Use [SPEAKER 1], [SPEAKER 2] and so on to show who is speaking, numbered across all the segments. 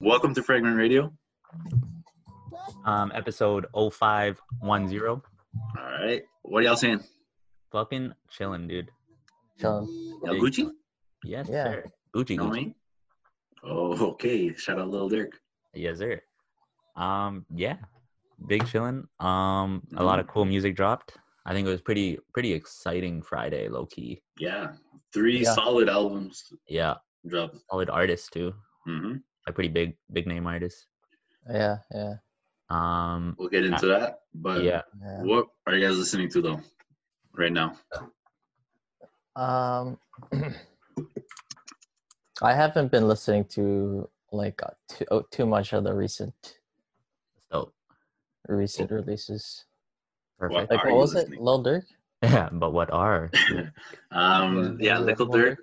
[SPEAKER 1] Welcome to Fragment Radio.
[SPEAKER 2] um, episode 0510.
[SPEAKER 1] All right. What are y'all saying?
[SPEAKER 2] Fucking chilling, dude.
[SPEAKER 3] Chilling.
[SPEAKER 1] Y'all Gucci?
[SPEAKER 2] Yes,
[SPEAKER 3] Yeah.
[SPEAKER 2] sir. Gucci,
[SPEAKER 1] Know
[SPEAKER 2] Gucci.
[SPEAKER 1] me? Oh, okay. Shout out Lil Dirk.
[SPEAKER 2] Yes, sir. Um, yeah, big chilling. Um, a lot of cool music dropped. I think it was pretty pretty exciting Friday, low key.
[SPEAKER 1] Yeah. Three
[SPEAKER 3] Yeah.
[SPEAKER 1] solid albums
[SPEAKER 2] Yeah,
[SPEAKER 1] dropped.
[SPEAKER 2] solid artists too,
[SPEAKER 1] hmm
[SPEAKER 2] like pretty big big name artists.
[SPEAKER 1] Mm-hmm.
[SPEAKER 3] Yeah, yeah,
[SPEAKER 2] Um,
[SPEAKER 1] We'll get into that. But
[SPEAKER 2] yeah,
[SPEAKER 3] yeah.
[SPEAKER 1] what are you guys listening to, though, right now?
[SPEAKER 3] Um, I haven't been listening to like uh, too, oh, too much of the recent
[SPEAKER 2] so
[SPEAKER 3] recent releases.
[SPEAKER 2] perfect.
[SPEAKER 3] Like
[SPEAKER 1] Oh. Are
[SPEAKER 3] what
[SPEAKER 1] you
[SPEAKER 3] was
[SPEAKER 1] listening?
[SPEAKER 3] it, Lil Durk?
[SPEAKER 2] Yeah, but what are dude?
[SPEAKER 1] Um,
[SPEAKER 3] Yeah,
[SPEAKER 1] yeah,
[SPEAKER 3] yeah,
[SPEAKER 1] Little
[SPEAKER 3] Lil
[SPEAKER 1] Dirk.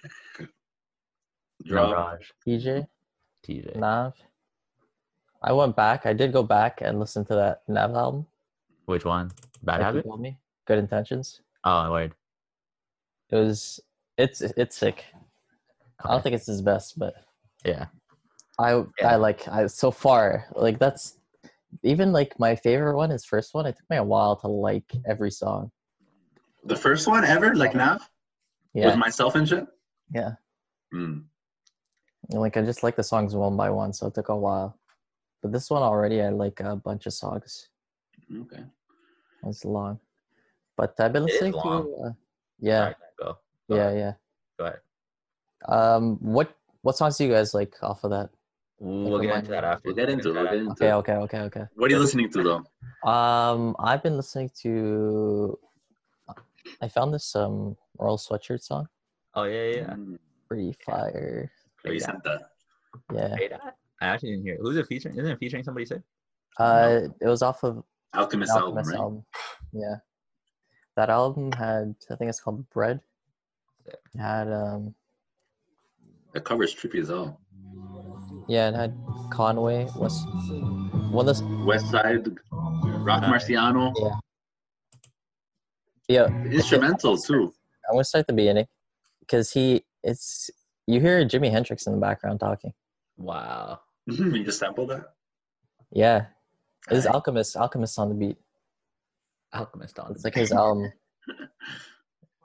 [SPEAKER 1] Drop.
[SPEAKER 2] Mirage,
[SPEAKER 3] DJ
[SPEAKER 2] TJ?
[SPEAKER 3] Nav. I went back. I did go back and listen to that Nav album.
[SPEAKER 2] Which one? Bad
[SPEAKER 3] that you
[SPEAKER 2] habit?
[SPEAKER 3] told me. Good intentions.
[SPEAKER 2] Oh, word.
[SPEAKER 3] It was. It's it's sick. I
[SPEAKER 2] Okay.
[SPEAKER 3] don't think it's his best, but
[SPEAKER 2] Yeah,
[SPEAKER 3] I
[SPEAKER 2] Yeah.
[SPEAKER 3] I like I so far like that's even like my favorite one. His first one. It took me a while to like every song.
[SPEAKER 1] The first one ever, like Nav,
[SPEAKER 3] Yeah,
[SPEAKER 1] with myself and shit?
[SPEAKER 3] yeah.
[SPEAKER 1] Mm.
[SPEAKER 3] And, like I just like the songs one by one, so it took a while. But this one already, I like a bunch of songs.
[SPEAKER 1] Okay.
[SPEAKER 3] It's long, but I've been
[SPEAKER 2] It is
[SPEAKER 3] listening to.
[SPEAKER 2] long.
[SPEAKER 3] Uh, yeah,
[SPEAKER 2] Alright, go. go
[SPEAKER 3] yeah,
[SPEAKER 2] ahead,
[SPEAKER 3] yeah.
[SPEAKER 2] Go ahead.
[SPEAKER 3] Um, what what songs do you guys like off of that?
[SPEAKER 2] We'll get into that after.
[SPEAKER 1] We'll get into it. We'll get into
[SPEAKER 3] Okay,
[SPEAKER 1] it.
[SPEAKER 3] okay, okay, okay.
[SPEAKER 1] What are you listening to, though?
[SPEAKER 3] Um, I've been listening to. I found this um Earl Sweatshirt song,
[SPEAKER 2] Oh yeah, yeah.
[SPEAKER 1] Mm.
[SPEAKER 3] pretty fire.
[SPEAKER 1] Oh, you sent that.
[SPEAKER 3] Yeah,
[SPEAKER 2] Hey, that- I actually didn't hear. it. Who's it featuring? Isn't it featuring somebody? Said
[SPEAKER 3] uh, it was off of
[SPEAKER 1] Alchemist,
[SPEAKER 3] Alchemist
[SPEAKER 1] album,
[SPEAKER 3] album. Yeah, that album had I think it's called Bread.
[SPEAKER 2] Sick.
[SPEAKER 3] It had um
[SPEAKER 1] right? The cover's trippy as hell.
[SPEAKER 3] yeah it had Conway was one of the
[SPEAKER 1] West Side, Rock
[SPEAKER 2] Uh,
[SPEAKER 1] Marciano,
[SPEAKER 3] yeah
[SPEAKER 1] instrumental too.
[SPEAKER 3] I'm gonna start at the beginning because he it's you hear Jimi Hendrix in the background talking.
[SPEAKER 2] wow.
[SPEAKER 1] Mm-hmm. you just sampled that.
[SPEAKER 3] Yeah, this is
[SPEAKER 1] Alright.
[SPEAKER 3] Alchemist Alchemist on the beat.
[SPEAKER 2] Alchemist on.
[SPEAKER 3] It's like his album.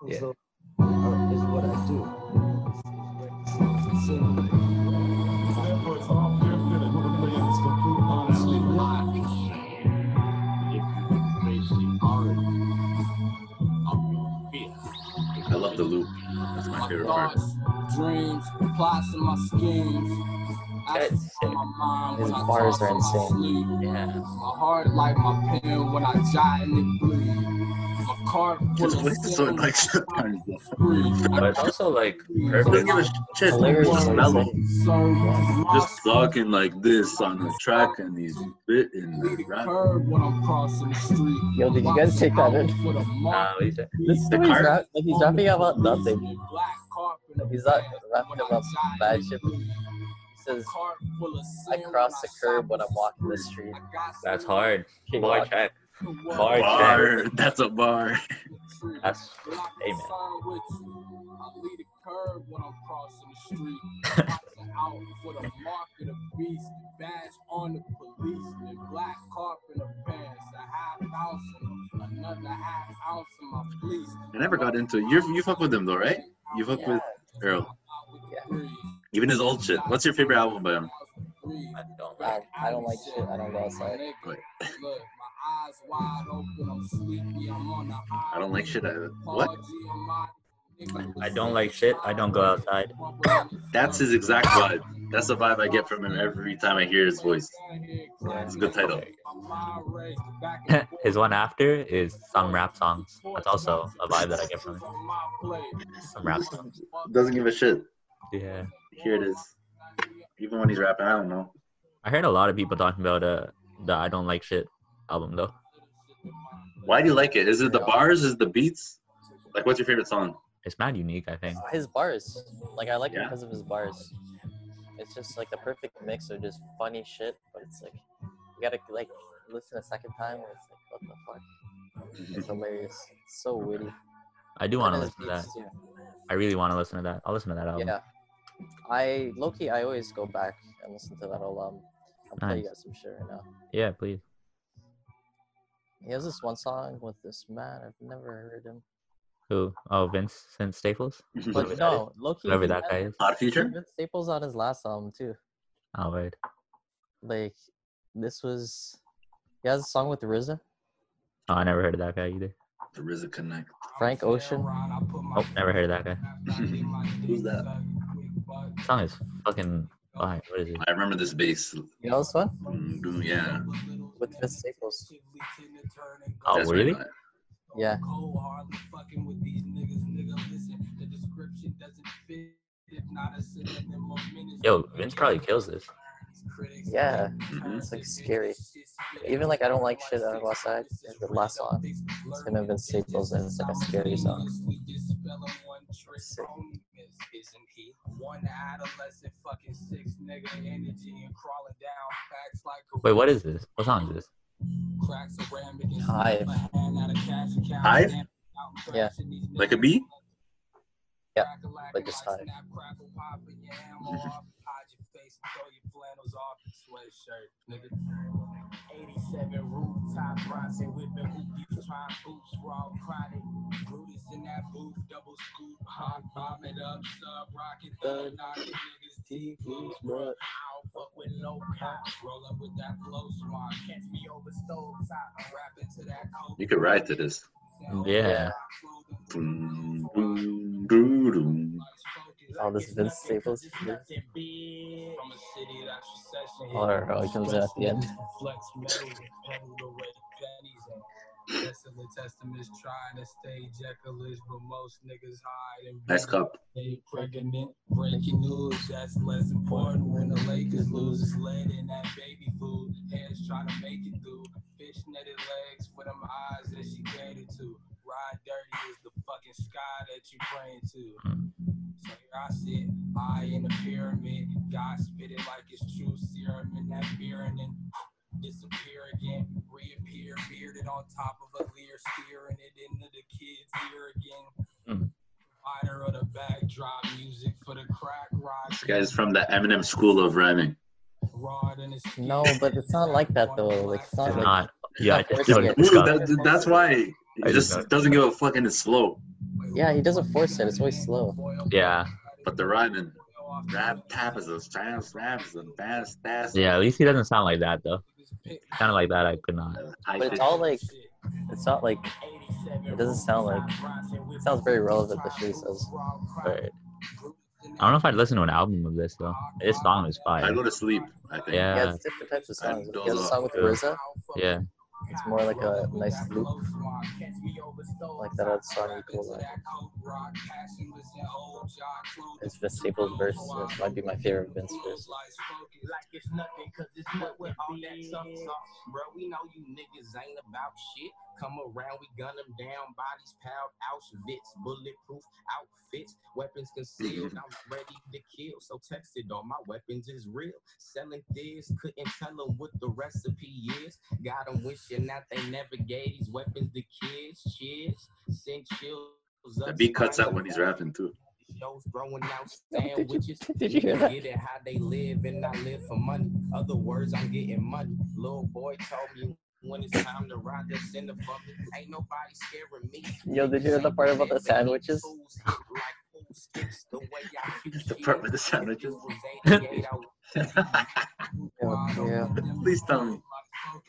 [SPEAKER 2] Yeah.
[SPEAKER 4] So, art is what I do. It's- it's- it's-
[SPEAKER 5] Efforts off their fit and the man's complete honesty.
[SPEAKER 1] I love the loop. That's my favorite part.
[SPEAKER 4] Dreams, plots in my schemes. I
[SPEAKER 2] That's
[SPEAKER 4] sit on my mind
[SPEAKER 3] His
[SPEAKER 4] when I
[SPEAKER 3] bars
[SPEAKER 4] toss
[SPEAKER 3] are
[SPEAKER 4] in my
[SPEAKER 3] insane.
[SPEAKER 4] sleep.
[SPEAKER 2] Yeah.
[SPEAKER 4] My heart like my pen when I jot and it bleed. My car full
[SPEAKER 1] Just
[SPEAKER 4] of
[SPEAKER 1] what is so
[SPEAKER 4] sand
[SPEAKER 1] like
[SPEAKER 4] when I
[SPEAKER 1] sometimes.
[SPEAKER 4] breathe.
[SPEAKER 2] But it's also like
[SPEAKER 1] I don't
[SPEAKER 2] perfect.
[SPEAKER 1] give a shit.
[SPEAKER 3] Hilarious.
[SPEAKER 1] Just mellow.
[SPEAKER 4] Serve as my
[SPEAKER 1] Just talking like this on the track and he's bit in the rap.
[SPEAKER 4] curb when I'm crossing the street.
[SPEAKER 3] Yo, did you guys take that in?
[SPEAKER 2] Uh, what do you say?
[SPEAKER 3] This
[SPEAKER 1] The
[SPEAKER 3] story's
[SPEAKER 1] car-
[SPEAKER 3] rap, like he's rapping about nothing. He's not rapping about bad shit. He says, "I cross the curb when I'm walking the street."
[SPEAKER 2] That's hard.
[SPEAKER 3] King
[SPEAKER 2] Bar
[SPEAKER 3] Rock.
[SPEAKER 2] check. Bar check.
[SPEAKER 1] Bar. That's a bar.
[SPEAKER 2] That's hey man.
[SPEAKER 4] I lead the curb when I'm crossing the street. Watching out for the mark of the beast. Badge on the policeman. Black carpenter pants. A half ounce. and Another half ounce in my fleece.
[SPEAKER 1] I never got into it. You you fuck with them though, right? You fuck with Earl. Even his old shit. What's your favorite album by him?
[SPEAKER 2] I don't
[SPEAKER 3] I,
[SPEAKER 2] like.
[SPEAKER 3] I don't like shit. I don't go outside.
[SPEAKER 1] Wait.
[SPEAKER 4] Look, my eyes wide open, I'm sleepy, I'm on the
[SPEAKER 1] I don't like shit. I, what?
[SPEAKER 4] What?
[SPEAKER 2] I don't like shit. I don't go outside.
[SPEAKER 1] That's his exact vibe. That's the vibe I get from him every time I hear his voice.
[SPEAKER 4] It's
[SPEAKER 1] a good title.
[SPEAKER 2] His one after is some rap songs. That's also a vibe that I get from it. some rap songs.
[SPEAKER 1] Doesn't give a shit.
[SPEAKER 2] Yeah.
[SPEAKER 1] Here it is. Even when he's rapping, I don't know.
[SPEAKER 2] I heard a lot of people talking about uh the I don't like shit album though.
[SPEAKER 1] Why do you like it? Is it the bars? Is it the beats? Like, what's your favorite song?
[SPEAKER 2] It's not unique, I think.
[SPEAKER 3] His bars, like I like
[SPEAKER 1] Yeah.
[SPEAKER 3] it because of his bars. It's just like the perfect mix of just funny shit, but it's like you gotta like listen a second time, and it's like what the fuck? It's
[SPEAKER 1] Mm-hmm.
[SPEAKER 3] hilarious. It's so witty.
[SPEAKER 2] I do want to
[SPEAKER 3] And his
[SPEAKER 2] listen to that. um,
[SPEAKER 3] beats, too.
[SPEAKER 2] I really want to listen to that. I'll listen to that album.
[SPEAKER 3] Yeah, I Loki. I always go back and listen to that. I'll um, I'll play you
[SPEAKER 2] Nice.
[SPEAKER 3] guys some shit right now.
[SPEAKER 2] Yeah, please.
[SPEAKER 3] He has this one song with this man. I've never heard him.
[SPEAKER 2] Who? Oh, Vincent Staples.
[SPEAKER 3] But
[SPEAKER 2] that
[SPEAKER 3] no, Loki.
[SPEAKER 2] Whoever
[SPEAKER 3] he
[SPEAKER 2] that
[SPEAKER 3] had
[SPEAKER 2] guy is.
[SPEAKER 1] Odd Future?
[SPEAKER 3] Vince Staples on his last album too.
[SPEAKER 2] Oh, word.
[SPEAKER 3] Like this was. He has a song with RZA.
[SPEAKER 2] Oh, I never heard of that guy either.
[SPEAKER 1] The RZA Connect.
[SPEAKER 3] Frank Ocean.
[SPEAKER 2] Oh, never heard of that guy.
[SPEAKER 1] Who's that?
[SPEAKER 2] That song is fucking. Why? What is it?
[SPEAKER 1] I remember this bass.
[SPEAKER 3] You know this one
[SPEAKER 1] Mm, boom, yeah.
[SPEAKER 3] with Vince Staples.
[SPEAKER 2] Oh,
[SPEAKER 1] That's
[SPEAKER 2] really?
[SPEAKER 1] right.
[SPEAKER 3] Yeah.
[SPEAKER 4] Cold, hardly fucking with these niggas. Nigga, listen, the description doesn't fit. If not a synonym or menace.
[SPEAKER 2] Yo, Vince probably kills this.
[SPEAKER 4] Critics,
[SPEAKER 3] Yeah, Mm-hmm.
[SPEAKER 1] Mhm.
[SPEAKER 3] it's like scary. Even like I don't like shit on the last side. is The last song. It's him and Vince Staples, and it's like a scary song. It's sick.
[SPEAKER 4] Isn't he one adolescent fucking six nigga energy and crawling down facts like a
[SPEAKER 2] Wait, what is this? What song is this?
[SPEAKER 4] cracks of ram against
[SPEAKER 3] Hive.
[SPEAKER 4] a hand out of cash account.
[SPEAKER 1] Hive?
[SPEAKER 3] Yeah.
[SPEAKER 1] Like a bee?
[SPEAKER 3] Yeah, like just hive.
[SPEAKER 1] Mm-hmm.
[SPEAKER 4] Eighty-seven rooftop Bronson with the hoopy prime boots, raw chronic. Brutus in that booth, double scoop, hot bomb it up, sub rocket, thug knocking niggas, T blues, bruh. I'll fuck with low cop, roll up with that blow smart, catch me over stove top, rap into that coke.
[SPEAKER 1] You could ride to this.
[SPEAKER 2] Yeah.
[SPEAKER 1] Boom, boom, doo, doo.
[SPEAKER 3] Oh, this Vince Staples. Or oh, he comes in at the end.
[SPEAKER 1] Nice cup.
[SPEAKER 4] They pregnant, breaking news. That's less important when the Lakers lose. It's lead in that baby food. Hands trying to make it through. Fish netted legs for them eyes that she catered to. Ride dirty is the fucking sky that you praying
[SPEAKER 2] Hmm.
[SPEAKER 4] to. So here I sit, I in the pyramid. God spit it like it's true serum in that beer and then disappear again, reappear, bearded on top of a leer, steering it into the kids' ear again.
[SPEAKER 1] Hmm.
[SPEAKER 4] Provider of the backdrop music for the crack rock.
[SPEAKER 1] This guy's from the Eminem School of Rhyming.
[SPEAKER 4] Rod and his
[SPEAKER 3] No, but it's not like that though. Like it's not
[SPEAKER 2] It's
[SPEAKER 3] like
[SPEAKER 2] not. Yeah, I just
[SPEAKER 3] Yo,
[SPEAKER 1] Dude,
[SPEAKER 2] noticed this guy.
[SPEAKER 1] that, that's why he
[SPEAKER 2] I just
[SPEAKER 1] just
[SPEAKER 2] noticed.
[SPEAKER 1] doesn't give a fuck and it's slow.
[SPEAKER 3] Yeah, he doesn't force it. It's always slow.
[SPEAKER 2] Yeah,
[SPEAKER 1] But the rhyming, rap tap is a sound, rap is a fast, fast.
[SPEAKER 2] yeah. At least he doesn't sound like that though. Kind of like that, I could not.
[SPEAKER 1] high
[SPEAKER 3] But it's
[SPEAKER 1] pitch.
[SPEAKER 3] all like it's not like it doesn't sound like it sounds very relevant the shit he says.
[SPEAKER 2] But I don't know if I'd listen to an album of this though. This song is
[SPEAKER 1] I
[SPEAKER 2] fire.
[SPEAKER 1] go to sleep. I think.
[SPEAKER 2] Yeah.
[SPEAKER 3] He has different types of songs. He has a song with
[SPEAKER 2] Yeah.
[SPEAKER 3] RZA.
[SPEAKER 2] Yeah,
[SPEAKER 3] It's more like a nice loop. Like that other song you call like. It's Vince Staples verse. This might be my favorite Vince verse.
[SPEAKER 4] Like it's nothing, cause it's not with all that stuff. Bro, we know you niggas ain't about shit. Come around, we gun them down. Bodies piled, Auschwitz, bulletproof outfits, weapons concealed. I'm ready to kill, so texted all my weapons is real. Selling this, couldn't tell them what the recipe is. Got them wishing that they never gave these weapons to kids. Cheers, send chills.
[SPEAKER 1] The
[SPEAKER 4] up
[SPEAKER 1] beat cuts out when
[SPEAKER 4] spines.
[SPEAKER 1] he's rapping too.
[SPEAKER 4] Shows throwing out
[SPEAKER 3] Oh, did you-
[SPEAKER 4] sandwiches.
[SPEAKER 3] did you hear that?
[SPEAKER 4] Get it how they live and I live for money. Other words, I'm getting money. Little boy told me when it's time to ride the center for me. Ain't nobody scaring me.
[SPEAKER 3] Yo, did you hear the part about the sandwiches?
[SPEAKER 1] The part with the sandwiches.
[SPEAKER 3] Yeah.
[SPEAKER 1] Please tell me.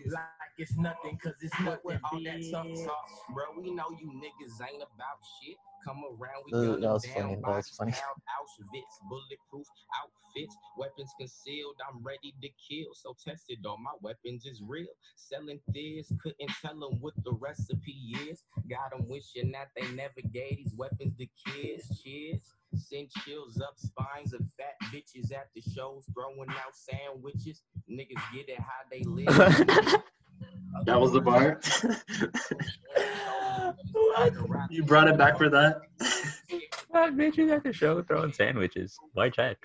[SPEAKER 4] Like it's nothing, cause it's nothing. All that tough talk, bro. We know you niggas ain't about shit. Come around, we
[SPEAKER 3] Ooh, that
[SPEAKER 4] gun them
[SPEAKER 3] was
[SPEAKER 4] down.
[SPEAKER 3] funny, that was
[SPEAKER 4] Boxes
[SPEAKER 3] funny.
[SPEAKER 4] down, Auschwitz, bulletproof outfits, weapons concealed. I'm ready to kill, so tested all my weapons is real. Selling this, couldn't tell them what the recipe is. Got them wishing that they never gave these weapons to kids. Cheers. Send chills up spines of fat bitches at the shows, throwing out sandwiches. Niggas get it how they live.
[SPEAKER 1] That was the bar. you brought it back for that.
[SPEAKER 2] That bitch is at the show throwing sandwiches. Why check?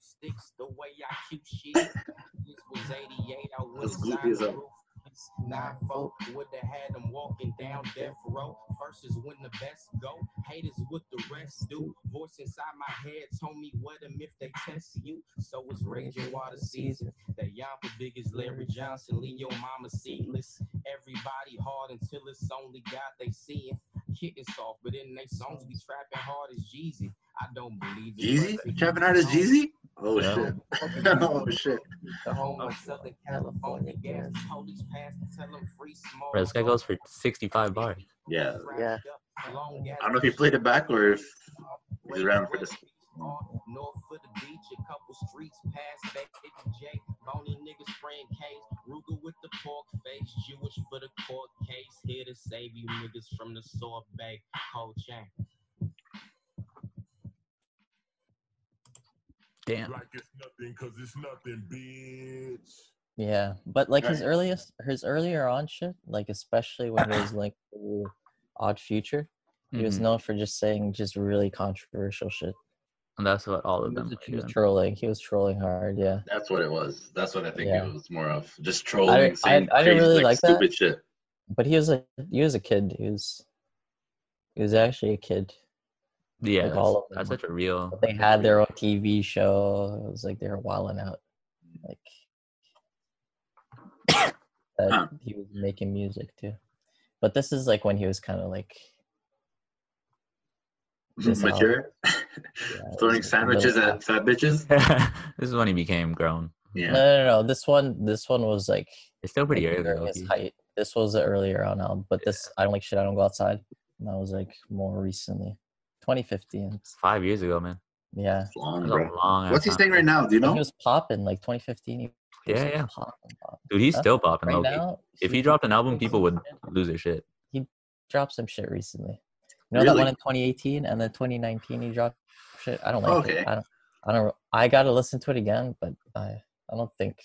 [SPEAKER 4] Sticks the way I shoot shit. This was 88. I went
[SPEAKER 1] goofy as hell.
[SPEAKER 4] roof. beats. Nine folk would have had them walking down death row. First is when the best go. Haters what the rest do. Voice inside my head told me what them if they test you. So it's raging water season. That Yampa big as Larry Johnson. Leave your mama seatless. Everybody hard until it's only God they seeing. Kitten soft, but in they songs be trapping hard as Jeezy. I don't believe
[SPEAKER 1] Jeezy?
[SPEAKER 4] but-
[SPEAKER 1] Trapping artist Jeezy? Oh
[SPEAKER 2] Yeah.
[SPEAKER 1] shit. oh shit.
[SPEAKER 4] The home
[SPEAKER 2] Oh.
[SPEAKER 4] of Southern California gas. Hold his past and tell him free small.
[SPEAKER 2] Bro, this guy goes for 65 bars.
[SPEAKER 1] Yeah.
[SPEAKER 3] Yeah.
[SPEAKER 4] Long
[SPEAKER 1] I don't know if he played it back or if he's around for this.
[SPEAKER 4] North of the beach, a couple streets past back to J. Bony niggas spraying case. Ruger with the pork face. Jewish for the court case. Here to save you niggas from the sorbet. Cold chain.
[SPEAKER 2] Damn.
[SPEAKER 5] Like it's nothing, cause it's nothing, bitch.
[SPEAKER 3] Yeah, but like his
[SPEAKER 1] Right.
[SPEAKER 3] earliest, his earlier on shit, like especially when it was like the Odd Future, he was
[SPEAKER 2] Mhm.
[SPEAKER 3] known for just saying just really controversial shit.
[SPEAKER 2] And that's what all
[SPEAKER 3] He
[SPEAKER 2] of them
[SPEAKER 3] was,
[SPEAKER 2] were
[SPEAKER 3] he was
[SPEAKER 2] doing.
[SPEAKER 3] trolling. He was trolling hard. Yeah,
[SPEAKER 1] That's what it was. That's what I think
[SPEAKER 3] Yeah.
[SPEAKER 1] it was more of. Just trolling,
[SPEAKER 3] I-
[SPEAKER 1] saying
[SPEAKER 3] I didn't
[SPEAKER 1] crazy,
[SPEAKER 3] really
[SPEAKER 1] like,
[SPEAKER 3] like that.
[SPEAKER 1] stupid shit.
[SPEAKER 3] but he was a he was a kid. He was he was actually a kid.
[SPEAKER 2] Yeah,
[SPEAKER 3] Like
[SPEAKER 2] that's,
[SPEAKER 3] all of
[SPEAKER 2] that's
[SPEAKER 3] them.
[SPEAKER 2] such a real.
[SPEAKER 3] But they had their own TV show. It was like they were wilding out. Like that
[SPEAKER 1] Huh.
[SPEAKER 3] he was making music too. But this is like when he was kind of like Yes, I'll-
[SPEAKER 1] Mature.
[SPEAKER 3] yeah, it was,
[SPEAKER 1] Throwing
[SPEAKER 3] like,
[SPEAKER 1] sandwiches
[SPEAKER 3] really-
[SPEAKER 1] at fat bitches.
[SPEAKER 2] this is when he became grown.
[SPEAKER 3] No,
[SPEAKER 1] Yeah.
[SPEAKER 3] no, no. This one, this one was like
[SPEAKER 2] It's still pretty
[SPEAKER 3] like,
[SPEAKER 2] early.
[SPEAKER 3] during
[SPEAKER 2] low-key.
[SPEAKER 3] his height. This was the earlier on album, but this I don't like shit. I don't go outside. And that was like more recently, 2015.
[SPEAKER 2] Five years ago, man.
[SPEAKER 3] Yeah,
[SPEAKER 1] It's long,
[SPEAKER 2] That was a
[SPEAKER 1] bro.
[SPEAKER 2] long. ass
[SPEAKER 1] What's he
[SPEAKER 2] time.
[SPEAKER 1] saying right now? Do you
[SPEAKER 3] he
[SPEAKER 1] know?
[SPEAKER 3] was popping like 2015. He was
[SPEAKER 2] Yeah,
[SPEAKER 3] like,
[SPEAKER 2] yeah.
[SPEAKER 3] popping, popping.
[SPEAKER 2] Dude, he's
[SPEAKER 3] Huh?
[SPEAKER 2] still popping.
[SPEAKER 3] Right
[SPEAKER 2] low-key.
[SPEAKER 3] now,
[SPEAKER 2] if he dropped an album, people would
[SPEAKER 3] shit.
[SPEAKER 2] lose their shit.
[SPEAKER 3] dropped some shit recently. You know that one
[SPEAKER 1] Really?
[SPEAKER 3] in 2018 and then 2019 he dropped shit. I don't like
[SPEAKER 1] Okay.
[SPEAKER 3] it. I don't. I don't. I gotta listen to it again, but I. I don't think.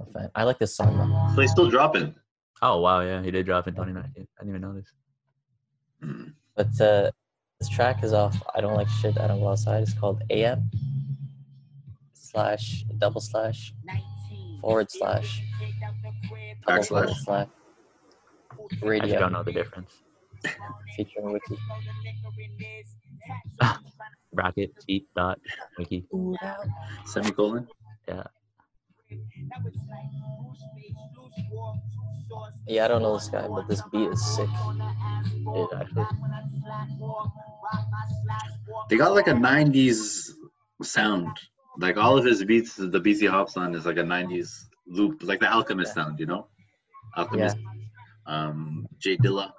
[SPEAKER 3] I'm a fan. I like this song though.
[SPEAKER 1] So he's still dropping.
[SPEAKER 2] Oh wow, yeah, he did drop in 2019. I didn't even notice.
[SPEAKER 1] Mm.
[SPEAKER 3] But uh, this track is off. I don't like shit. I don't go outside. It's called AM slash double slash forward slash double forward
[SPEAKER 1] Backslash.
[SPEAKER 3] slash
[SPEAKER 2] I just don't
[SPEAKER 3] radio
[SPEAKER 2] know the difference.
[SPEAKER 3] featuring Wiki. Ah.
[SPEAKER 2] Bracket, cheat, dot, wiki.
[SPEAKER 1] Semicolon.
[SPEAKER 3] Yeah, I don't know this guy, but this beat is sick.
[SPEAKER 2] It actually.
[SPEAKER 1] They got like a 90s sound. Like all of his beats, the beats he hops on is like a 90s loop, like the Alchemist sound, you know? Alchemist. Um, Jay Dilla.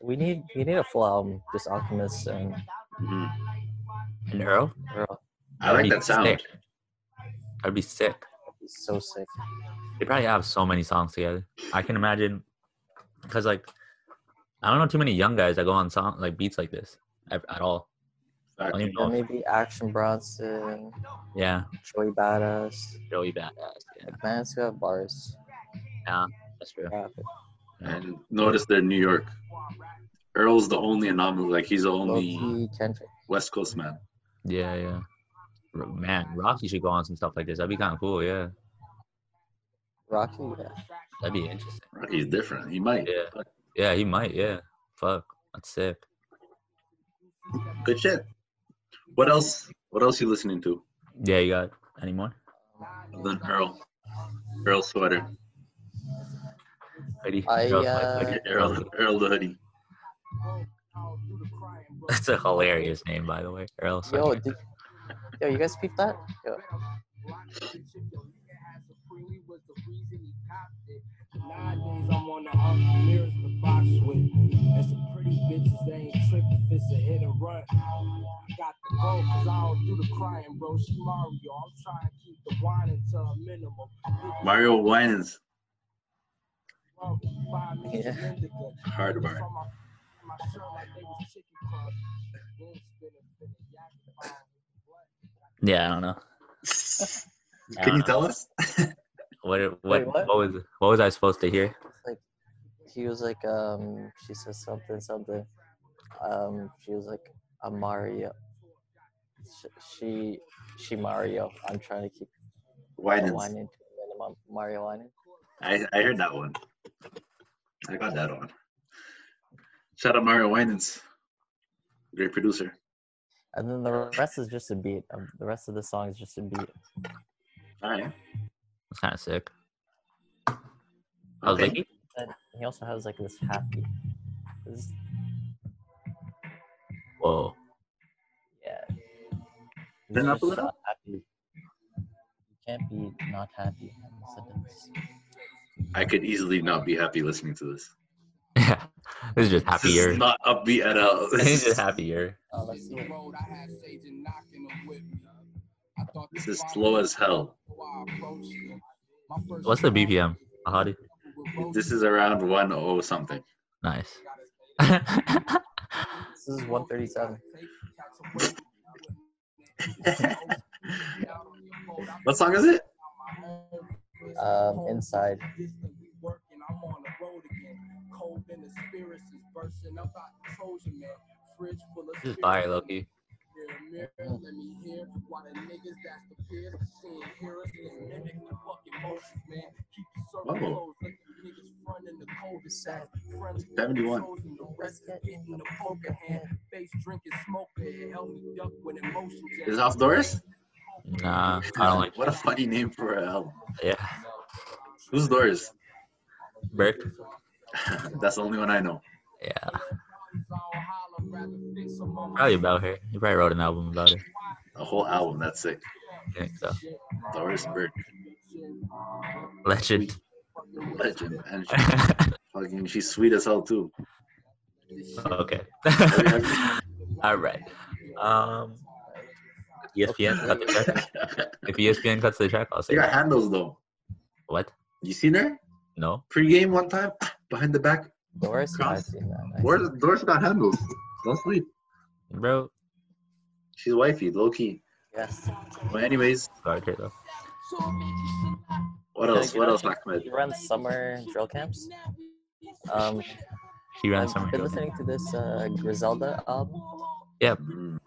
[SPEAKER 3] We need we need a full album, just Alchemist and
[SPEAKER 1] Mhm.
[SPEAKER 2] And Earl?
[SPEAKER 3] Girl.
[SPEAKER 1] I like
[SPEAKER 2] That'd
[SPEAKER 1] that
[SPEAKER 2] be
[SPEAKER 1] sound.
[SPEAKER 2] sick. That'd be sick.
[SPEAKER 3] He's so sick.
[SPEAKER 2] They probably have so many songs together. I can imagine, because like, I don't know too many young guys that go on song like beats like this at, at all. I don't even
[SPEAKER 3] Yeah,
[SPEAKER 2] know. if-
[SPEAKER 3] maybe Action Bronson,
[SPEAKER 2] yeah,
[SPEAKER 3] Joey Badass.
[SPEAKER 2] Joey Badass. Yeah,
[SPEAKER 3] Like bands who have bars.
[SPEAKER 2] that's true.
[SPEAKER 3] Rap.
[SPEAKER 1] And notice they're New York. Earl's the only anomaly. Like he's the only
[SPEAKER 3] Loki, Kendrick.
[SPEAKER 1] West Coast man.
[SPEAKER 2] Yeah, yeah. Ro- Man, Rocky should go on some stuff like this. That'd be kind of cool. Yeah,
[SPEAKER 3] Rocky, yeah.
[SPEAKER 2] that'd be interesting.
[SPEAKER 1] He's different. He might.
[SPEAKER 2] Yeah. Yeah, he might. Yeah, fuck, that's sick.
[SPEAKER 1] Good shit. What else? What else you listening to
[SPEAKER 2] Yeah, you got any more?
[SPEAKER 1] other than Earl? Earl sweater.
[SPEAKER 2] Hoodie.
[SPEAKER 3] I,
[SPEAKER 2] Girls like- like
[SPEAKER 3] uh,
[SPEAKER 2] it.
[SPEAKER 1] Earl, Earl the hoodie.
[SPEAKER 2] That's a hilarious name, by the way. Earl.
[SPEAKER 3] Yo,
[SPEAKER 2] Sweatshirt.
[SPEAKER 3] did, yo, you guys peep that? Yo,
[SPEAKER 4] Nowadays I'm on the hunt, mirrors the box with. It's a pretty bitches, they ain't trip if it's a hit and run. I got the gold, cause I don't do the crying, bro. She Mario, I'm trying to keep the whining to a minimum.
[SPEAKER 1] Mario Wines.
[SPEAKER 3] Yeah.
[SPEAKER 1] Hard bar.
[SPEAKER 2] Yeah, I don't know.
[SPEAKER 1] Can you tell us?
[SPEAKER 2] What
[SPEAKER 3] Wait,
[SPEAKER 2] what
[SPEAKER 3] what?
[SPEAKER 2] what was what was I supposed to hear?
[SPEAKER 3] he was like, um, she says something, something. Um, she was like, a Mario. Sh- She, she Mario. I'm trying to keep
[SPEAKER 1] Winans.
[SPEAKER 3] whining to a minimum. Mario whining.
[SPEAKER 1] I, I heard that one. I got that one. Shout out Mario Winans, great producer.
[SPEAKER 3] And then the rest is just a beat. Um, the rest of the song is just a beat.
[SPEAKER 1] All right.
[SPEAKER 2] That's kind of sick. I was
[SPEAKER 1] Okay.
[SPEAKER 2] like,
[SPEAKER 3] And he also has like this happy. This,
[SPEAKER 2] whoa.
[SPEAKER 3] yeah. He's
[SPEAKER 1] Turn it up a
[SPEAKER 3] just
[SPEAKER 1] little?
[SPEAKER 3] not happy. You can't be not happy in a sentence.
[SPEAKER 1] I could easily not be happy listening to this.
[SPEAKER 2] Yeah. This is just
[SPEAKER 1] This
[SPEAKER 2] happier.
[SPEAKER 1] is not upbeat at all.
[SPEAKER 2] This is just happier.
[SPEAKER 3] Oh, let's see. it.
[SPEAKER 4] Road, I had Sage and knocking him with me. I thought
[SPEAKER 1] This
[SPEAKER 4] the
[SPEAKER 1] is
[SPEAKER 4] fire
[SPEAKER 1] slow
[SPEAKER 4] was
[SPEAKER 1] as hell.
[SPEAKER 4] so I approached him. My first
[SPEAKER 2] What's the
[SPEAKER 4] thought
[SPEAKER 2] BPM? Ahadi.
[SPEAKER 4] was roasting.
[SPEAKER 1] This is around 100 something.
[SPEAKER 2] Nice.
[SPEAKER 3] This is 137.
[SPEAKER 1] What song is it?
[SPEAKER 3] Um, inside.
[SPEAKER 2] This is fire, Loki.
[SPEAKER 1] Whoa.
[SPEAKER 4] 71.
[SPEAKER 1] 71. Is it off Doris?
[SPEAKER 2] Nah, Uh, I don't like.
[SPEAKER 1] What a funny name for an album.
[SPEAKER 2] Yeah.
[SPEAKER 1] Who's Doris?
[SPEAKER 2] Burke.
[SPEAKER 1] That's the only one I know.
[SPEAKER 2] Yeah.
[SPEAKER 1] Oh,
[SPEAKER 2] Probably about her. He probably wrote an album about her.
[SPEAKER 1] A whole album. That's sick.
[SPEAKER 2] I think so.
[SPEAKER 1] Doris Burke.
[SPEAKER 2] Legend.
[SPEAKER 1] Legend. And she, fucking, she's sweet as hell, too.
[SPEAKER 2] okay. All right. Um. E ESPN cut the check. If E ESPN cuts the check, I'll
[SPEAKER 1] They
[SPEAKER 2] say
[SPEAKER 1] got
[SPEAKER 2] that.
[SPEAKER 1] handles, though.
[SPEAKER 2] What?
[SPEAKER 1] You seen her?
[SPEAKER 2] No.
[SPEAKER 1] Pre-game one time? Ah, Behind the back?
[SPEAKER 3] Doris, yeah, I've
[SPEAKER 1] Cross.
[SPEAKER 3] seen that. I've
[SPEAKER 1] Doris, Doris got handles. Don't sleep.
[SPEAKER 2] Bro,
[SPEAKER 1] She's wifey, low-key.
[SPEAKER 3] seen- Yes.
[SPEAKER 1] But anyways,
[SPEAKER 2] guard her though.
[SPEAKER 1] what
[SPEAKER 3] Yeah,
[SPEAKER 1] else?
[SPEAKER 3] you
[SPEAKER 1] What
[SPEAKER 3] know,
[SPEAKER 1] else, Ahmed?
[SPEAKER 3] He runs summer drill camps. Um,
[SPEAKER 2] She ran
[SPEAKER 3] I've
[SPEAKER 2] summer.
[SPEAKER 3] been
[SPEAKER 2] drill camp.
[SPEAKER 3] listening to this uh, Griselda album.
[SPEAKER 1] Mm.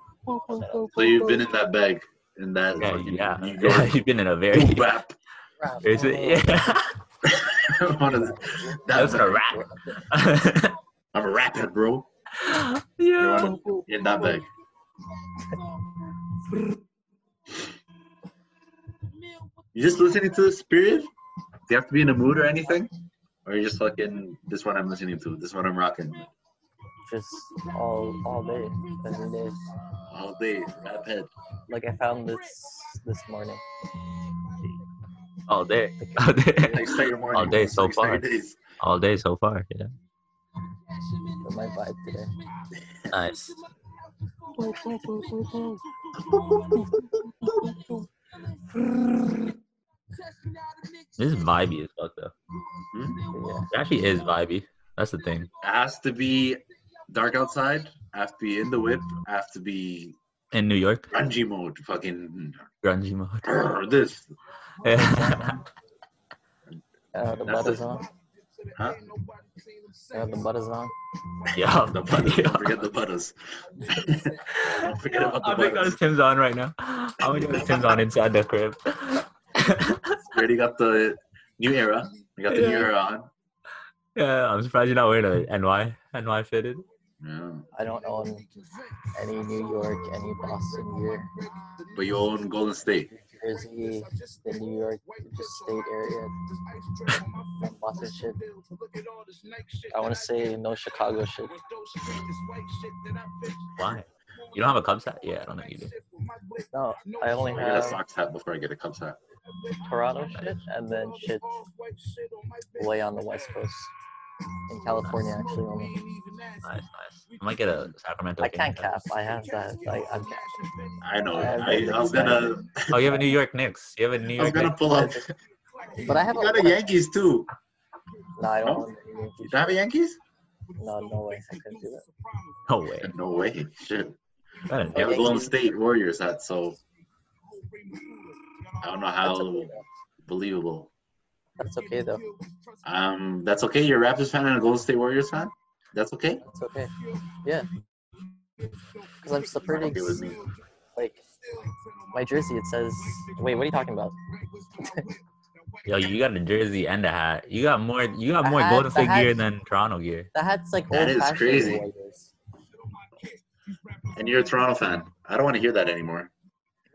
[SPEAKER 1] So you've been in that bag, in that
[SPEAKER 2] Yeah,
[SPEAKER 1] fucking
[SPEAKER 2] yeah.
[SPEAKER 1] New
[SPEAKER 2] yeah.
[SPEAKER 1] York
[SPEAKER 2] You've been in a very.
[SPEAKER 1] boom bap.
[SPEAKER 2] Is it? Yeah.
[SPEAKER 1] One of the-
[SPEAKER 2] That's
[SPEAKER 1] that,
[SPEAKER 2] a rap.
[SPEAKER 1] I'm a rapper, bro.
[SPEAKER 2] yeah.
[SPEAKER 1] In that bag. You just listening to this period? Do you have to be in a mood or anything? Or you just fucking this is what I'm listening to, this is what I'm rocking.
[SPEAKER 3] Just all all day, every day.
[SPEAKER 1] All day, rap head.
[SPEAKER 3] Like I found this this morning.
[SPEAKER 2] All day. All
[SPEAKER 1] Like
[SPEAKER 2] day.
[SPEAKER 1] start your morning.
[SPEAKER 2] All day so
[SPEAKER 1] Like, start your
[SPEAKER 2] far.
[SPEAKER 1] days.
[SPEAKER 2] All day so far. Yeah.
[SPEAKER 3] For my vibe today.
[SPEAKER 2] Nice. This is vibey as fuck though.
[SPEAKER 3] Yeah.
[SPEAKER 2] It actually is vibey. That's the thing.
[SPEAKER 1] It has to be dark outside. I have to be in the whip. I have to be
[SPEAKER 2] In New York,
[SPEAKER 1] grungy mode. Fucking
[SPEAKER 2] grungy mode.
[SPEAKER 1] brr, this.
[SPEAKER 2] Yeah.
[SPEAKER 3] Uh, the
[SPEAKER 1] That's
[SPEAKER 3] butters
[SPEAKER 1] it.
[SPEAKER 3] on.
[SPEAKER 1] Huh?
[SPEAKER 3] Uh, the butters on.
[SPEAKER 2] yeah.
[SPEAKER 1] The butters. Don't forget the butters. Don't forget about
[SPEAKER 2] I
[SPEAKER 1] the
[SPEAKER 2] think those
[SPEAKER 1] butters.
[SPEAKER 2] Tim's on right now. I'm gonna get those Tim's on inside the crib.
[SPEAKER 1] We already got the new era. We got the new
[SPEAKER 2] Yeah.
[SPEAKER 1] era on.
[SPEAKER 2] yeah, I'm surprised you're not wearing a NY NY fitted.
[SPEAKER 1] Yeah.
[SPEAKER 3] I don't own any New York, any Boston gear.
[SPEAKER 1] But you own Golden State.
[SPEAKER 3] Jersey, the New York just state area. Not Boston shit. I want to say no Chicago shit.
[SPEAKER 2] Why? You don't have a Cubs hat? Yeah, I don't think you do.
[SPEAKER 3] No, I only
[SPEAKER 1] I got a
[SPEAKER 3] have
[SPEAKER 1] Sox hat before I get a Cubs hat.
[SPEAKER 3] Toronto shit and then shit way on the West Coast. In California, actually, only.
[SPEAKER 2] Nice, nice. I might get a Sacramento.
[SPEAKER 3] I can't
[SPEAKER 2] Kings hat.
[SPEAKER 3] cap. I have that. I, I'm
[SPEAKER 1] I know.
[SPEAKER 3] Yeah,
[SPEAKER 1] I, I was gonna.
[SPEAKER 2] Oh, you have a New York Knicks. You have a New
[SPEAKER 1] I was
[SPEAKER 2] York.
[SPEAKER 1] gonna
[SPEAKER 2] Knicks.
[SPEAKER 1] pull up.
[SPEAKER 3] But I
[SPEAKER 1] You
[SPEAKER 3] have
[SPEAKER 1] got
[SPEAKER 3] a,
[SPEAKER 1] a Yankees too.
[SPEAKER 3] No, I don't
[SPEAKER 1] No?
[SPEAKER 3] own any
[SPEAKER 1] You
[SPEAKER 3] Yankee
[SPEAKER 1] don't have a
[SPEAKER 3] shit.
[SPEAKER 1] Yankees?
[SPEAKER 3] No, no way. I couldn't do that.
[SPEAKER 2] No way.
[SPEAKER 1] No way. Shit.
[SPEAKER 2] Got a
[SPEAKER 1] You have a
[SPEAKER 2] Knicks.
[SPEAKER 1] Golden State Warriors hat, so I don't know
[SPEAKER 3] That's
[SPEAKER 1] how
[SPEAKER 3] okay, though.
[SPEAKER 1] believable.
[SPEAKER 3] That's okay though.
[SPEAKER 1] Um, that's okay. You're a Raptors fan and a Golden State Warriors fan. That's okay.
[SPEAKER 3] That's okay. Yeah. Because I'm still pretty.
[SPEAKER 1] Okay with me.
[SPEAKER 3] Like, my jersey, it says. Wait, what are you talking about?
[SPEAKER 2] Yo, you got a jersey and a hat. You got more. You got
[SPEAKER 3] The
[SPEAKER 2] more
[SPEAKER 3] hat-
[SPEAKER 2] Golden
[SPEAKER 3] the
[SPEAKER 2] State gear
[SPEAKER 3] hats-
[SPEAKER 2] than Toronto gear.
[SPEAKER 3] The hat's like
[SPEAKER 1] That
[SPEAKER 3] old
[SPEAKER 1] is
[SPEAKER 3] fashioned
[SPEAKER 1] crazy.
[SPEAKER 3] Warriors.
[SPEAKER 1] And you're a Toronto fan. I don't want to hear that anymore.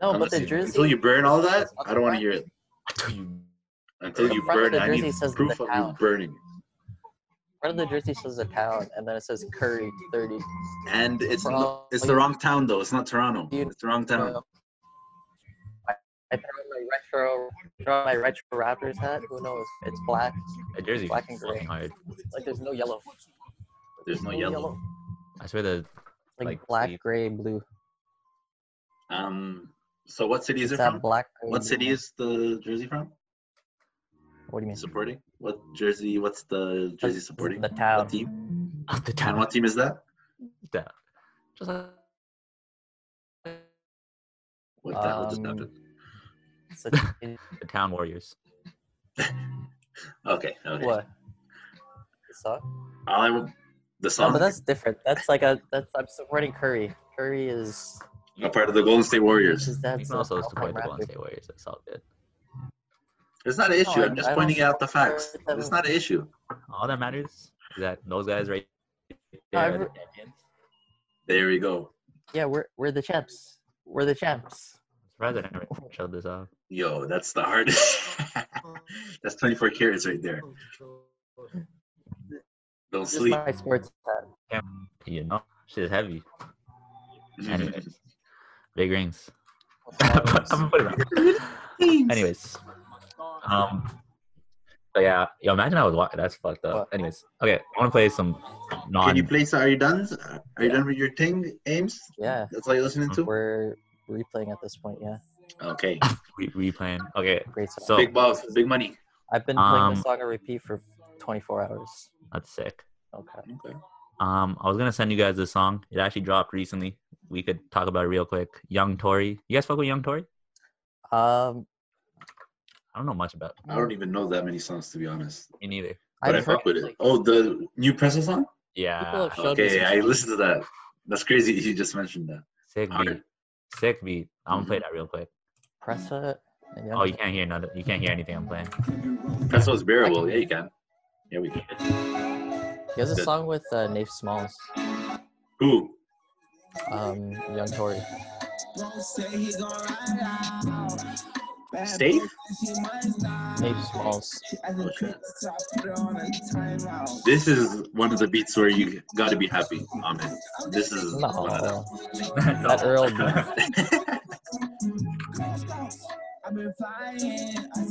[SPEAKER 3] No,
[SPEAKER 1] Unless
[SPEAKER 3] but the
[SPEAKER 1] you-
[SPEAKER 3] jersey.
[SPEAKER 1] Until you burn all that,
[SPEAKER 3] on
[SPEAKER 1] I don't want to
[SPEAKER 3] the
[SPEAKER 1] hear it. Until
[SPEAKER 3] The
[SPEAKER 1] you
[SPEAKER 3] front of
[SPEAKER 1] burn,
[SPEAKER 3] the
[SPEAKER 1] I
[SPEAKER 3] jersey
[SPEAKER 1] need
[SPEAKER 3] says
[SPEAKER 1] proof
[SPEAKER 3] the
[SPEAKER 1] of you
[SPEAKER 3] town.
[SPEAKER 1] burning.
[SPEAKER 3] front of the jersey says the town, and then it says Curry 30.
[SPEAKER 1] And it's
[SPEAKER 3] For
[SPEAKER 1] n-
[SPEAKER 3] all
[SPEAKER 1] it's
[SPEAKER 3] you-
[SPEAKER 1] the wrong town though. It's not Toronto.
[SPEAKER 3] You-
[SPEAKER 1] It's the wrong town.
[SPEAKER 3] So, I, I throw on my retro, throw on my retro Raptors hat. Who knows? It's black.
[SPEAKER 2] A jersey
[SPEAKER 3] Black
[SPEAKER 2] fucking
[SPEAKER 3] and gray.
[SPEAKER 2] hard.
[SPEAKER 3] Like there's no yellow.
[SPEAKER 1] There's no yellow.
[SPEAKER 2] I swear the
[SPEAKER 3] Like,
[SPEAKER 2] Like
[SPEAKER 3] black,
[SPEAKER 2] the-
[SPEAKER 3] gray, blue.
[SPEAKER 1] Um. So what city is
[SPEAKER 3] It's
[SPEAKER 1] it
[SPEAKER 3] that
[SPEAKER 1] from?
[SPEAKER 3] black. Gray,
[SPEAKER 1] What
[SPEAKER 3] blue.
[SPEAKER 1] city is the jersey from?
[SPEAKER 3] What do you mean?
[SPEAKER 1] Supporting? What jersey? What's the jersey supporting?
[SPEAKER 3] The
[SPEAKER 1] What
[SPEAKER 3] town.
[SPEAKER 1] team?
[SPEAKER 2] the
[SPEAKER 1] And
[SPEAKER 2] town.
[SPEAKER 1] what team is that?
[SPEAKER 2] down. Just like
[SPEAKER 1] What the hell just
[SPEAKER 3] Um,
[SPEAKER 1] happened?
[SPEAKER 3] It's a, it-
[SPEAKER 2] the town warriors.
[SPEAKER 1] Okay. Okay.
[SPEAKER 3] what? The song?
[SPEAKER 1] All I w- the
[SPEAKER 3] No,
[SPEAKER 1] song.
[SPEAKER 3] but that's different. That's like a. That's I'm supporting Curry. Curry is.
[SPEAKER 1] a part of the Golden State Warriors.
[SPEAKER 3] Is
[SPEAKER 2] You
[SPEAKER 3] that's
[SPEAKER 2] can also
[SPEAKER 3] a
[SPEAKER 2] support the
[SPEAKER 3] Raptor.
[SPEAKER 2] Golden State Warriors. That's all good.
[SPEAKER 1] It's not an issue.
[SPEAKER 3] No,
[SPEAKER 1] I'm just
[SPEAKER 3] I don't
[SPEAKER 1] pointing out the
[SPEAKER 3] support
[SPEAKER 1] facts.
[SPEAKER 3] them.
[SPEAKER 1] It's not an issue.
[SPEAKER 2] All that matters is that those guys right
[SPEAKER 3] No,
[SPEAKER 2] there. are
[SPEAKER 3] every-
[SPEAKER 2] the champions.
[SPEAKER 1] There we go.
[SPEAKER 3] Yeah, we're we're the champs. We're the champs.
[SPEAKER 2] I'm surprised I never showed this off.
[SPEAKER 1] Yo, that's the hardest. that's 24 carats right there. Don't
[SPEAKER 3] This is
[SPEAKER 1] sleep.
[SPEAKER 3] my sports hat.
[SPEAKER 2] You know, shit is heavy.
[SPEAKER 1] Mm-hmm.
[SPEAKER 2] Anyways, big rings. I'm
[SPEAKER 3] What's wrong with
[SPEAKER 2] gonna put it on. Anyways, um, but yeah, yo, imagine I was walking. That's fucked up.
[SPEAKER 3] What?
[SPEAKER 2] Anyways, okay, I want to play some non.
[SPEAKER 1] Can you play? So are you done? Are you done with your thing, Ames?
[SPEAKER 3] it? Yeah,
[SPEAKER 1] That's all you're listening to.
[SPEAKER 3] we're replaying at this point. Yeah,
[SPEAKER 1] Okay.
[SPEAKER 2] re- replaying? Okay,
[SPEAKER 3] great song.
[SPEAKER 2] So-
[SPEAKER 1] Big balls, big money.
[SPEAKER 3] I've been playing
[SPEAKER 2] um,
[SPEAKER 3] this song on repeat for 24 hours.
[SPEAKER 2] that's sick.
[SPEAKER 3] Okay.
[SPEAKER 1] Okay.
[SPEAKER 2] Um, I was gonna send you guys this song. It actually dropped recently. We could talk about it real quick. Young Tory. You guys fuck with Young Tory?
[SPEAKER 3] Um,
[SPEAKER 2] I don't know much about
[SPEAKER 1] I don't even know that many songs to be honest,
[SPEAKER 2] me neither.
[SPEAKER 1] but i
[SPEAKER 3] I've heard
[SPEAKER 1] fuck with it.
[SPEAKER 3] like,
[SPEAKER 1] Oh, the new Presto song.
[SPEAKER 2] Yeah,
[SPEAKER 3] have showed me
[SPEAKER 1] Okay,
[SPEAKER 3] some
[SPEAKER 1] I
[SPEAKER 3] songs.
[SPEAKER 1] listened to that. That's crazy. You just mentioned that.
[SPEAKER 2] sick
[SPEAKER 1] Alright.
[SPEAKER 2] beat, sick beat.
[SPEAKER 1] Mm-hmm.
[SPEAKER 2] I'm gonna play that real quick.
[SPEAKER 3] Pressa. And
[SPEAKER 2] Oh, you can't hear nothing. You can't hear anything I'm playing.
[SPEAKER 1] Presto's bearable. Yeah, you can. Yeah, we can.
[SPEAKER 3] He has a
[SPEAKER 1] Good.
[SPEAKER 3] song with uh, Nate Smalls,
[SPEAKER 1] Who?
[SPEAKER 3] um, Young Tory.
[SPEAKER 1] Steve?
[SPEAKER 3] Nate Smalls.
[SPEAKER 1] Oh, shit. This is one of the beats where you gotta be happy on it. This is
[SPEAKER 3] No,
[SPEAKER 1] one of them.
[SPEAKER 3] that Earl.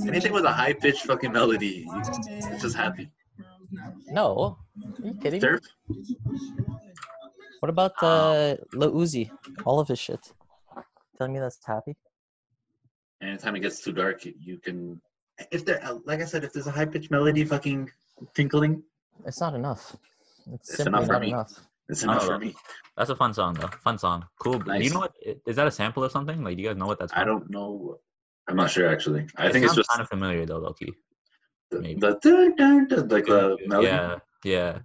[SPEAKER 1] Anything with a high pitched fucking melody, it's just happy.
[SPEAKER 3] No, are you kidding?
[SPEAKER 1] Surf?
[SPEAKER 3] What about uh, Lil Uzi? All of his shit. Telling me that's happy.
[SPEAKER 1] Anytime it gets too dark, you can. If there, like I said, if there's a high pitched melody, fucking tinkling,
[SPEAKER 3] It's not enough. It's,
[SPEAKER 1] It's
[SPEAKER 3] simply
[SPEAKER 1] enough for
[SPEAKER 3] not
[SPEAKER 1] me.
[SPEAKER 3] enough.
[SPEAKER 1] it's enough
[SPEAKER 2] Oh.
[SPEAKER 1] for me.
[SPEAKER 2] That's a fun song though. Fun song. Cool. Do you
[SPEAKER 1] Nice.
[SPEAKER 2] know what? Is that a sample of something? Like, do you guys know what that's?
[SPEAKER 1] I
[SPEAKER 2] from?
[SPEAKER 1] don't know. I'm not sure actually. I
[SPEAKER 2] It
[SPEAKER 1] think it's
[SPEAKER 2] sounds
[SPEAKER 1] just
[SPEAKER 2] kind of familiar though, Loki.
[SPEAKER 1] the,
[SPEAKER 2] maybe.
[SPEAKER 1] the dun, dun, dun, like the melody.
[SPEAKER 2] Yeah, yeah,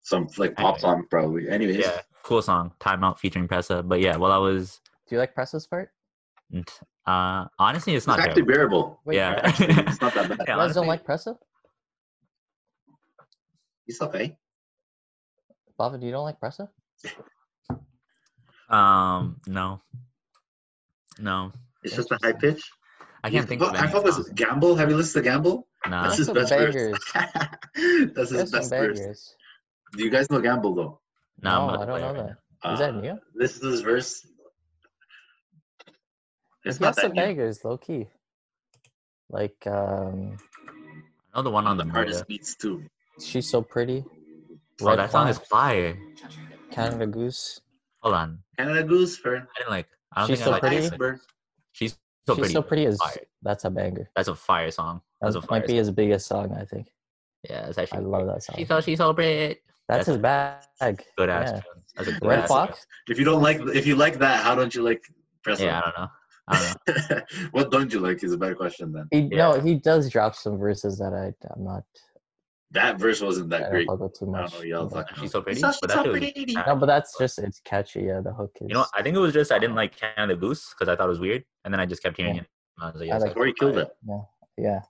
[SPEAKER 1] Some like pop
[SPEAKER 2] Anyway.
[SPEAKER 1] song probably. Anyways,
[SPEAKER 2] yeah. Cool song. Timeout featuring Pressa. But yeah, while I was,
[SPEAKER 3] Do you like Pressa's part?
[SPEAKER 2] uh, honestly, it's
[SPEAKER 1] it's
[SPEAKER 2] not.
[SPEAKER 1] actually
[SPEAKER 2] terrible.
[SPEAKER 1] bearable.
[SPEAKER 3] Wait,
[SPEAKER 2] yeah,
[SPEAKER 1] Actually, it's not that bad.
[SPEAKER 2] Yeah,
[SPEAKER 3] you guys don't
[SPEAKER 2] honestly-
[SPEAKER 3] like Pressa?
[SPEAKER 1] It's okay.
[SPEAKER 3] Bava, do you don't like Pressa?
[SPEAKER 2] Um, no, no,
[SPEAKER 1] It's just a high pitch.
[SPEAKER 2] I can't think
[SPEAKER 1] Well,
[SPEAKER 2] of
[SPEAKER 1] I
[SPEAKER 2] any.
[SPEAKER 1] thought it was
[SPEAKER 2] songs.
[SPEAKER 1] Gamble. Have you listened to Gamble?
[SPEAKER 2] Nah.
[SPEAKER 1] That's
[SPEAKER 3] There's
[SPEAKER 1] his
[SPEAKER 3] some
[SPEAKER 1] best verse.
[SPEAKER 3] bangers.
[SPEAKER 1] That's his
[SPEAKER 3] There's some
[SPEAKER 1] best verse.
[SPEAKER 3] bangers.
[SPEAKER 1] Do you guys know Gamble though? Uh,
[SPEAKER 2] No,
[SPEAKER 3] no,
[SPEAKER 2] I'm
[SPEAKER 3] I
[SPEAKER 2] not
[SPEAKER 3] don't
[SPEAKER 2] aware
[SPEAKER 3] know
[SPEAKER 2] of it.
[SPEAKER 3] that. Is that new?
[SPEAKER 1] This is his verse. It's
[SPEAKER 3] He
[SPEAKER 1] not
[SPEAKER 3] has
[SPEAKER 1] that
[SPEAKER 3] some
[SPEAKER 1] new.
[SPEAKER 3] bangers, low key. Like, um,
[SPEAKER 2] I know the one on the murder.
[SPEAKER 1] hardest beats too.
[SPEAKER 3] she's so pretty.
[SPEAKER 2] Bro,
[SPEAKER 3] Red
[SPEAKER 2] Oh, that song is
[SPEAKER 3] Flag,
[SPEAKER 2] fire. Mm.
[SPEAKER 3] Canada Goose.
[SPEAKER 2] Hold on,
[SPEAKER 1] Canada Goose for
[SPEAKER 2] I didn't like. I don't
[SPEAKER 3] She's
[SPEAKER 2] think
[SPEAKER 3] So
[SPEAKER 2] I like.
[SPEAKER 3] Pretty?
[SPEAKER 2] this one.
[SPEAKER 1] Iceberg.
[SPEAKER 2] She's so
[SPEAKER 3] she's
[SPEAKER 2] pretty.
[SPEAKER 3] so pretty is
[SPEAKER 2] fire.
[SPEAKER 3] that's a banger.
[SPEAKER 2] That's a fire song. That's
[SPEAKER 3] That
[SPEAKER 2] a fire.
[SPEAKER 3] might be his biggest song, I think.
[SPEAKER 2] song. Yeah, it's actually.
[SPEAKER 3] I love that song.
[SPEAKER 2] She so she so pretty. That's
[SPEAKER 3] That's, his bag.
[SPEAKER 2] Good ass.
[SPEAKER 3] Yeah.
[SPEAKER 2] tune. That's a good
[SPEAKER 3] Red
[SPEAKER 2] ass
[SPEAKER 3] Fox.
[SPEAKER 1] If you don't like, if you like that, how don't you like Press?
[SPEAKER 2] tune. Yeah, I don't know. I don't know.
[SPEAKER 1] what don't you like is a better question then.
[SPEAKER 3] He, No, he does drop some verses that I I'm not
[SPEAKER 1] That verse wasn't
[SPEAKER 3] I
[SPEAKER 1] that
[SPEAKER 3] don't
[SPEAKER 1] great.
[SPEAKER 3] fuck with too
[SPEAKER 1] I
[SPEAKER 3] much.
[SPEAKER 1] don't know what y'all
[SPEAKER 3] but-
[SPEAKER 1] talking
[SPEAKER 2] She's
[SPEAKER 1] about.
[SPEAKER 2] so pretty.
[SPEAKER 1] It's not-
[SPEAKER 2] but
[SPEAKER 1] it's
[SPEAKER 2] that
[SPEAKER 1] not
[SPEAKER 2] shit was
[SPEAKER 1] pretty.
[SPEAKER 2] trash.
[SPEAKER 3] No, but that's just it's catchy. Yeah, the hook is.
[SPEAKER 2] You know, I think it was just I didn't like Canada Goose because I thought it was weird, and then I just kept hearing
[SPEAKER 3] Yeah.
[SPEAKER 2] it. And I was like,
[SPEAKER 3] I
[SPEAKER 2] yes,
[SPEAKER 3] like-
[SPEAKER 2] that's
[SPEAKER 1] Corey killed
[SPEAKER 2] fire.
[SPEAKER 1] it.
[SPEAKER 3] yeah,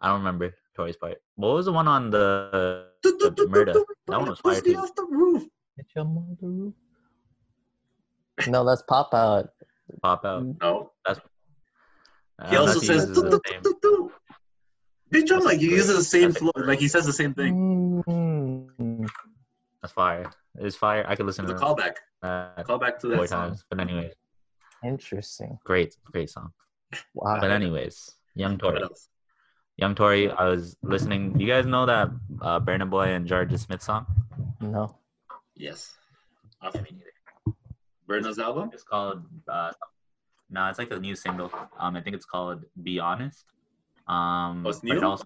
[SPEAKER 2] I don't remember Tori's part. What was the one on the, the murder? That one was fire
[SPEAKER 1] Pussy
[SPEAKER 2] too.
[SPEAKER 1] off the roof.
[SPEAKER 3] Get your mother off. No, that's pop out.
[SPEAKER 2] Pop out.
[SPEAKER 3] Mm.
[SPEAKER 1] No.
[SPEAKER 2] I
[SPEAKER 1] He
[SPEAKER 2] don't know
[SPEAKER 1] also
[SPEAKER 2] if
[SPEAKER 1] says,
[SPEAKER 2] uses the same-
[SPEAKER 1] "Do-do-do-do-do." Bitch, I'm
[SPEAKER 2] That's
[SPEAKER 1] like,
[SPEAKER 2] a
[SPEAKER 1] he uses the
[SPEAKER 2] great-
[SPEAKER 1] same
[SPEAKER 2] that's a
[SPEAKER 1] flow. Like, he says the same thing.
[SPEAKER 3] Mm.
[SPEAKER 2] That's fire. It's fire. I could listen
[SPEAKER 1] The
[SPEAKER 2] to call,
[SPEAKER 1] callback.
[SPEAKER 2] that
[SPEAKER 1] Callback to
[SPEAKER 2] four
[SPEAKER 1] that song.
[SPEAKER 2] times. But anyways,
[SPEAKER 3] Interesting.
[SPEAKER 2] great, great song.
[SPEAKER 3] Wow.
[SPEAKER 2] But anyways, Young
[SPEAKER 1] What
[SPEAKER 2] Tory.
[SPEAKER 1] else?
[SPEAKER 2] Young Tory, I was listening. You guys know that uh, Burna Boy and Georgia Smith song?
[SPEAKER 3] No.
[SPEAKER 1] Yes. Off Burno's album?
[SPEAKER 2] It's called. Uh, no, it's like a new single. Um, I think it's called "Be Honest." Um,
[SPEAKER 1] Oh, it's
[SPEAKER 2] but it
[SPEAKER 1] new?
[SPEAKER 2] also,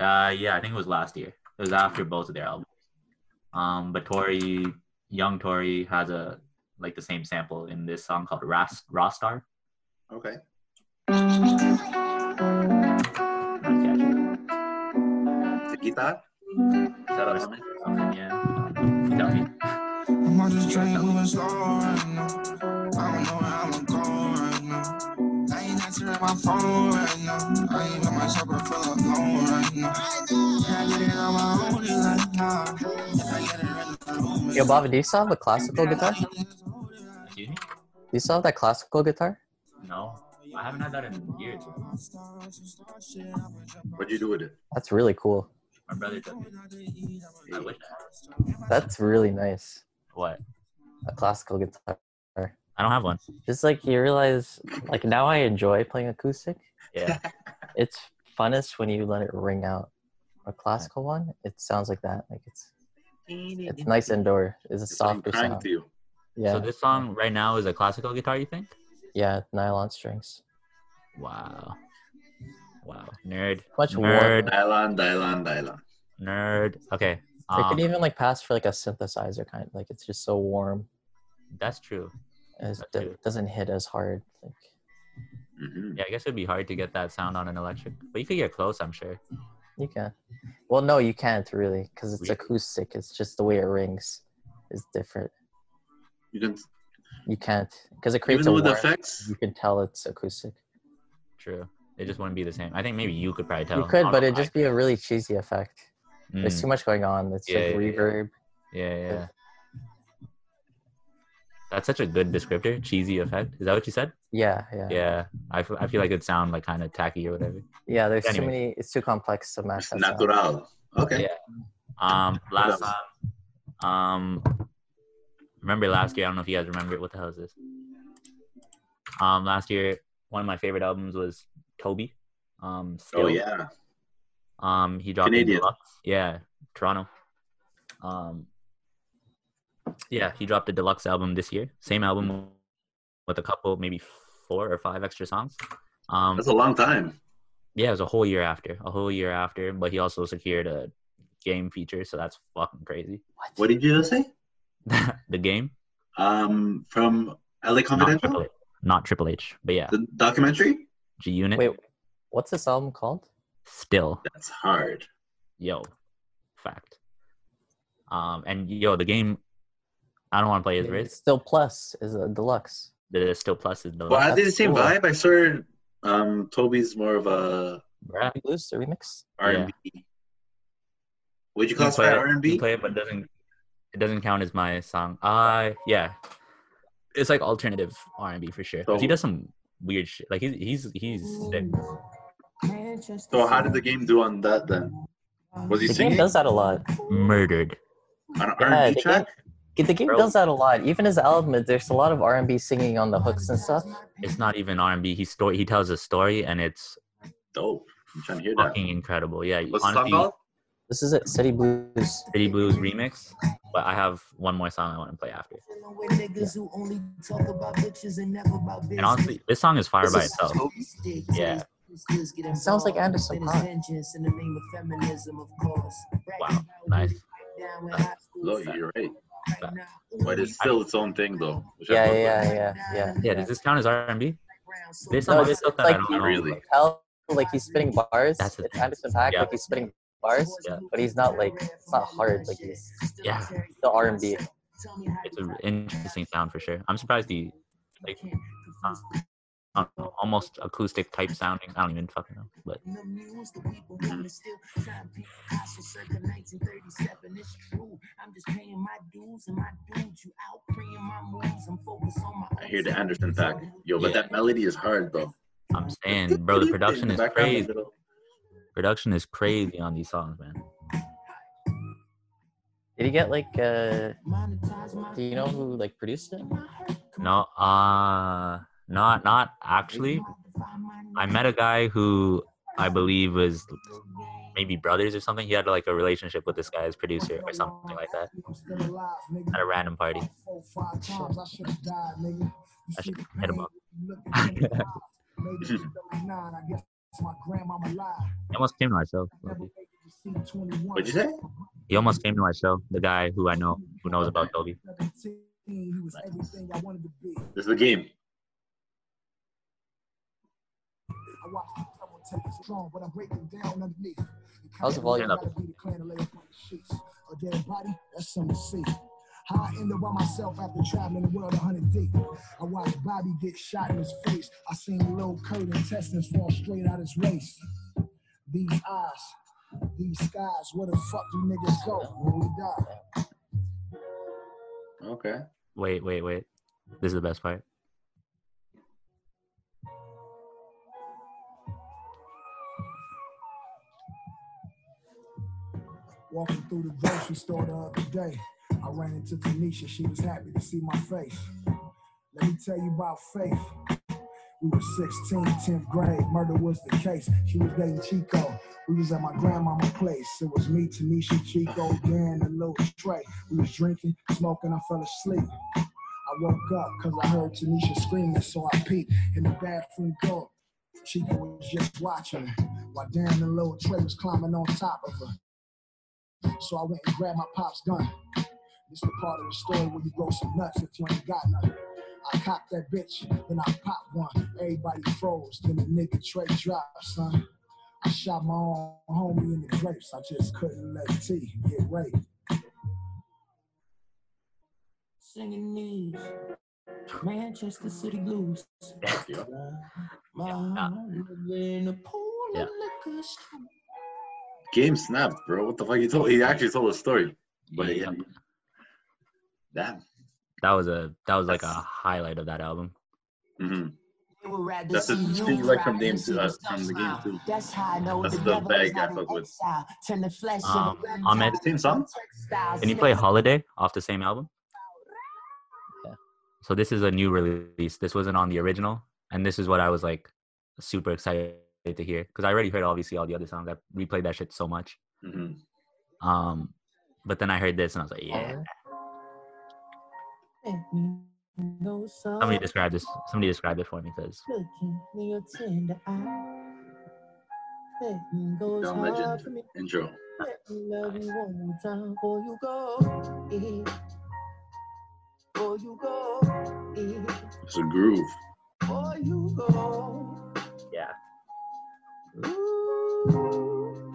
[SPEAKER 2] uh, yeah, I think it was last year. It was after both of their albums. Um, but Tori, young Tori, has a like the same sample in this song called "Ras Rostar."
[SPEAKER 1] Okay.
[SPEAKER 2] Pretty catchy.
[SPEAKER 1] The guitar? Shout out to me.
[SPEAKER 2] Yeah, you tell me.
[SPEAKER 6] I'm on this train moving slow right now. I don't know where I'm going right now. I ain't answering my phone right now. I ain't by myself, I feel alone right now. Yeah, I get it on my own, it's like, nah. If I get it right, it's on me.
[SPEAKER 3] Yo, Bobby, do you still have a classical guitar? Do
[SPEAKER 2] Excuse me?
[SPEAKER 3] you still have that classical guitar?
[SPEAKER 2] No, I haven't had that in years.
[SPEAKER 1] What'd you do with it?
[SPEAKER 3] That's really cool.
[SPEAKER 2] My brother took it. I wish I had.
[SPEAKER 3] That's really nice.
[SPEAKER 2] What?
[SPEAKER 3] A classical guitar.
[SPEAKER 2] I don't have one.
[SPEAKER 3] Just like you realize, like now I enjoy playing acoustic.
[SPEAKER 2] Yeah.
[SPEAKER 3] It's funnest when you let it ring out. A classical one, it sounds like that. Like it's it's nice indoor. It's a
[SPEAKER 1] It's like I'm
[SPEAKER 3] softer
[SPEAKER 1] crying
[SPEAKER 3] sound.
[SPEAKER 1] to you.
[SPEAKER 3] Yeah,
[SPEAKER 2] So this song right now is a classical guitar. You think?
[SPEAKER 3] yeah, nylon strings.
[SPEAKER 2] Wow. Wow. Nerd.
[SPEAKER 3] Much
[SPEAKER 2] Nerd.
[SPEAKER 3] warmer.
[SPEAKER 1] Dylan, Dylan, Dylan.
[SPEAKER 2] Nerd. Okay.
[SPEAKER 3] It could
[SPEAKER 2] um,
[SPEAKER 3] even like pass for like a synthesizer kind. Like it's just so warm.
[SPEAKER 2] that's true.
[SPEAKER 3] It
[SPEAKER 2] That's true.
[SPEAKER 3] doesn't hit as hard. Like
[SPEAKER 1] Mm-hmm.
[SPEAKER 2] Yeah, I guess it'd be hard to get that sound on an electric, but you could get close, I'm sure.
[SPEAKER 3] you can. Well, no, you can't really because it's
[SPEAKER 2] Really?
[SPEAKER 3] acoustic. It's just the way it rings is different.
[SPEAKER 1] You can,
[SPEAKER 3] You can't because it creates
[SPEAKER 1] even
[SPEAKER 3] a
[SPEAKER 1] with
[SPEAKER 3] warm.
[SPEAKER 1] effects,
[SPEAKER 3] You can tell it's acoustic.
[SPEAKER 2] True. It just wouldn't be the same. I think maybe you could probably tell.
[SPEAKER 3] you could,
[SPEAKER 2] on
[SPEAKER 3] but
[SPEAKER 2] a
[SPEAKER 3] it'd just
[SPEAKER 2] mic.
[SPEAKER 3] be a really cheesy effect. There's too
[SPEAKER 2] Mm,
[SPEAKER 3] much going on. It's
[SPEAKER 2] Yeah,
[SPEAKER 3] like
[SPEAKER 2] yeah, yeah.
[SPEAKER 3] reverb.
[SPEAKER 2] yeah, yeah. That's such a good descriptor. Cheesy effect. Is that what you said?
[SPEAKER 3] Yeah, yeah, yeah.
[SPEAKER 2] Yeah. I fe- I feel like it'd sound like kind of tacky or whatever.
[SPEAKER 3] there's
[SPEAKER 2] Anyway.
[SPEAKER 3] too many. It's too complex to match
[SPEAKER 1] it's
[SPEAKER 3] that. sound.
[SPEAKER 1] natural. Okay.
[SPEAKER 2] Um,
[SPEAKER 1] What
[SPEAKER 2] last song. Um, remember last year? I don't know if you guys remember. What the hell is this? Um, last year, one of my favorite albums was Toby.
[SPEAKER 1] Oh,
[SPEAKER 2] Um, Skill.
[SPEAKER 1] yeah.
[SPEAKER 2] Um, he dropped
[SPEAKER 1] Canadian.
[SPEAKER 2] a deluxe. Yeah, Toronto. Um, yeah, he dropped a deluxe album this year. Same album with a couple, maybe four or five extra songs. Um,
[SPEAKER 1] That's a long time.
[SPEAKER 2] yeah, it was a whole year after, a whole year after. But he also secured a game feature, so that's fucking crazy.
[SPEAKER 1] What did you just say?
[SPEAKER 2] the game,
[SPEAKER 1] Um, from LA
[SPEAKER 2] not
[SPEAKER 1] Confidential?
[SPEAKER 2] Triple, H, not Triple H, but yeah,
[SPEAKER 1] The documentary?
[SPEAKER 2] G Unit.
[SPEAKER 3] Wait, what's this album called?
[SPEAKER 2] Still,
[SPEAKER 1] That's hard.
[SPEAKER 2] yo, fact. Um, and yo, the game. I don't want to play his wrist.
[SPEAKER 3] Still Plus is a deluxe.
[SPEAKER 2] The still plus is the
[SPEAKER 1] Well, I
[SPEAKER 3] that's
[SPEAKER 1] did the same
[SPEAKER 3] cool.
[SPEAKER 1] vibe. I saw um, Toby's more of a
[SPEAKER 2] Bruh.
[SPEAKER 3] Blues the remix.
[SPEAKER 1] R and B. Would you classify
[SPEAKER 2] play it-
[SPEAKER 1] R and
[SPEAKER 2] you
[SPEAKER 1] B?
[SPEAKER 2] play it, but it doesn't it doesn't count as my song. Uh yeah. It's like alternative R and B for sure. 'Cause he
[SPEAKER 1] So-
[SPEAKER 2] does some weird shit. Like he's he's he's sick.
[SPEAKER 1] So how did the game do on that then? Was he
[SPEAKER 3] The
[SPEAKER 1] singing
[SPEAKER 3] game does that a lot.
[SPEAKER 2] murdered.
[SPEAKER 1] on an
[SPEAKER 3] Yeah,
[SPEAKER 1] R and
[SPEAKER 3] the
[SPEAKER 1] B track?
[SPEAKER 3] The game
[SPEAKER 2] Bro.
[SPEAKER 3] does that a lot. Even his album, there's a lot of R&B singing on the hooks and stuff.
[SPEAKER 2] It's not even R and B. He story he tells a story and it's
[SPEAKER 1] Dope. I'm trying to hear that.
[SPEAKER 2] fucking incredible. Yeah,
[SPEAKER 1] What's the song
[SPEAKER 2] honestly,
[SPEAKER 1] called?
[SPEAKER 3] This is it, City Blues.
[SPEAKER 2] City Blues remix. But I have one more song I want to play after.
[SPEAKER 7] With niggas who only talk about bitches and never about business.
[SPEAKER 2] And honestly, this song is fire
[SPEAKER 3] This
[SPEAKER 2] by
[SPEAKER 3] is-
[SPEAKER 2] itself. Yeah.
[SPEAKER 7] Sounds like Anderson
[SPEAKER 3] Paak.
[SPEAKER 2] Wow, nice.
[SPEAKER 1] No, you're right. But it's still its own thing though. which I
[SPEAKER 3] Yeah,
[SPEAKER 1] love.
[SPEAKER 3] yeah, yeah, yeah.
[SPEAKER 2] Yeah, does this count as R and B? There's
[SPEAKER 3] No,
[SPEAKER 2] some other
[SPEAKER 3] it's-
[SPEAKER 2] stuff
[SPEAKER 3] it's
[SPEAKER 2] that I
[SPEAKER 3] like-
[SPEAKER 2] don't
[SPEAKER 1] Not
[SPEAKER 2] know.
[SPEAKER 1] really.
[SPEAKER 2] like-
[SPEAKER 3] Tell like he's spitting bars.
[SPEAKER 2] That's the
[SPEAKER 3] it's
[SPEAKER 2] thing.
[SPEAKER 3] Anderson Paak,
[SPEAKER 2] Yeah.
[SPEAKER 3] like he's spitting bars,
[SPEAKER 2] Yeah.
[SPEAKER 3] but he's not like it's not hard. Like he's
[SPEAKER 2] Yeah.
[SPEAKER 3] the R&B.
[SPEAKER 2] It's an interesting sound for sure. I'm surprised he like I don't know, Um, almost acoustic type sounding. I don't even fucking know, but
[SPEAKER 7] And them news, the people wanna still try to be Picasso circa 1937. It's true. I'm just paying my dues and my dudes. You out praying my moves. I'm focused on my.
[SPEAKER 1] I hear the Anderson pack. Yo, but
[SPEAKER 2] Yeah.
[SPEAKER 1] that melody is hard though.
[SPEAKER 2] I'm saying, bro, the production is
[SPEAKER 1] Background
[SPEAKER 2] crazy.
[SPEAKER 1] little-
[SPEAKER 2] Production is crazy on these songs, man.
[SPEAKER 3] Did he get like? uh
[SPEAKER 7] Monetize my.
[SPEAKER 3] Do you know who like produced it?
[SPEAKER 2] No, uh, not not actually. I met a guy who I believe was maybe brothers or something. He had like a relationship with this guy's producer or something like that at a random party. I should hit him up. I almost came to my show.
[SPEAKER 1] What'd you say?
[SPEAKER 2] He almost came to my show. The guy who I know who knows about Toby.
[SPEAKER 1] This is the game.
[SPEAKER 3] How's the
[SPEAKER 2] Turn it
[SPEAKER 3] volume?
[SPEAKER 2] up.
[SPEAKER 8] High ended by myself after traveling the world 100 deep. I watched Bobby get shot in his face. I seen Lil Kurt intestines fall straight out his waist. These eyes, these skies, where the fuck do niggas go when we die?
[SPEAKER 1] Okay.
[SPEAKER 2] Wait, wait, wait. This is the best part.
[SPEAKER 8] Walking through the grocery store the other day, I ran into Tanisha. She was happy to see my face. Let me tell you about Faith. We were 16, 10th grade. Murder was the case. She was dating Chico. We was at my grandmama's place. It was me, Tanisha, Chico, Dan, and Lil Trey. We was drinking, smoking. I fell asleep. I woke up because I heard Tanisha screaming, so I peeked in the bathroom door. Chico was just watching her while Dan and Lil Trey was climbing on top of her. So I went and grabbed my pop's gun. This the part of the story where you grow some nuts if you ain't got none. I cocked that bitch, then I popped one. Everybody froze, then the nigga Trey dropped, son. I shot my own homie in the grapes. I just couldn't let T get raped.
[SPEAKER 7] Singing these Manchester City blues.
[SPEAKER 1] Yeah.
[SPEAKER 7] My
[SPEAKER 2] nah.
[SPEAKER 7] living in a pool of liquor store.
[SPEAKER 1] Game snapped, bro. What the fuck? He told. He actually told a story. But yeah, damn.
[SPEAKER 2] That was a that was like a highlight of that album.
[SPEAKER 1] hmm
[SPEAKER 7] They would rather
[SPEAKER 1] That's the
[SPEAKER 7] see you
[SPEAKER 1] thing you like from
[SPEAKER 7] ride
[SPEAKER 1] the
[SPEAKER 7] than
[SPEAKER 1] game
[SPEAKER 7] see
[SPEAKER 1] too. Uh,
[SPEAKER 7] yourself
[SPEAKER 1] from the game
[SPEAKER 7] smile.
[SPEAKER 1] too.
[SPEAKER 7] That's how I know
[SPEAKER 1] That's
[SPEAKER 7] the
[SPEAKER 1] the
[SPEAKER 7] devil
[SPEAKER 1] bag
[SPEAKER 7] is not
[SPEAKER 1] I
[SPEAKER 7] an
[SPEAKER 1] fuck with.
[SPEAKER 7] exile. Turn the flesh
[SPEAKER 2] Um,
[SPEAKER 7] of a reptile.
[SPEAKER 2] Ahmed?
[SPEAKER 1] Same song?
[SPEAKER 7] Textiles.
[SPEAKER 2] Can you play Holiday off the same album?
[SPEAKER 3] Yeah.
[SPEAKER 2] So this is a new release. This wasn't on the original, and this is what I was like super excited to hear because I already heard obviously all the other songs. I replayed that shit so much.
[SPEAKER 1] hmm
[SPEAKER 2] Um, but then I heard this and I was like, yeah.
[SPEAKER 7] No soul.
[SPEAKER 2] Somebody describe this. Somebody describe it for me because
[SPEAKER 7] Looking in your tender eye. Nothing goes
[SPEAKER 1] John
[SPEAKER 7] hard
[SPEAKER 1] Legend.
[SPEAKER 7] for me.
[SPEAKER 1] Intro.
[SPEAKER 7] Let me love you one more time before you go. Eh. Before you go. Eh.
[SPEAKER 1] It's a groove.
[SPEAKER 7] Before you go. eh,
[SPEAKER 2] yeah,
[SPEAKER 7] Ooh.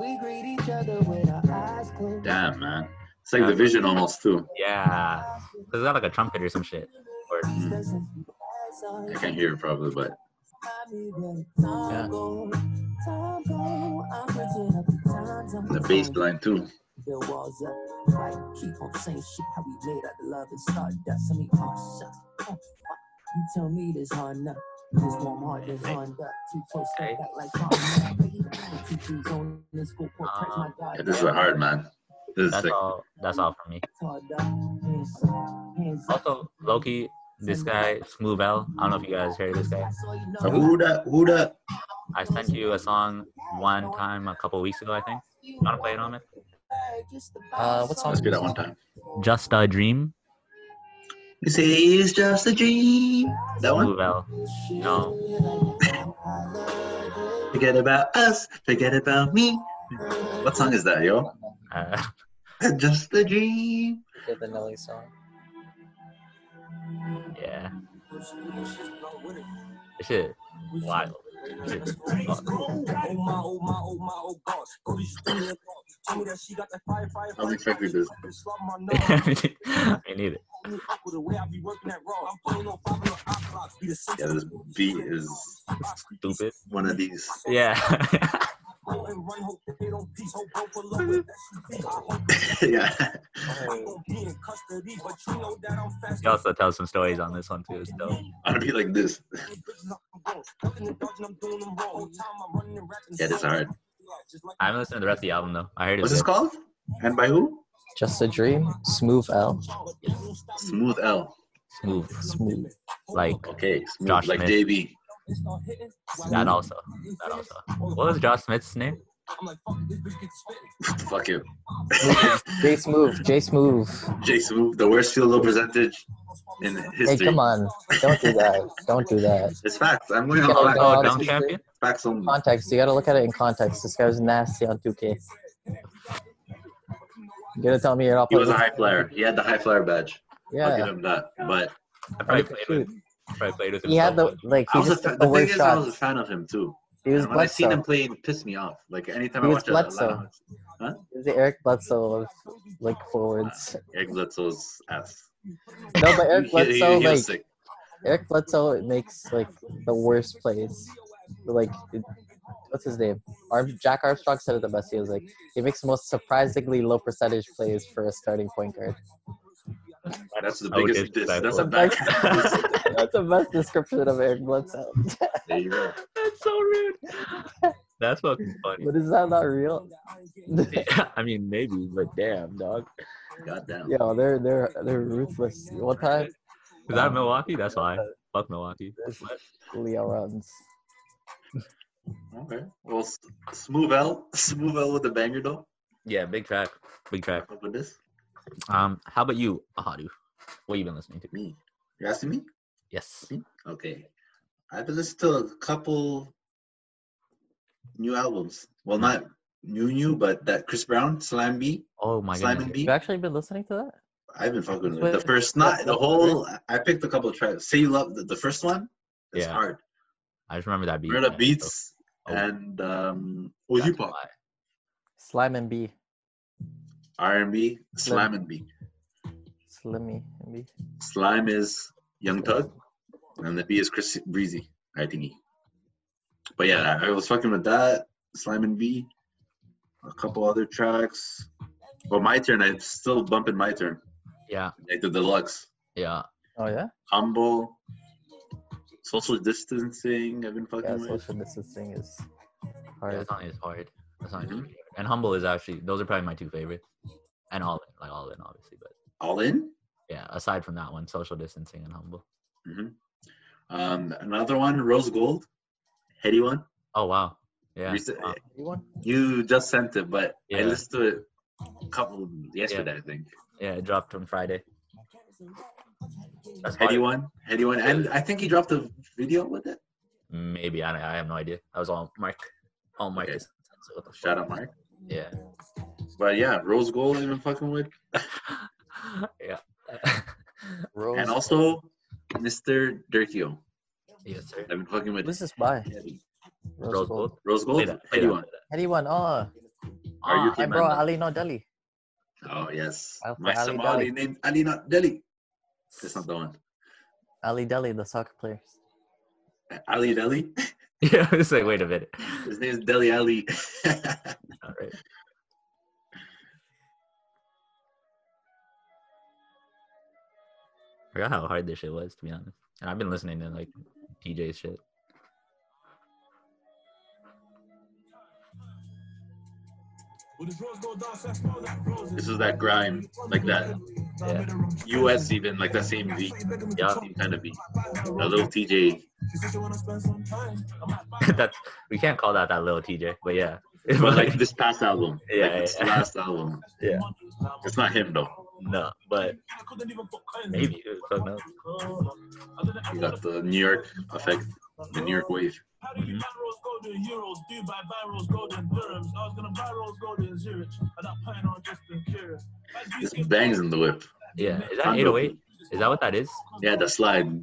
[SPEAKER 7] We greet each other with our eyes closed.
[SPEAKER 1] Damn, man. It's like the vision almost too.
[SPEAKER 2] yeah, because it's got like a trumpet or some shit. Or
[SPEAKER 1] I can't hear it probably, but the
[SPEAKER 7] The
[SPEAKER 1] bass line too.
[SPEAKER 7] Build walls up, fight, keep on saying shit. How we made out the love and stardust. I mean, oh, shucks. Oh, fuck. You tell me this hard enough. This warm heart is hard up. Too close to
[SPEAKER 2] Hey.
[SPEAKER 7] that like hard Two dudes on this full court press.
[SPEAKER 2] Uh,
[SPEAKER 7] My God,
[SPEAKER 1] Yeah, this is hard, man. This is
[SPEAKER 2] that's
[SPEAKER 1] sick.
[SPEAKER 2] all. That's all for me.
[SPEAKER 7] hard up. Hands up, hands up.
[SPEAKER 2] Also, Loki, this guy Smooth L. I don't know if you guys heard of this guy.
[SPEAKER 1] Uh, Who that? Who that?
[SPEAKER 2] I sent you a song one time a couple weeks ago, I think. You wanna play it on it?
[SPEAKER 3] Uh, what song?
[SPEAKER 1] Let's do that one time.
[SPEAKER 2] Just a Dream.
[SPEAKER 1] You say it's just a dream. That one.
[SPEAKER 2] Smooth L. No.
[SPEAKER 1] Forget about us. Forget about me. What song is that, yo?
[SPEAKER 2] Uh,
[SPEAKER 1] just a dream.
[SPEAKER 3] Did the Nelly song?
[SPEAKER 2] yeah. This shit wild. This shit is fucked.
[SPEAKER 4] Oh my, oh my, oh my, oh God. Go to
[SPEAKER 1] I was expecting this.
[SPEAKER 2] Me neither.
[SPEAKER 4] oh,
[SPEAKER 1] Yeah, this beat is
[SPEAKER 2] Stupid.
[SPEAKER 1] one of these.
[SPEAKER 2] Yeah.
[SPEAKER 1] yeah.
[SPEAKER 2] he also tells some stories on this one too. It's dope.
[SPEAKER 1] On a beat like this. Yeah, it is hard.
[SPEAKER 2] I haven't listened to the rest of the album though. I heard it.
[SPEAKER 1] What's
[SPEAKER 2] was
[SPEAKER 1] this
[SPEAKER 2] good.
[SPEAKER 1] called? And by who?
[SPEAKER 3] Just a dream. Smooth L.
[SPEAKER 1] Smooth L.
[SPEAKER 2] Smooth.
[SPEAKER 3] Smooth.
[SPEAKER 2] Like
[SPEAKER 1] Okay, smooth.
[SPEAKER 2] Josh
[SPEAKER 1] like
[SPEAKER 2] Smith.
[SPEAKER 1] JB.
[SPEAKER 2] that also. That also. What was Josh Smith's name?
[SPEAKER 1] Fuck you.
[SPEAKER 3] J Smooth. J Smooth.
[SPEAKER 1] J Smooth, the worst field goal percentage in
[SPEAKER 3] Hey,
[SPEAKER 1] history.
[SPEAKER 3] come on. Don't do that. Don't do that.
[SPEAKER 1] It's facts. I'm going on
[SPEAKER 3] Yeah,
[SPEAKER 1] facts.
[SPEAKER 2] Oh,
[SPEAKER 3] no,
[SPEAKER 2] Dunk
[SPEAKER 3] this is
[SPEAKER 2] Champion.
[SPEAKER 1] Facts only.
[SPEAKER 3] Context. You gotta look at it in context. This guy was nasty on 2K. You're gonna tell me you're not
[SPEAKER 1] He was
[SPEAKER 3] playing.
[SPEAKER 1] a high flyer. He had the high flyer badge. I'll give
[SPEAKER 3] Yeah.
[SPEAKER 1] him that. But
[SPEAKER 2] I probably played with. Probably played with him.
[SPEAKER 3] He had
[SPEAKER 2] so
[SPEAKER 3] the
[SPEAKER 2] much.
[SPEAKER 3] like.
[SPEAKER 1] I
[SPEAKER 3] He
[SPEAKER 1] was a
[SPEAKER 3] just
[SPEAKER 1] fa-
[SPEAKER 3] took the
[SPEAKER 1] the thing
[SPEAKER 3] worst
[SPEAKER 1] is, I was a
[SPEAKER 3] shots.
[SPEAKER 1] fan of him too.
[SPEAKER 3] He was
[SPEAKER 1] And when I seen him
[SPEAKER 3] Bledsoe.
[SPEAKER 1] play, it pissed me off. Like anytime
[SPEAKER 3] He
[SPEAKER 1] I
[SPEAKER 3] was
[SPEAKER 1] watch a
[SPEAKER 3] Bledsoe.
[SPEAKER 1] lineup,
[SPEAKER 3] He was the Eric Bledsoe of like forwards.
[SPEAKER 1] Eric Bledsoe's ass.
[SPEAKER 3] No, but
[SPEAKER 1] He-
[SPEAKER 3] Eric
[SPEAKER 1] he- he-
[SPEAKER 3] Bledsoe
[SPEAKER 1] he was
[SPEAKER 3] like
[SPEAKER 1] sick.
[SPEAKER 3] Eric Bledsoe makes like the worst plays. Like, it- what's his name? Arm- Jack Armstrong said it the best. He was like, he makes the most surprisingly low percentage plays for a starting point guard.
[SPEAKER 1] That's the
[SPEAKER 2] I would
[SPEAKER 1] biggest diss. That's a
[SPEAKER 2] disrespectful.
[SPEAKER 1] back.
[SPEAKER 3] That's the best description of Eric Bledsoe.
[SPEAKER 1] there you go.
[SPEAKER 2] That's so rude. That's fucking funny.
[SPEAKER 3] but is that not real?
[SPEAKER 2] I mean, maybe, but damn, dog.
[SPEAKER 1] Goddamn.
[SPEAKER 3] Yo, they're they're they're ruthless. One time,
[SPEAKER 2] Is that Milwaukee? That's why. Fuck Milwaukee.
[SPEAKER 3] Leo runs.
[SPEAKER 1] Okay. Well, S- Smooth L, Smooth L with the banger though.
[SPEAKER 2] Yeah, big track. Big track.
[SPEAKER 1] Wrap up with this.
[SPEAKER 2] Um, how about you, Ahadu? What you been listening to?
[SPEAKER 1] Me. You asking me?
[SPEAKER 2] Yes.
[SPEAKER 1] Okay. I've been listening to a couple new albums. Well, not new, new, but that Chris Brown, Slam B,
[SPEAKER 2] Oh my
[SPEAKER 1] Slam and
[SPEAKER 2] goodness.
[SPEAKER 1] B.
[SPEAKER 3] You've actually been listening to that?
[SPEAKER 1] I've been fucking with it.
[SPEAKER 3] Wait,
[SPEAKER 1] the first,
[SPEAKER 3] what-
[SPEAKER 1] not the
[SPEAKER 3] what-
[SPEAKER 1] whole. I picked a couple of tracks. Say you love the, the first one. It's
[SPEAKER 2] Yeah.
[SPEAKER 1] hard.
[SPEAKER 2] I just remember that beat.
[SPEAKER 1] Remember the
[SPEAKER 2] man.
[SPEAKER 1] beats
[SPEAKER 2] Oh.
[SPEAKER 1] and um,
[SPEAKER 2] So that's
[SPEAKER 1] Oji Pop,
[SPEAKER 2] why.
[SPEAKER 3] Slime and B,
[SPEAKER 1] R and B, Slam and B.
[SPEAKER 3] Slimmy and B.
[SPEAKER 1] Slime is Young Thug, and the B is Chris Breezy, I think. he. But yeah, I I was fucking with that Slime and B, a couple other tracks. But my turn, I'm still bumping my turn.
[SPEAKER 2] Yeah.
[SPEAKER 1] Like the deluxe,
[SPEAKER 2] Yeah.
[SPEAKER 3] Oh yeah,
[SPEAKER 1] humble, social distancing. I've been fucking
[SPEAKER 3] yeah.
[SPEAKER 1] with.
[SPEAKER 3] Social distancing is
[SPEAKER 2] Yeah,
[SPEAKER 3] hard.
[SPEAKER 2] that song is hard. That song is
[SPEAKER 1] Mhm.
[SPEAKER 2] really hard. And humble is actually those are probably my two favorites. And all in, like all in, obviously, but
[SPEAKER 1] All in.
[SPEAKER 2] yeah. Aside from that one, social distancing and humble.
[SPEAKER 1] hmm Um, another one, rose gold, heady one.
[SPEAKER 2] Oh wow. Yeah.
[SPEAKER 1] Recent-
[SPEAKER 2] wow.
[SPEAKER 3] You won.
[SPEAKER 1] You just sent it, but I
[SPEAKER 2] Yeah.
[SPEAKER 1] listened to it a couple yesterday, I think.
[SPEAKER 2] Yeah. It dropped on Friday. That's
[SPEAKER 1] Heady
[SPEAKER 2] hard.
[SPEAKER 1] one, heady one, and I think he dropped a video with it.
[SPEAKER 2] Maybe I, don't, I have no idea. That was all Mark. All Mark
[SPEAKER 1] Okay.
[SPEAKER 2] is. So what the fuck?
[SPEAKER 1] Shout out, Mark.
[SPEAKER 2] Yeah.
[SPEAKER 1] But yeah, Rose Gold I've been fucking with,
[SPEAKER 2] yeah.
[SPEAKER 3] Rose.
[SPEAKER 1] and also Mr. Dirkio.
[SPEAKER 2] yes, sir.
[SPEAKER 1] I've been fucking with
[SPEAKER 3] this is by Rose,
[SPEAKER 2] Rose
[SPEAKER 3] Gold.
[SPEAKER 2] Gold.
[SPEAKER 1] Rose
[SPEAKER 2] Play
[SPEAKER 1] Gold,
[SPEAKER 2] that. Play
[SPEAKER 1] heady
[SPEAKER 2] that.
[SPEAKER 1] one.
[SPEAKER 2] play that.
[SPEAKER 3] Anyone? Oh,
[SPEAKER 1] Are you
[SPEAKER 2] Ah,
[SPEAKER 3] I
[SPEAKER 1] Kim
[SPEAKER 3] brought
[SPEAKER 1] Manda?
[SPEAKER 3] Ali No Delhi.
[SPEAKER 1] Oh yes,
[SPEAKER 3] I'll
[SPEAKER 1] my
[SPEAKER 3] play Ali
[SPEAKER 1] Somali
[SPEAKER 3] Dali.
[SPEAKER 1] named Ali Not Delhi. That's not the one.
[SPEAKER 3] Ali Delhi, the soccer player.
[SPEAKER 1] Ali Delhi.
[SPEAKER 2] Yeah, I was like, wait a minute.
[SPEAKER 1] His name's Delhi Ali.
[SPEAKER 2] All right. Forgot how hard this shit was, to be honest. And I've been listening to like DJ's shit.
[SPEAKER 1] this is that grime, like that
[SPEAKER 2] Yeah.
[SPEAKER 1] US even, like that same beat,
[SPEAKER 2] Yeah.
[SPEAKER 1] same kind of beat. A little TJ.
[SPEAKER 2] That's we can't call that that little TJ, but yeah.
[SPEAKER 1] But like this past album,
[SPEAKER 2] Yeah,
[SPEAKER 1] like this
[SPEAKER 2] yeah.
[SPEAKER 1] last album,
[SPEAKER 2] yeah.
[SPEAKER 1] it's not him though.
[SPEAKER 2] No, but maybe fuck no.
[SPEAKER 1] He got the New York effect, the New York wave.
[SPEAKER 2] Mhm.
[SPEAKER 1] This bangs in the whip.
[SPEAKER 2] Yeah. Is that
[SPEAKER 1] Condo.
[SPEAKER 2] 808? Is that what that is?
[SPEAKER 1] Yeah, the slide.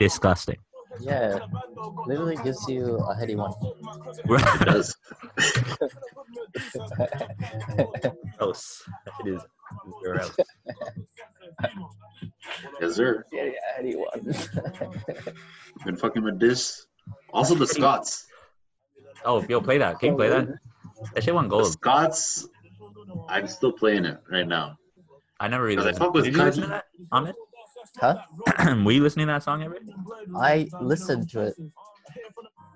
[SPEAKER 2] Disgusting.
[SPEAKER 3] Yeah, literally gives you a heady one.
[SPEAKER 1] It does.
[SPEAKER 2] gross. It is gross.
[SPEAKER 1] Yes, sir.
[SPEAKER 3] Yeah, yeah, heady one.
[SPEAKER 1] Been fucking with this. Also the Scots.
[SPEAKER 2] Oh, yo, play that. Can you play that? That shit won
[SPEAKER 1] The
[SPEAKER 2] gold.
[SPEAKER 1] Scots. I'm still playing it right now.
[SPEAKER 2] I never really
[SPEAKER 1] Cause I
[SPEAKER 2] listened.
[SPEAKER 1] fuck with
[SPEAKER 2] Did you listen to
[SPEAKER 1] Kanye.
[SPEAKER 2] that, Ahmed?
[SPEAKER 3] huh?
[SPEAKER 2] Were you listening to that song ever?
[SPEAKER 3] I listened to it.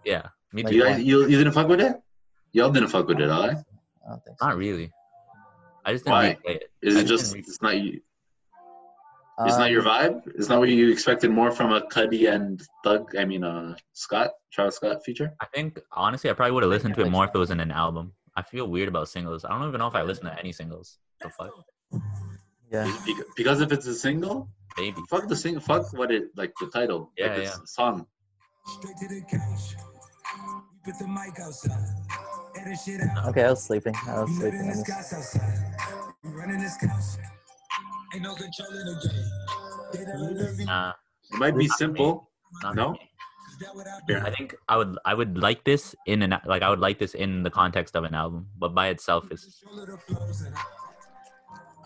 [SPEAKER 2] Yeah, me
[SPEAKER 3] Like
[SPEAKER 2] too.
[SPEAKER 1] You guys, you, you didn't fuck with it? Y'all didn't fuck with it, all right?
[SPEAKER 3] I don't think so.
[SPEAKER 2] Not really. I just didn't
[SPEAKER 1] Why?
[SPEAKER 2] replay it.
[SPEAKER 1] Is
[SPEAKER 2] I
[SPEAKER 1] it just
[SPEAKER 2] didn't
[SPEAKER 1] it's not you? It's not your
[SPEAKER 3] Um,
[SPEAKER 1] vibe. It's not what you expected more from a Cuddy and Thug. I mean, uh, Scott, Travis Scott feature.
[SPEAKER 2] I think honestly, I probably would have listened to it more if it was in an album. I feel weird about singles. I don't even know if I listen to any singles. The fuck,
[SPEAKER 3] Yeah.
[SPEAKER 1] Bec- Because if it's a single,
[SPEAKER 2] baby.
[SPEAKER 1] fuck the single, fuck what it like the title,
[SPEAKER 2] Yeah,
[SPEAKER 1] like the
[SPEAKER 2] yeah.
[SPEAKER 1] s- song.
[SPEAKER 9] Straight to the couch. We put the mic outside. Air the shit out.
[SPEAKER 3] Okay, I was sleeping. I was
[SPEAKER 9] We live
[SPEAKER 3] sleeping.
[SPEAKER 9] in
[SPEAKER 3] on
[SPEAKER 9] this
[SPEAKER 3] this.
[SPEAKER 9] couch outside. We running this couch. Ain't no control in the game. They never love you.
[SPEAKER 2] Nah,
[SPEAKER 1] It might be
[SPEAKER 2] Not
[SPEAKER 1] simple.
[SPEAKER 2] not
[SPEAKER 1] No?
[SPEAKER 2] for me.
[SPEAKER 9] Is that what I do?
[SPEAKER 2] I think I would I would like this in an like I would like this in the context of an album, but by itself is
[SPEAKER 9] Control of the flows and I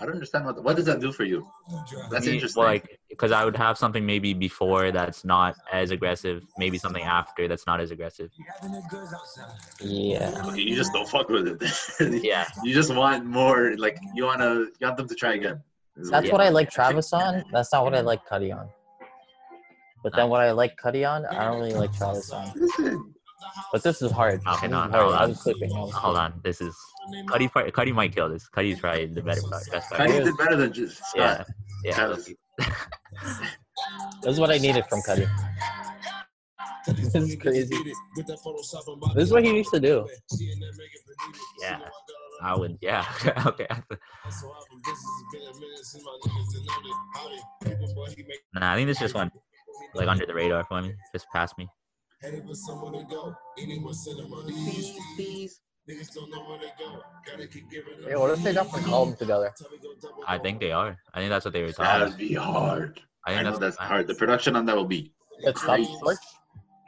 [SPEAKER 1] I don't understand what what does that do for you.
[SPEAKER 9] won't drive.
[SPEAKER 1] That's
[SPEAKER 2] me,
[SPEAKER 1] interesting.
[SPEAKER 2] Like because I would have something maybe before that's not as aggressive, maybe something after that's not as aggressive.
[SPEAKER 9] We having the girls outside.
[SPEAKER 3] Yeah.
[SPEAKER 1] okay, you just don't fuck with it.
[SPEAKER 2] Yeah,
[SPEAKER 1] you just want more. Like you wanna you want them to try again. Is
[SPEAKER 3] That's
[SPEAKER 1] you-
[SPEAKER 3] what I like Travis on. That's not what I like Cuddy on. But then what I like Cuddy on, I don't really like Travis on.
[SPEAKER 1] Listen,
[SPEAKER 3] But this is hard.
[SPEAKER 2] Okay,
[SPEAKER 3] This
[SPEAKER 2] no,
[SPEAKER 3] is
[SPEAKER 2] no, no.
[SPEAKER 3] hard. I was sleeping. I was
[SPEAKER 2] hold on. This is Cuddy. probably- Cuddy might kill this. Cuddy's probably the better part. Best part.
[SPEAKER 1] Kanye did better than just
[SPEAKER 2] Yeah,
[SPEAKER 1] Scott.
[SPEAKER 2] yeah.
[SPEAKER 1] Travis.
[SPEAKER 3] sleeping. This is what I needed from Cuddy. this is crazy. This is what he used to do.
[SPEAKER 2] Yeah, I would. Yeah. okay. Nah, I think this just went like under the radar for me. Just past me.
[SPEAKER 3] Yeah, what if they dropped an album together?
[SPEAKER 2] I think they are. I think that's what they were talking.
[SPEAKER 1] That'd
[SPEAKER 2] About.
[SPEAKER 1] be hard.
[SPEAKER 2] I
[SPEAKER 1] I
[SPEAKER 2] think
[SPEAKER 1] know
[SPEAKER 2] that's,
[SPEAKER 1] that's hard. The production on that will be
[SPEAKER 3] It's not Torch.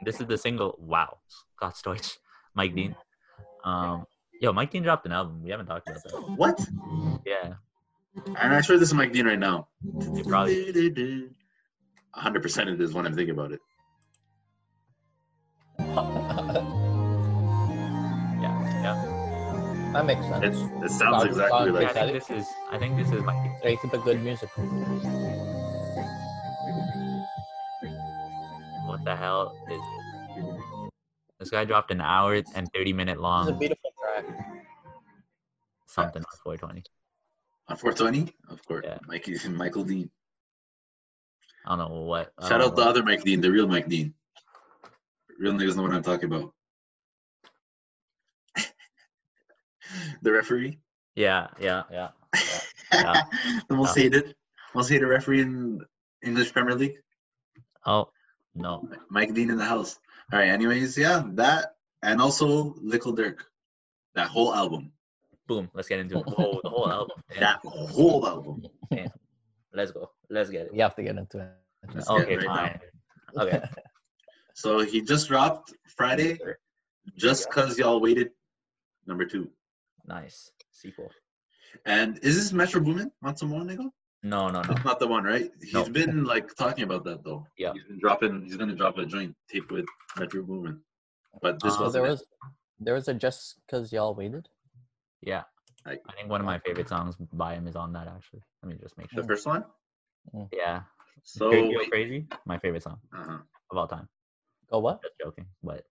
[SPEAKER 2] This is the single. Wow, Scott Storch, Mike Dean. Um, yo, Mike Dean dropped an album. We haven't talked about that.
[SPEAKER 1] what?
[SPEAKER 2] Yeah,
[SPEAKER 1] And I sure this is Mike Dean right now.
[SPEAKER 2] it probably.
[SPEAKER 1] 100 percent it is when I'm thinking about it.
[SPEAKER 2] Yeah, yeah.
[SPEAKER 3] That makes sense.
[SPEAKER 1] It's, it sounds
[SPEAKER 3] Sounds-
[SPEAKER 1] exactly
[SPEAKER 3] sounds-
[SPEAKER 2] Yeah, I
[SPEAKER 1] like
[SPEAKER 2] think this is. I think this is Mike. Dean.
[SPEAKER 3] They keep the good music.
[SPEAKER 2] What the hell is this? This guy dropped an hour and 30 minute
[SPEAKER 3] This is a
[SPEAKER 2] long
[SPEAKER 3] beautiful track.
[SPEAKER 2] something on 420.
[SPEAKER 1] on 420, of course.
[SPEAKER 2] Yeah.
[SPEAKER 1] Mikey, Michael Dean.
[SPEAKER 2] I don't know what. I
[SPEAKER 1] Shout
[SPEAKER 2] don't
[SPEAKER 1] out
[SPEAKER 2] know
[SPEAKER 1] the other Mike Dean, the real Mike Dean. Real niggas know what I'm talking about. the referee,
[SPEAKER 2] Yeah, yeah, yeah. Yeah.
[SPEAKER 1] the most
[SPEAKER 2] Yeah.
[SPEAKER 1] hated, most hated referee in English Premier League.
[SPEAKER 2] Oh no,
[SPEAKER 1] Mike Dean in the house. All right. Anyways, yeah, that and also Lickle Dirk, that whole album,
[SPEAKER 2] boom! Let's get into it. Whoa, the whole album.
[SPEAKER 1] that whole album.
[SPEAKER 2] Let's go. Let's get it.
[SPEAKER 3] You have to get into it.
[SPEAKER 1] Let's get
[SPEAKER 2] Okay,
[SPEAKER 1] it right now.
[SPEAKER 2] fine. Okay.
[SPEAKER 1] So he just dropped Friday, just cause y'all waited. Number two.
[SPEAKER 2] Nice sequel.
[SPEAKER 1] And is this Metro Boomin? Want some more, nigga?
[SPEAKER 2] No, no, no.
[SPEAKER 1] That's not the one, right? He's
[SPEAKER 2] No.
[SPEAKER 1] been like talking about that though.
[SPEAKER 2] Yeah.
[SPEAKER 1] He's been dropping. He's gonna drop a joint tape with Metro Boomin. But this
[SPEAKER 2] Uh,
[SPEAKER 3] So
[SPEAKER 1] was
[SPEAKER 3] Ah, there
[SPEAKER 1] not
[SPEAKER 3] was, there was a just because y'all waited.
[SPEAKER 2] Yeah.
[SPEAKER 1] Like-
[SPEAKER 2] I think one of my favorite songs by him is on that. Actually, let me just make
[SPEAKER 1] the
[SPEAKER 2] sure.
[SPEAKER 1] first one.
[SPEAKER 2] Yeah.
[SPEAKER 1] So
[SPEAKER 2] Crazy, Yo,
[SPEAKER 1] wait,
[SPEAKER 2] crazy. My favorite song
[SPEAKER 1] uh-huh.
[SPEAKER 2] of all time.
[SPEAKER 3] Go what?
[SPEAKER 2] Just joking, but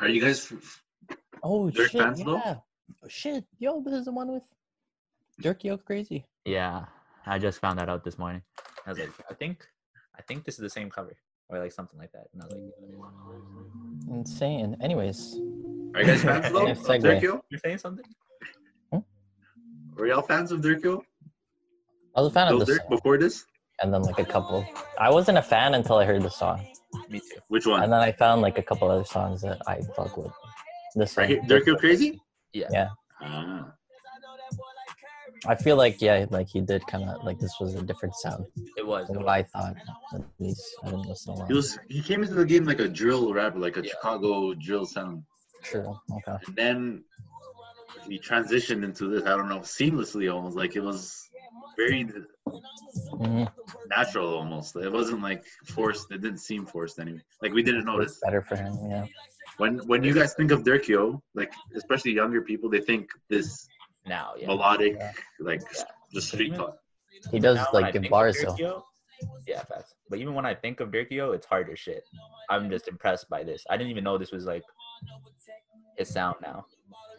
[SPEAKER 1] are you guys f-
[SPEAKER 3] Oh
[SPEAKER 1] Dirk
[SPEAKER 3] shit!
[SPEAKER 1] Benz, though?
[SPEAKER 3] yeah. Oh, Shit, yo, this is the one with Dirk Yo Crazy.
[SPEAKER 2] yeah, I just found that out this morning. I was like, I think, I think this is the same cover or like something like that. And I was like,
[SPEAKER 3] Insane. Anyways,
[SPEAKER 1] are you guys fans though?
[SPEAKER 3] Nice
[SPEAKER 1] of
[SPEAKER 3] segue.
[SPEAKER 1] Durkio?
[SPEAKER 2] you're saying something?
[SPEAKER 1] Were y'all fans of Durkio?
[SPEAKER 3] I was a fan of
[SPEAKER 1] Lil
[SPEAKER 3] this
[SPEAKER 1] Durk
[SPEAKER 3] song,
[SPEAKER 1] before this?
[SPEAKER 3] and then like a couple. I wasn't a fan until I heard the song,
[SPEAKER 2] Me too.
[SPEAKER 1] Which one?
[SPEAKER 3] and then I found like a couple other songs that I fuck with. This
[SPEAKER 1] Right
[SPEAKER 3] one,
[SPEAKER 1] here, Durkio Crazy?
[SPEAKER 2] Yeah.
[SPEAKER 3] Yeah.
[SPEAKER 1] Ah.
[SPEAKER 3] I feel like yeah, like he did kind of like this was a different sound
[SPEAKER 2] It was.
[SPEAKER 3] than what I thought. At least I didn't listen a lot.
[SPEAKER 1] He was he came into the game like a drill rapper, like a
[SPEAKER 2] Yeah.
[SPEAKER 1] Chicago drill sound,
[SPEAKER 3] True. Okay.
[SPEAKER 1] and then he transitioned into this. I don't know, seamlessly almost. Like it was very
[SPEAKER 3] hmm
[SPEAKER 1] natural, almost. It wasn't like forced. It didn't seem forced anyway. Like we didn't notice.
[SPEAKER 3] It's better for him. Yeah.
[SPEAKER 1] When when you guys think of Durkio, like especially younger people, they think this
[SPEAKER 2] Now, yeah.
[SPEAKER 1] melodic,
[SPEAKER 3] Yeah.
[SPEAKER 1] like
[SPEAKER 2] Yeah.
[SPEAKER 1] just street
[SPEAKER 2] Even-
[SPEAKER 1] talk.
[SPEAKER 3] He does
[SPEAKER 2] Now when I
[SPEAKER 3] like good
[SPEAKER 2] think of
[SPEAKER 3] bars though.
[SPEAKER 2] Durkio- Yeah, facts. But even when I think of Durkio, it's hard as shit. I'm just impressed by this. I didn't even know this was like his sound now.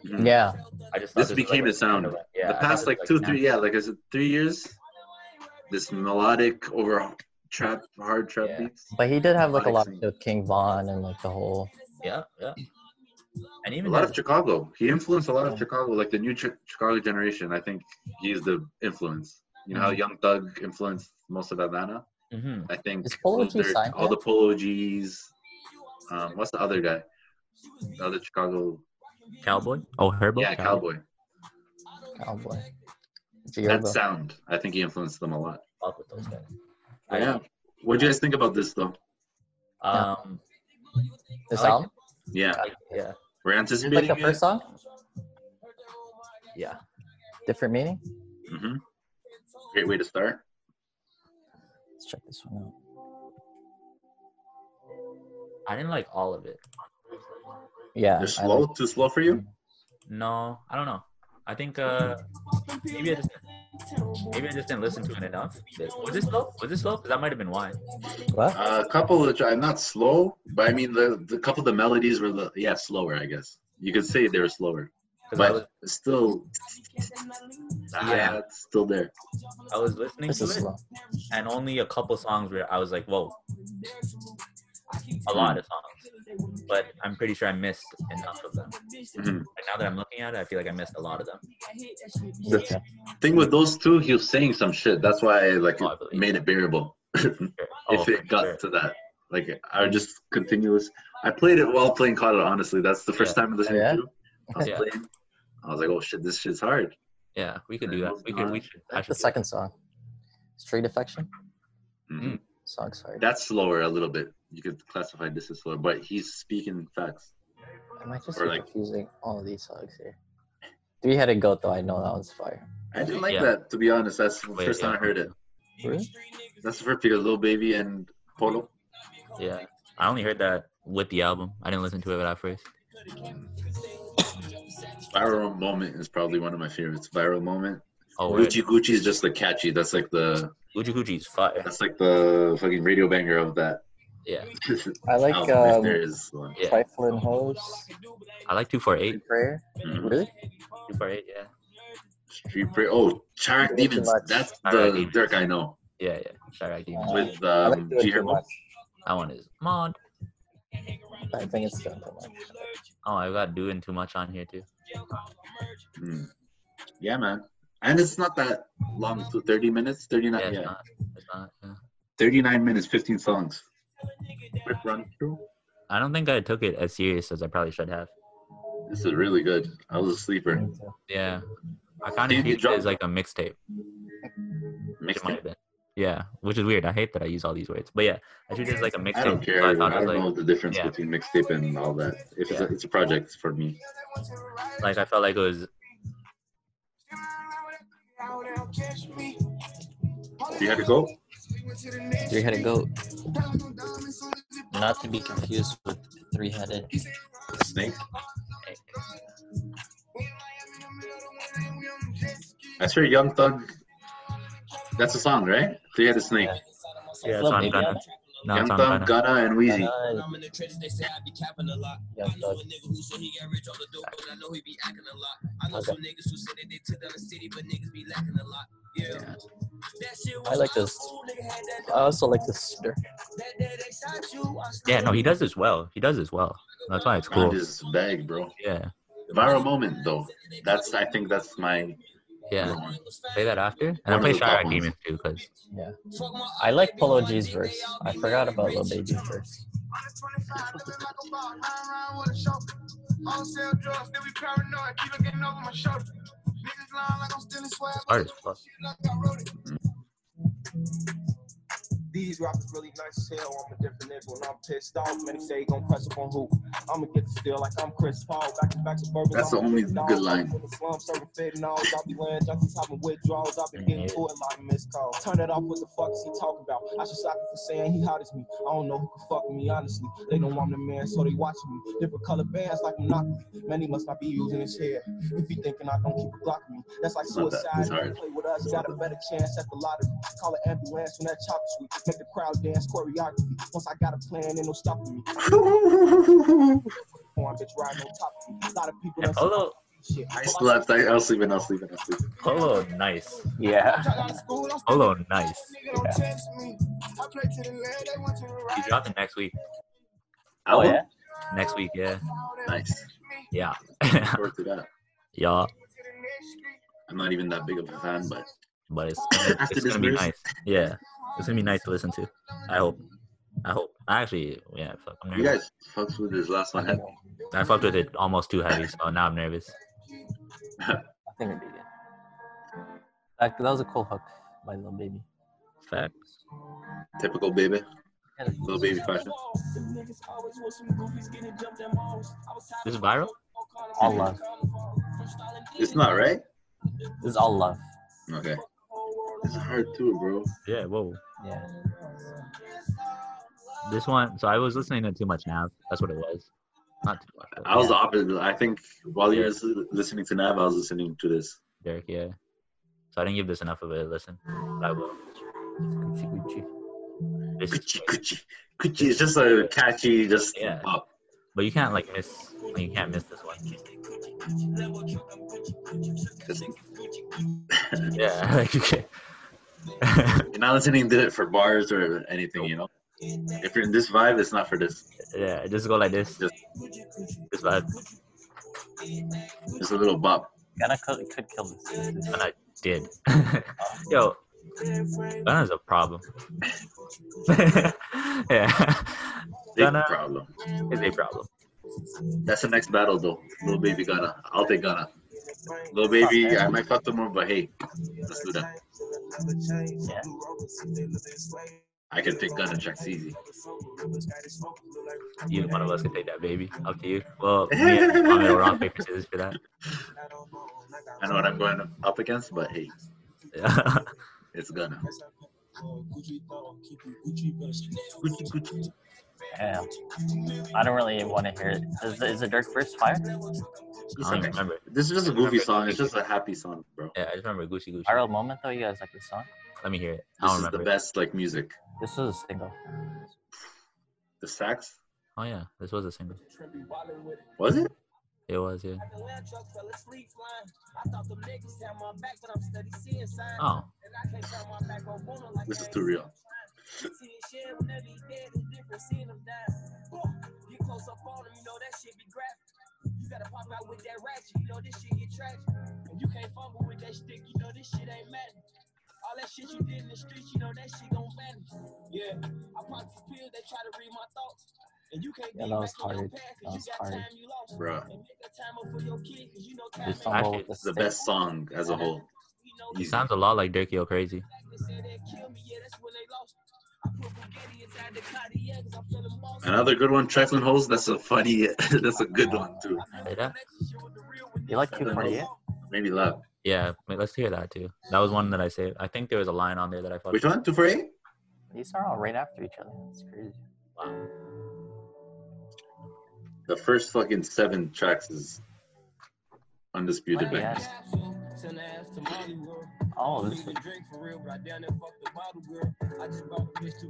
[SPEAKER 1] Mhm.
[SPEAKER 3] Yeah.
[SPEAKER 2] I just thought
[SPEAKER 1] This
[SPEAKER 2] was,
[SPEAKER 1] became
[SPEAKER 2] like,
[SPEAKER 1] his sound.
[SPEAKER 2] a- Yeah, I
[SPEAKER 1] the
[SPEAKER 2] thought
[SPEAKER 1] past
[SPEAKER 2] this
[SPEAKER 1] like
[SPEAKER 2] was,
[SPEAKER 1] two, three, yeah, like I said, three years, this melodic over trap, hard trap
[SPEAKER 2] Yeah.
[SPEAKER 1] beats.
[SPEAKER 3] But he did have like a lot
[SPEAKER 1] Relaxing.
[SPEAKER 3] with King Von and like the whole
[SPEAKER 2] Yeah, yeah. And
[SPEAKER 1] A
[SPEAKER 2] even
[SPEAKER 1] lot
[SPEAKER 2] his,
[SPEAKER 1] of Chicago. He influenced a lot of Chicago, like the new Ch- Chicago generation. I think he's the influence. You know how
[SPEAKER 2] Mm-hmm.
[SPEAKER 1] Young Thug influenced most of Atlanta.
[SPEAKER 2] Mhm.
[SPEAKER 1] I think
[SPEAKER 3] Is Polo
[SPEAKER 1] Lil
[SPEAKER 3] G
[SPEAKER 1] Durk,
[SPEAKER 3] signed
[SPEAKER 1] all the
[SPEAKER 3] yet?
[SPEAKER 1] Polo G's. Um, what's the other guy? The other Chicago,
[SPEAKER 2] Cowboy. Oh, Herbo.
[SPEAKER 1] yeah, Cowboy.
[SPEAKER 3] cowboy.
[SPEAKER 1] That
[SPEAKER 3] Giorbo.
[SPEAKER 1] sound, I think he influenced them a lot.
[SPEAKER 2] Fuck with those guys. I-
[SPEAKER 1] Yeah. What do you guys think about this though?
[SPEAKER 2] Um.
[SPEAKER 3] This
[SPEAKER 2] I like
[SPEAKER 3] album?
[SPEAKER 1] Yeah,
[SPEAKER 2] Yeah.
[SPEAKER 1] we're
[SPEAKER 3] Is it, like
[SPEAKER 1] anticipating
[SPEAKER 3] the first
[SPEAKER 1] it.
[SPEAKER 3] song?
[SPEAKER 2] Yeah.
[SPEAKER 3] Different meaning?
[SPEAKER 1] hmm Great way to start.
[SPEAKER 3] Let's check this one out.
[SPEAKER 2] I didn't like all of it.
[SPEAKER 3] Yeah.
[SPEAKER 1] They're
[SPEAKER 3] I
[SPEAKER 1] slow,
[SPEAKER 3] like-
[SPEAKER 1] too slow for you.
[SPEAKER 2] No, I don't know. I think uh maybe I just maybe I just didn't listen to it enough. Was this slow? Was this slow? Because that might have been why.
[SPEAKER 3] what?
[SPEAKER 1] Uh, A couple of I'm not slow, but I mean the the couple of the melodies were the yeah slower. I guess you could say they were slower,
[SPEAKER 2] 'Cause I was
[SPEAKER 1] but still,
[SPEAKER 2] Yeah.
[SPEAKER 1] yeah, it's still there.
[SPEAKER 2] I was listening
[SPEAKER 3] This
[SPEAKER 2] to
[SPEAKER 3] is
[SPEAKER 2] it
[SPEAKER 3] slow.
[SPEAKER 2] and only a couple songs where I was like, whoa. A lot of songs, but I'm pretty sure I missed enough of them.
[SPEAKER 1] Mhm.
[SPEAKER 2] Like now that I'm looking at it, I feel like I missed a lot of them.
[SPEAKER 3] Okay.
[SPEAKER 1] Thing with those two, he was saying some shit. That's why like
[SPEAKER 2] Oh, I
[SPEAKER 1] it
[SPEAKER 2] believe.
[SPEAKER 1] made it bearable.
[SPEAKER 2] Sure. Oh,
[SPEAKER 1] if
[SPEAKER 2] for
[SPEAKER 1] it got
[SPEAKER 2] sure.
[SPEAKER 1] to that, like I would just continuous. I played it while playing Kata. Honestly, that's the first
[SPEAKER 2] Yeah.
[SPEAKER 1] time I listened
[SPEAKER 3] Yeah?
[SPEAKER 1] to. it. I was
[SPEAKER 2] Yeah.
[SPEAKER 1] playing. I was like, oh shit, this shit's hard.
[SPEAKER 2] yeah, we could do that. We could. We should. I
[SPEAKER 3] The
[SPEAKER 2] should. do that.
[SPEAKER 3] second song. Street Affection?
[SPEAKER 1] Mhm.
[SPEAKER 2] Mm.
[SPEAKER 3] Song, sorry.
[SPEAKER 1] That's slower a little bit. You could classify this as slower, but he's speaking facts.
[SPEAKER 3] Am I just
[SPEAKER 1] or, like-
[SPEAKER 3] confusing all these songs here? Three Headed Goat, though, I know that one's fire.
[SPEAKER 1] I didn't like
[SPEAKER 2] Yeah.
[SPEAKER 1] that to be honest. That's the
[SPEAKER 2] Wait,
[SPEAKER 1] first time
[SPEAKER 2] yeah.
[SPEAKER 1] I heard it.
[SPEAKER 3] Really?
[SPEAKER 1] That's the first because Lil Baby and Polo.
[SPEAKER 2] Yeah, I only heard that with the album. I didn't listen to it at first.
[SPEAKER 1] Viral moment is probably one of my favorites. Viral moment.
[SPEAKER 2] Oh, word.
[SPEAKER 1] Gucci Gucci is just the catchy. That's like the
[SPEAKER 2] Gucci Gucci's fire.
[SPEAKER 1] that's like the fucking radio banger of that.
[SPEAKER 2] Yeah,
[SPEAKER 3] I like
[SPEAKER 1] album, if
[SPEAKER 3] um,
[SPEAKER 1] there is uh, one.
[SPEAKER 2] yeah.
[SPEAKER 3] Trifling Hoes,
[SPEAKER 2] I like two four eight.
[SPEAKER 3] Big Prayer.
[SPEAKER 1] Mhm.
[SPEAKER 3] Really?
[SPEAKER 2] Two four eight. Yeah,
[SPEAKER 1] Street Pray. Oh, Charak
[SPEAKER 3] Way too
[SPEAKER 1] Demons.
[SPEAKER 3] much.
[SPEAKER 1] That's
[SPEAKER 2] Charak
[SPEAKER 1] the
[SPEAKER 2] Demons.
[SPEAKER 1] Dirk I know
[SPEAKER 2] yeah, yeah. Chirac Demons.
[SPEAKER 3] Uh,
[SPEAKER 1] with
[SPEAKER 3] I like
[SPEAKER 1] um,
[SPEAKER 3] Do It
[SPEAKER 1] G
[SPEAKER 3] Too
[SPEAKER 1] Herbo.
[SPEAKER 3] Much.
[SPEAKER 2] That one is mod.
[SPEAKER 3] I think it's Do It Too Much.
[SPEAKER 2] Oh, I got doing too much on here too.
[SPEAKER 1] Mm. Yeah, man. And it's not that long. So 30 minutes, 39.
[SPEAKER 2] Yeah,
[SPEAKER 1] Yeah,
[SPEAKER 2] it's not. It's not. Yeah.
[SPEAKER 1] 39 minutes, 15 songs. Quick run through.
[SPEAKER 2] I don't think I took it as serious as I probably should have.
[SPEAKER 1] This is really good. I was a sleeper.
[SPEAKER 2] Yeah, I kind
[SPEAKER 1] Dude,
[SPEAKER 2] of
[SPEAKER 1] you
[SPEAKER 2] treated it as
[SPEAKER 1] dropped-
[SPEAKER 2] like a mixtape. It
[SPEAKER 1] Mixed
[SPEAKER 2] might have been. Yeah, which is weird. I hate that I use all these words, but yeah, I treated it as like a mixtape.
[SPEAKER 1] I don't care.
[SPEAKER 2] so
[SPEAKER 1] I,
[SPEAKER 2] I thought it
[SPEAKER 1] don't
[SPEAKER 2] was like,
[SPEAKER 1] know the difference
[SPEAKER 2] yeah.
[SPEAKER 1] between mixtape and all that. If it's, a,
[SPEAKER 2] Yeah.
[SPEAKER 1] it's a project for me.
[SPEAKER 2] like I felt like it was.
[SPEAKER 1] You had to go.
[SPEAKER 3] Three Headed Goat. Not to be confused with Three Headed.
[SPEAKER 1] Snake. That's your Young Thug. That's a song, right? Three Headed Snake.
[SPEAKER 2] Yeah, it's
[SPEAKER 3] Lil
[SPEAKER 2] on
[SPEAKER 3] Baby
[SPEAKER 2] Gunna.
[SPEAKER 3] on
[SPEAKER 2] No,
[SPEAKER 1] Young
[SPEAKER 2] it's on
[SPEAKER 1] Thug,
[SPEAKER 2] Gunna.
[SPEAKER 1] Gunna, and Wheezy.
[SPEAKER 3] Uh,
[SPEAKER 9] I'm in the trenches, they say I be capping a lot.
[SPEAKER 3] Young
[SPEAKER 9] I know a
[SPEAKER 3] Thug.
[SPEAKER 9] nigga who said he got rich all the dope, but I know he be acting a lot. I know
[SPEAKER 3] Okay.
[SPEAKER 9] some niggas who said that they took down the city, but niggas be lacking a lot. Yeah. That shit was
[SPEAKER 3] I like this.
[SPEAKER 9] cool, nigga had that
[SPEAKER 3] I also like this. Dirk.
[SPEAKER 9] that day they shot you. I
[SPEAKER 2] Yeah, no, he does this well. He does this well. That's why it's
[SPEAKER 1] Found
[SPEAKER 2] cool.
[SPEAKER 1] his bag, bro.
[SPEAKER 2] Yeah,
[SPEAKER 1] Viral moment, though. That's I think that's my
[SPEAKER 2] yeah.
[SPEAKER 1] number one.
[SPEAKER 2] Play that after, and
[SPEAKER 1] One
[SPEAKER 2] I
[SPEAKER 1] of
[SPEAKER 2] play
[SPEAKER 1] the top
[SPEAKER 2] Chirac
[SPEAKER 1] ones.
[SPEAKER 2] Demons too, because
[SPEAKER 3] Yeah. I like Polo G's verse. I forgot about Lil Baby's verse.
[SPEAKER 2] This art is fuck.
[SPEAKER 4] These rappers really nice as hell. I'm a different nigga when I'm pissed off. Many say he gon' press up on who. I'ma get the steal like I'm Chris Paul. Back to back suburban.
[SPEAKER 1] That's the
[SPEAKER 4] I'm a
[SPEAKER 1] only
[SPEAKER 4] big dog.
[SPEAKER 1] good line.
[SPEAKER 4] I'm in the slum, serving fentanyl. I'll be wearing junkies, having withdrawals. I've been
[SPEAKER 1] Mm-hmm.
[SPEAKER 4] getting to it like missed calls. Turn it off. What the fuck is he talking about? I should stop him for saying he hot as me. I don't know who can fuck me, honestly. They don't want the man, so they watching me. Different color bands like Monopoly. Many must not be using his hair. If he thinking I don't keep a block me, that's like
[SPEAKER 1] Not that.
[SPEAKER 4] suicide.
[SPEAKER 1] It's
[SPEAKER 4] If you
[SPEAKER 1] hard.
[SPEAKER 4] Play with us, got a better chance at the lottery. Call an ambulance when that chopper sweep. Make the crowd dance choreography. Once I got a plan, ain't no stopping me. Foreign bitch riding on top of me. A lot of people
[SPEAKER 2] And
[SPEAKER 4] that
[SPEAKER 2] Polo,
[SPEAKER 4] shit.
[SPEAKER 1] I slept. I, I was sleeping. I was sleeping. I was sleeping.
[SPEAKER 2] Polo, nice.
[SPEAKER 3] Yeah.
[SPEAKER 2] Polo, nice. He's
[SPEAKER 10] Yeah.
[SPEAKER 2] dropping next week.
[SPEAKER 3] Oh,
[SPEAKER 1] Album?
[SPEAKER 3] yeah?
[SPEAKER 2] Next week, yeah.
[SPEAKER 1] Nice.
[SPEAKER 2] Yeah.
[SPEAKER 1] Looking forward to that.
[SPEAKER 2] yeah.
[SPEAKER 1] I'm not even that big of a fan, but
[SPEAKER 2] But it's gonna,
[SPEAKER 1] After
[SPEAKER 2] it's
[SPEAKER 1] this
[SPEAKER 2] gonna be
[SPEAKER 1] verse.
[SPEAKER 2] nice. Yeah. It's gonna be nice to listen to. I hope. I hope. Actually, yeah, fuck. I'm
[SPEAKER 1] you
[SPEAKER 2] nervous.
[SPEAKER 1] guys fucked with this last one. heavy.
[SPEAKER 2] I fucked with it almost too heavy, so now I'm nervous.
[SPEAKER 3] I think it'd be good.
[SPEAKER 8] That, that was a cool hook by Lil Baby.
[SPEAKER 2] Fact.
[SPEAKER 1] Typical baby. Little baby fashion.
[SPEAKER 2] This is viral?
[SPEAKER 8] All love.
[SPEAKER 1] It's not right.
[SPEAKER 8] This is all love.
[SPEAKER 1] Okay. It's hard too, bro.
[SPEAKER 2] Yeah, whoa.
[SPEAKER 8] Yeah.
[SPEAKER 2] This one, so I was listening to too much Nav. That's what it was. Not too much. but
[SPEAKER 1] I was the opposite. I think while you were listening to Nav, I was listening to this.
[SPEAKER 2] Derek, yeah. So I didn't give this enough of a listen. but I will.
[SPEAKER 8] Gucci, Gucci.
[SPEAKER 2] This is
[SPEAKER 1] Kuchi, kuchi, kuchi. It's just a catchy, just
[SPEAKER 2] Yeah.
[SPEAKER 1] pop.
[SPEAKER 2] But you can't like miss. Like, you can't miss this one.
[SPEAKER 1] Just,
[SPEAKER 2] Yeah, like you can't.
[SPEAKER 1] you're not listening to it for bars or anything, you know. If you're in this vibe, it's not for this.
[SPEAKER 2] yeah, just go like this.
[SPEAKER 1] Just-
[SPEAKER 2] This vibe,
[SPEAKER 1] It's a little bop.
[SPEAKER 8] Gunna could, could kill this. This is-
[SPEAKER 2] and I did. Yo, Gunna's a problem. yeah,
[SPEAKER 1] Big
[SPEAKER 2] Gunna
[SPEAKER 1] problem.
[SPEAKER 2] is a problem.
[SPEAKER 1] That's the next battle though. Little baby Ghana. I'll take Ghana. Little baby, I might fuck them up, but hey, let's do that.
[SPEAKER 3] Yeah.
[SPEAKER 1] I can pick Ghana tracks easy.
[SPEAKER 2] You, one of us can take that, baby. Up to you. Well, we have to comment on rock paper scissors for that.
[SPEAKER 1] I know what I'm going up against, but hey, it's Ghana. Kuchi, kuchi.
[SPEAKER 3] Yeah. I don't really want to hear it. Is, is the Dirk verse fire?
[SPEAKER 2] I
[SPEAKER 1] It's
[SPEAKER 2] don't even
[SPEAKER 1] okay.
[SPEAKER 2] remember.
[SPEAKER 1] This is just a goofy song. It's just a happy song, bro.
[SPEAKER 2] Yeah, I just remember Gucci Gucci.
[SPEAKER 3] Viral moment though, you guys like this song?
[SPEAKER 2] Let me hear it. I
[SPEAKER 1] This
[SPEAKER 2] don't
[SPEAKER 1] is the
[SPEAKER 2] remember. it.
[SPEAKER 1] best like music.
[SPEAKER 3] This is a single.
[SPEAKER 1] The sax
[SPEAKER 2] Oh yeah, this was a single.
[SPEAKER 1] was it?
[SPEAKER 2] It was yeah. Oh,
[SPEAKER 1] This is too real.
[SPEAKER 8] Yeah, that was hard. That was hard.
[SPEAKER 1] bro.
[SPEAKER 2] this
[SPEAKER 8] Stumble
[SPEAKER 2] actually
[SPEAKER 8] with the
[SPEAKER 1] The
[SPEAKER 8] stick.
[SPEAKER 1] best song as a whole.
[SPEAKER 2] he sounds a lot like Dirk Yo Crazy.
[SPEAKER 1] Another good one, Trekland Holes. That's a funny. that's a good one too.
[SPEAKER 2] Say that?
[SPEAKER 3] You like
[SPEAKER 1] I don't know.
[SPEAKER 3] 248?
[SPEAKER 1] Maybe love.
[SPEAKER 2] Yeah, wait, let's hear that too. That was one that I saved. I think there was a line on there that I fucked.
[SPEAKER 1] Which one? Two for eight?
[SPEAKER 3] These are all right after each other. That's crazy.
[SPEAKER 2] Wow.
[SPEAKER 1] The first fucking seven tracks is undisputed.
[SPEAKER 3] Oh,
[SPEAKER 1] Back.
[SPEAKER 3] yeah. Oh, this,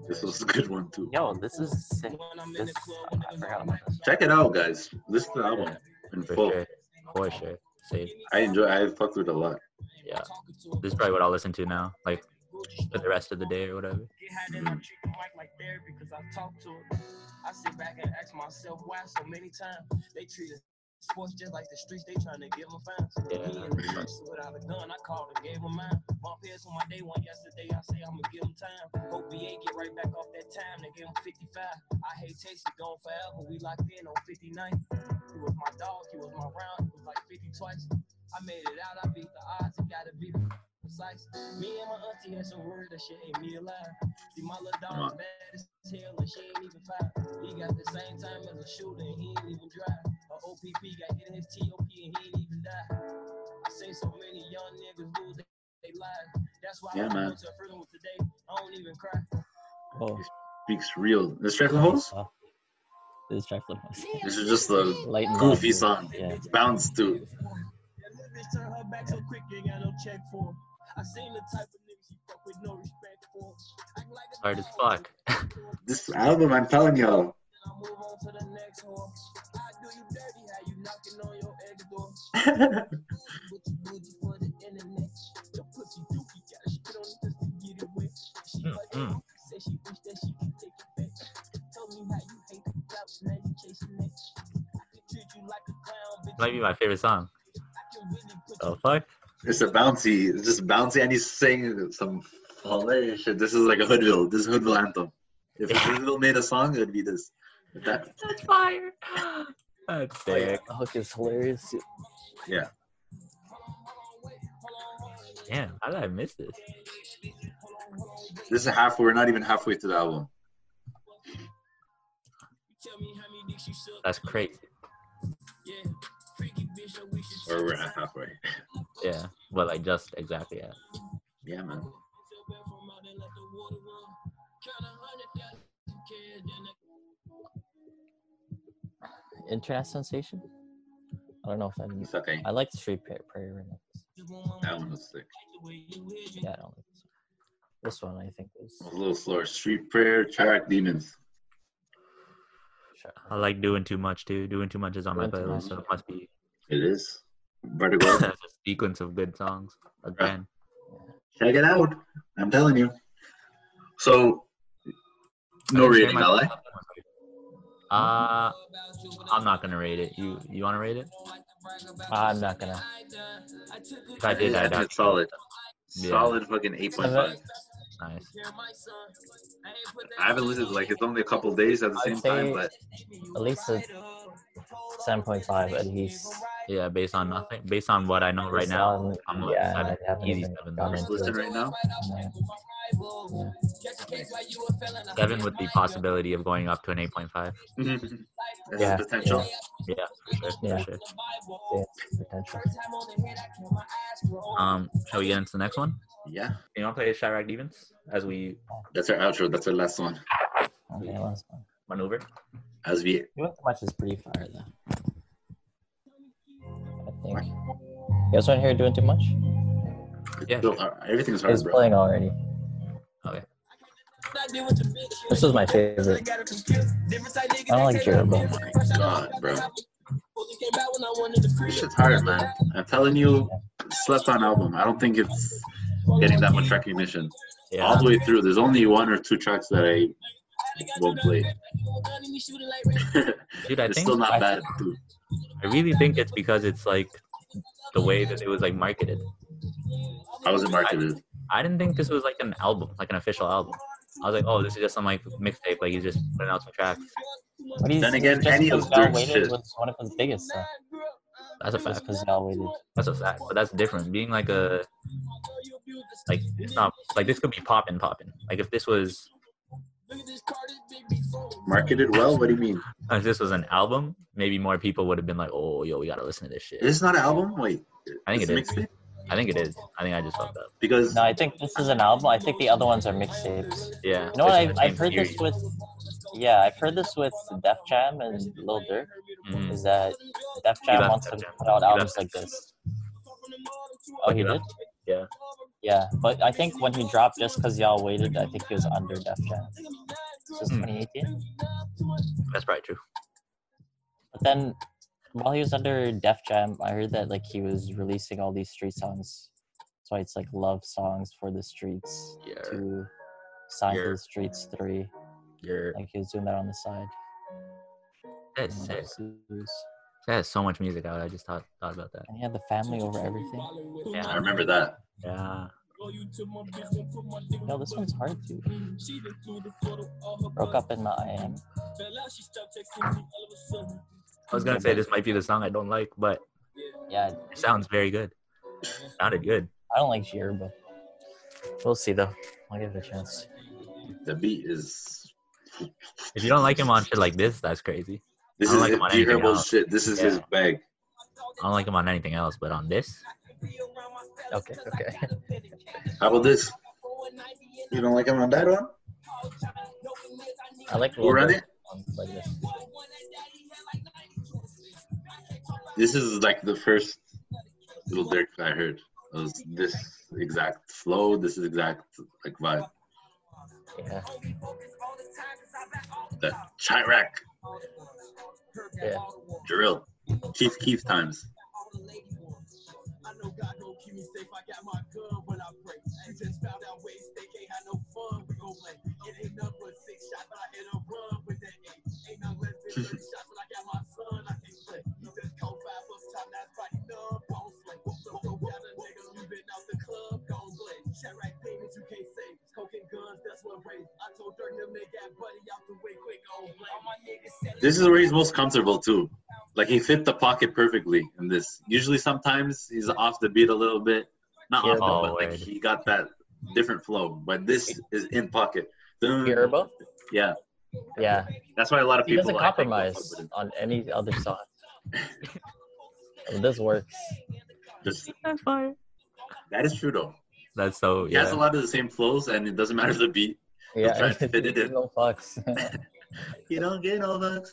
[SPEAKER 1] This was a good one too.
[SPEAKER 3] yo, this is sick. This, I forgot about this.
[SPEAKER 1] Check it out, guys. Listen to the album in
[SPEAKER 2] For
[SPEAKER 1] full.
[SPEAKER 2] sure. For sure. Save.
[SPEAKER 1] I enjoy. I fucked with it a lot.
[SPEAKER 2] Yeah. This is probably what I'll listen to now, like for the rest of the day or whatever.
[SPEAKER 1] Mhm.
[SPEAKER 2] Yeah.
[SPEAKER 9] I made it out, I beat the odds, it gotta be precise. Me and my auntie had some word that shit ain't me alive. See, my little
[SPEAKER 1] Uh-huh.
[SPEAKER 9] dog's bad as hell, and she ain't even five. He got the same time as a shooter, and he ain't even drive. A OPP got hit in his TOP, and he ain't even die. I seen so many young niggas lose their lives. That's why
[SPEAKER 1] Yeah,
[SPEAKER 9] I
[SPEAKER 1] man.
[SPEAKER 9] go to a funeral today. I don't even cry.
[SPEAKER 3] Oh,
[SPEAKER 1] Speaks real. This Trifling Holes?
[SPEAKER 3] oh. this is Trifling Holes.
[SPEAKER 1] This is just a
[SPEAKER 3] Lighten up.
[SPEAKER 1] goofy song.
[SPEAKER 3] Yeah.
[SPEAKER 1] Bounce to.
[SPEAKER 9] That little bitch turn her back so quick, ain't got no check for. I seen the type of niggas you fuck with no respect for. Act like a
[SPEAKER 2] Hard as fuck.
[SPEAKER 1] This album, I'm telling y'all.
[SPEAKER 9] I move on to the next one. I do you dirty, how you knocking on your ex door. With the booty for the internet. Your pussy dookie got a spit on it just to get it wet. She
[SPEAKER 2] Mm,
[SPEAKER 9] fucked
[SPEAKER 2] mm.
[SPEAKER 9] up, said she wished that she could take it back. Tell me how you hate the clout, now you chasing that. I can treat you like a clown, bitch.
[SPEAKER 2] Might be my favorite song.
[SPEAKER 9] I can really put
[SPEAKER 2] The
[SPEAKER 9] you
[SPEAKER 2] fuck?
[SPEAKER 1] It's a bouncy. It's just bouncy, and he's singing some hilarious shit. This is like a Hoodville. This is Hoodville anthem. If Hoodville made a song, it'd be this. If that-
[SPEAKER 2] That's fire. That's
[SPEAKER 3] Oh, yeah.
[SPEAKER 2] sick.
[SPEAKER 3] The hook is hilarious.
[SPEAKER 1] yeah.
[SPEAKER 2] Damn, how did I miss this?
[SPEAKER 1] This is half. We're not even halfway through the album.
[SPEAKER 9] Tell me how many dicks you suck.
[SPEAKER 2] That's crazy.
[SPEAKER 9] Yeah, freaky bitch, I wish you
[SPEAKER 1] Or we're at halfway.
[SPEAKER 2] Yeah. Well, like just exactly. Yeah.
[SPEAKER 1] Yeah, man.
[SPEAKER 9] feel bad for 'em out and let the water run. Count a hundred thousand kids, then I
[SPEAKER 3] Internet sensation. I don't know if I'm.
[SPEAKER 1] It's okay.
[SPEAKER 3] I like Street Pra- Prairie Remix.
[SPEAKER 9] just want my
[SPEAKER 1] That one was sick.
[SPEAKER 9] like the way you is.
[SPEAKER 3] Yeah, I don't like this one. This one I think
[SPEAKER 1] It
[SPEAKER 3] was.
[SPEAKER 1] was a little slower. Street Prayer, Chariot Demons.
[SPEAKER 3] Sure.
[SPEAKER 2] I like doing too much too. Doing too much is on my
[SPEAKER 3] Doing Too
[SPEAKER 2] playlist,
[SPEAKER 3] Much.
[SPEAKER 2] so it must be
[SPEAKER 1] It is. Vertigo.
[SPEAKER 2] a sequence of good songs. Again,
[SPEAKER 1] Check it out. I'm telling you. So, no
[SPEAKER 2] I didn't share
[SPEAKER 1] rating,
[SPEAKER 2] my-
[SPEAKER 1] LA.
[SPEAKER 2] Uh, I'm not gonna rate it. You you want to rate it?
[SPEAKER 3] I'm not gonna.
[SPEAKER 2] If I did, I'd
[SPEAKER 1] That's
[SPEAKER 2] have
[SPEAKER 1] it, solid.
[SPEAKER 2] Yeah.
[SPEAKER 1] Solid fucking 8.5.
[SPEAKER 2] nice.
[SPEAKER 1] I haven't listened to like it's only a couple days at the
[SPEAKER 3] I'd
[SPEAKER 1] same
[SPEAKER 3] say-
[SPEAKER 1] time, but
[SPEAKER 3] At least it's 7.5 at least.
[SPEAKER 2] Yeah, based on nothing, based on what I know right
[SPEAKER 3] Based
[SPEAKER 2] now,
[SPEAKER 3] on-
[SPEAKER 2] I'm going
[SPEAKER 3] yeah,
[SPEAKER 2] seven.
[SPEAKER 3] I haven't
[SPEAKER 2] Easy
[SPEAKER 3] even
[SPEAKER 2] seven.
[SPEAKER 3] gone
[SPEAKER 1] just
[SPEAKER 3] into
[SPEAKER 1] listen
[SPEAKER 3] it.
[SPEAKER 1] right now.
[SPEAKER 2] Seven with the possibility of going up to an 8.9.
[SPEAKER 1] That's
[SPEAKER 3] Yeah.
[SPEAKER 1] the potential.
[SPEAKER 2] Yeah, for sure.
[SPEAKER 3] Yeah.
[SPEAKER 2] For sure.
[SPEAKER 3] Yeah, potential.
[SPEAKER 2] Um, shall we get into the next one?
[SPEAKER 1] Yeah.
[SPEAKER 2] You want to play Chirac Demons as we
[SPEAKER 1] That's our outro. That's our last one.
[SPEAKER 3] Okay, last one.
[SPEAKER 2] maneuver?
[SPEAKER 1] As we
[SPEAKER 3] You went to much is pretty fire though. I think. You guys want to hear doing too much?
[SPEAKER 2] Yeah,
[SPEAKER 1] Bill,
[SPEAKER 2] sure.
[SPEAKER 1] uh, everything's hard,
[SPEAKER 3] It's
[SPEAKER 1] bro.
[SPEAKER 3] playing already.
[SPEAKER 9] I deal with the bitch.
[SPEAKER 3] This was my favorite.
[SPEAKER 9] got a computer. Different type nigga
[SPEAKER 3] I don't
[SPEAKER 9] that
[SPEAKER 3] like
[SPEAKER 9] take
[SPEAKER 3] Jared
[SPEAKER 9] my
[SPEAKER 3] Bowen.
[SPEAKER 9] different-
[SPEAKER 1] Oh My God, bro.
[SPEAKER 9] Only came out when I wanted to
[SPEAKER 1] This
[SPEAKER 9] creep.
[SPEAKER 1] shit's hard, man. I'm telling you, slept on album. I don't think it's getting that much recognition. All
[SPEAKER 2] Yeah.
[SPEAKER 1] the way through, there's only one or two tracks that I won't play. it's
[SPEAKER 2] Dude, I think
[SPEAKER 1] still not
[SPEAKER 3] I-
[SPEAKER 1] bad, too.
[SPEAKER 2] I really think it's because it's like the way that it was like marketed.
[SPEAKER 1] How was it marketed?
[SPEAKER 2] I didn't think this was like an album, like an official album. I was like, oh, this is just some like mixtape, like he's just putting out some tracks.
[SPEAKER 3] What do you
[SPEAKER 1] Then again,
[SPEAKER 3] just
[SPEAKER 1] any of
[SPEAKER 3] because y'all
[SPEAKER 1] Dirt's
[SPEAKER 3] waited
[SPEAKER 1] shit.
[SPEAKER 3] was one of his biggest. So
[SPEAKER 2] That's a
[SPEAKER 3] just
[SPEAKER 2] fact.
[SPEAKER 3] because y'all waited.
[SPEAKER 2] That's a fact. But that's different. Being like a like it's not like this could be poppin' poppin'. Like if this was
[SPEAKER 1] Marketed well? What do you mean?
[SPEAKER 2] if this was an album, maybe more people would have been like, oh, yo, we gotta listen to this shit.
[SPEAKER 1] This is not an album? Wait.
[SPEAKER 2] I think
[SPEAKER 1] it's
[SPEAKER 2] it
[SPEAKER 1] a
[SPEAKER 2] is.
[SPEAKER 1] mixtape?
[SPEAKER 2] I think it is. I think I just fucked up.
[SPEAKER 1] Because
[SPEAKER 3] No, I think this is an album. I think the other ones are mixtapes.
[SPEAKER 2] Yeah.
[SPEAKER 3] You know what?
[SPEAKER 2] it's in
[SPEAKER 3] I've,
[SPEAKER 2] the same
[SPEAKER 3] I've heard this
[SPEAKER 2] series.
[SPEAKER 3] with, yeah, I've heard this with Def Jam and Lil Durk.
[SPEAKER 2] Mhm.
[SPEAKER 3] Is that Def
[SPEAKER 2] He
[SPEAKER 3] Jam
[SPEAKER 2] left
[SPEAKER 3] wants
[SPEAKER 2] Def
[SPEAKER 3] to
[SPEAKER 2] Jam.
[SPEAKER 3] put out
[SPEAKER 2] He left
[SPEAKER 3] albums
[SPEAKER 2] Def
[SPEAKER 3] like
[SPEAKER 2] Jam.
[SPEAKER 3] this? Oh, he
[SPEAKER 2] Yeah.
[SPEAKER 3] did.
[SPEAKER 2] Yeah.
[SPEAKER 3] Yeah, but I think when he dropped just because y'all waited, I think he was under Def Jam. This was
[SPEAKER 2] Hmm.
[SPEAKER 3] 2018.
[SPEAKER 2] That's probably true.
[SPEAKER 3] But then while he was under Def Jam, I heard that like he was releasing all these street songs. That's why it's like love songs for the streets.
[SPEAKER 2] Yeah.
[SPEAKER 3] To sign
[SPEAKER 2] Yeah.
[SPEAKER 3] to the streets three.
[SPEAKER 2] You're
[SPEAKER 3] Like he was doing that on the side.
[SPEAKER 2] that's
[SPEAKER 3] in one
[SPEAKER 2] sick.
[SPEAKER 3] of the series.
[SPEAKER 2] That has so much music out. I just thought thought about that.
[SPEAKER 3] And he had the family over everything.
[SPEAKER 1] I
[SPEAKER 2] Yeah.
[SPEAKER 1] remember that.
[SPEAKER 2] Yeah.
[SPEAKER 3] Yo, this one's hard too. Broke up in my
[SPEAKER 11] um,
[SPEAKER 3] IM.
[SPEAKER 2] I was gonna say this might be the song I don't like, but
[SPEAKER 11] Yeah,
[SPEAKER 2] It sounds very good. Sounded good.
[SPEAKER 11] I don't like Sheer, but we'll see though. I'll give it a chance.
[SPEAKER 1] The beat is.
[SPEAKER 2] If you don't like him on shit like this, that's crazy.
[SPEAKER 1] This
[SPEAKER 2] I don't
[SPEAKER 1] is
[SPEAKER 2] like him on
[SPEAKER 1] D
[SPEAKER 2] anything
[SPEAKER 1] Herbo's
[SPEAKER 2] else.
[SPEAKER 1] shit. This is his
[SPEAKER 2] Yeah.
[SPEAKER 1] bag.
[SPEAKER 2] I don't like him on anything else, but on this,
[SPEAKER 11] Okay, okay.
[SPEAKER 1] How about this? You don't like him on that one?
[SPEAKER 11] I like
[SPEAKER 1] Who run
[SPEAKER 11] Lil
[SPEAKER 1] it?
[SPEAKER 11] Durk like this.
[SPEAKER 1] This is like the first little Dirk I heard. It was this exact flow, this is exact like vibe.
[SPEAKER 11] Yeah,
[SPEAKER 1] That Chirac
[SPEAKER 11] yeah.
[SPEAKER 1] drill. Chief Keef times. This is where he's most comfortable too. Like he fit the pocket perfectly in this. Usually sometimes he's off the beat a little bit. Not
[SPEAKER 11] Yeah.
[SPEAKER 1] off the but like
[SPEAKER 2] Forward.
[SPEAKER 1] he got that different flow. But this is in pocket.
[SPEAKER 11] Pierbo?
[SPEAKER 1] Yeah.
[SPEAKER 11] Yeah.
[SPEAKER 1] That's why a lot of
[SPEAKER 11] He
[SPEAKER 1] people
[SPEAKER 11] doesn't
[SPEAKER 1] I think, don't
[SPEAKER 11] compromise
[SPEAKER 1] fuck with him.
[SPEAKER 11] on any other song. And this works.
[SPEAKER 1] Just
[SPEAKER 2] that's fire.
[SPEAKER 1] that is true though.
[SPEAKER 2] That's so
[SPEAKER 1] He has a
[SPEAKER 2] yeah.
[SPEAKER 1] lot of the same flows and it doesn't matter the beat.
[SPEAKER 11] Yeah.
[SPEAKER 1] trying to fit it in.
[SPEAKER 11] No fucks.
[SPEAKER 1] You don't get all that.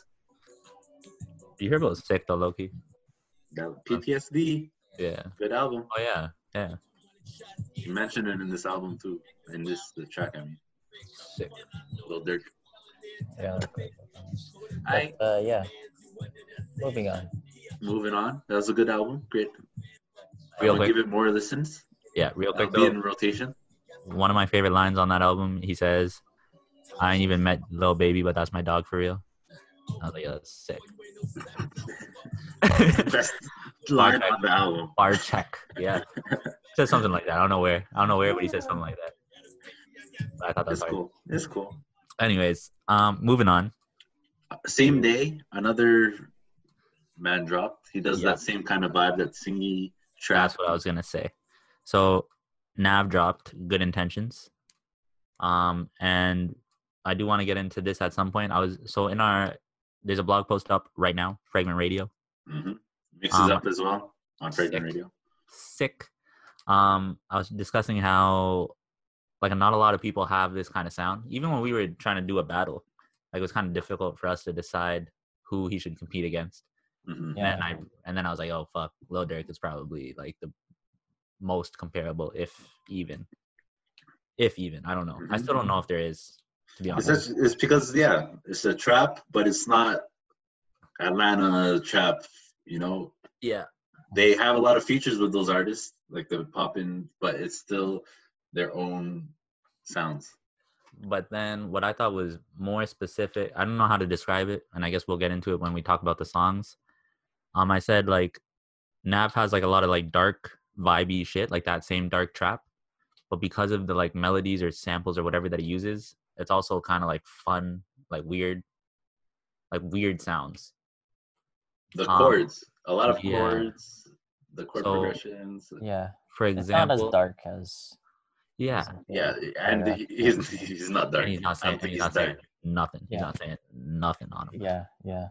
[SPEAKER 2] D Herbo's sick though, Loki.
[SPEAKER 1] That PTSD,
[SPEAKER 2] Yeah.
[SPEAKER 1] good album.
[SPEAKER 2] Oh yeah. Yeah.
[SPEAKER 1] You mentioned it in this album too. In this the track, I mean.
[SPEAKER 2] Sick.
[SPEAKER 1] Little Dirk.
[SPEAKER 11] yeah.
[SPEAKER 1] I
[SPEAKER 11] But, uh, yeah. Moving on.
[SPEAKER 1] moving on. That was a good album. Great. I'm
[SPEAKER 2] Real
[SPEAKER 1] gonna
[SPEAKER 2] quick.
[SPEAKER 1] give it more listens.
[SPEAKER 2] Yeah. Real
[SPEAKER 1] That'll
[SPEAKER 2] quick
[SPEAKER 1] be
[SPEAKER 2] though.
[SPEAKER 1] in rotation.
[SPEAKER 2] one of my favorite lines on that album. He says, "I ain't even met Lil Baby, but that's my dog for real." I was like, "Yeah, that's sick."
[SPEAKER 1] Best line on the album.
[SPEAKER 2] Bar check, yeah. Says something like that. I don't know where. I don't know where, but he said something like that. But I thought that was
[SPEAKER 1] It's
[SPEAKER 2] hard.
[SPEAKER 1] cool. It's cool.
[SPEAKER 2] Anyways, um, moving on.
[SPEAKER 1] Same day, another man dropped. He does
[SPEAKER 2] Yeah.
[SPEAKER 1] that same kind of vibe, that singy trap.
[SPEAKER 2] That's what I was gonna say. So, Nav dropped Good Intentions, um, and I do want to get into this at some point. I was so in our there's a blog post up right now, Fragment Radio.
[SPEAKER 1] hmm Mixes
[SPEAKER 2] Um,
[SPEAKER 1] up as well on Pregnant
[SPEAKER 2] sick.
[SPEAKER 1] Radio.
[SPEAKER 2] sick. Um, I was discussing how like not a lot of people have this kind of sound. Even when we were trying to do a battle, like it was kind of difficult for us to decide who he should compete against.
[SPEAKER 1] hmm
[SPEAKER 11] Yeah.
[SPEAKER 2] And I and then I was like, oh fuck, Lil Durk is probably like the most comparable, if even, if even. I don't know. I still don't know if there is. To be
[SPEAKER 1] It's,
[SPEAKER 2] honest,
[SPEAKER 1] just, it's because yeah, it's a trap, but it's not Atlanta trap. You know,
[SPEAKER 2] yeah,
[SPEAKER 1] they have a lot of features with those artists, like the pop in, but it's still their own sounds.
[SPEAKER 2] but then what I thought was more specific, I don't know how to describe it, and I guess we'll get into it when we talk about the songs. Um, I said like Nav has like a lot of like dark vibey shit, like that same dark trap, but because of the like melodies or samples or whatever that he uses, it's also kind of like fun, like weird, like weird sounds.
[SPEAKER 1] The
[SPEAKER 2] Um,
[SPEAKER 1] chords, a lot of
[SPEAKER 2] yeah.
[SPEAKER 1] chords, the chord
[SPEAKER 2] So-
[SPEAKER 1] progressions.
[SPEAKER 11] Yeah.
[SPEAKER 2] For
[SPEAKER 11] It's not as
[SPEAKER 2] example,
[SPEAKER 11] dark as.
[SPEAKER 2] yeah,
[SPEAKER 1] Yeah, and he, he's he's not dark.
[SPEAKER 2] and he's not
[SPEAKER 1] I don't
[SPEAKER 2] saying, and
[SPEAKER 1] think
[SPEAKER 2] he's
[SPEAKER 1] he's
[SPEAKER 2] not saying
[SPEAKER 1] dark.
[SPEAKER 2] nothing. He's
[SPEAKER 11] Yeah.
[SPEAKER 2] not saying nothing on him.
[SPEAKER 11] Yeah. Yeah.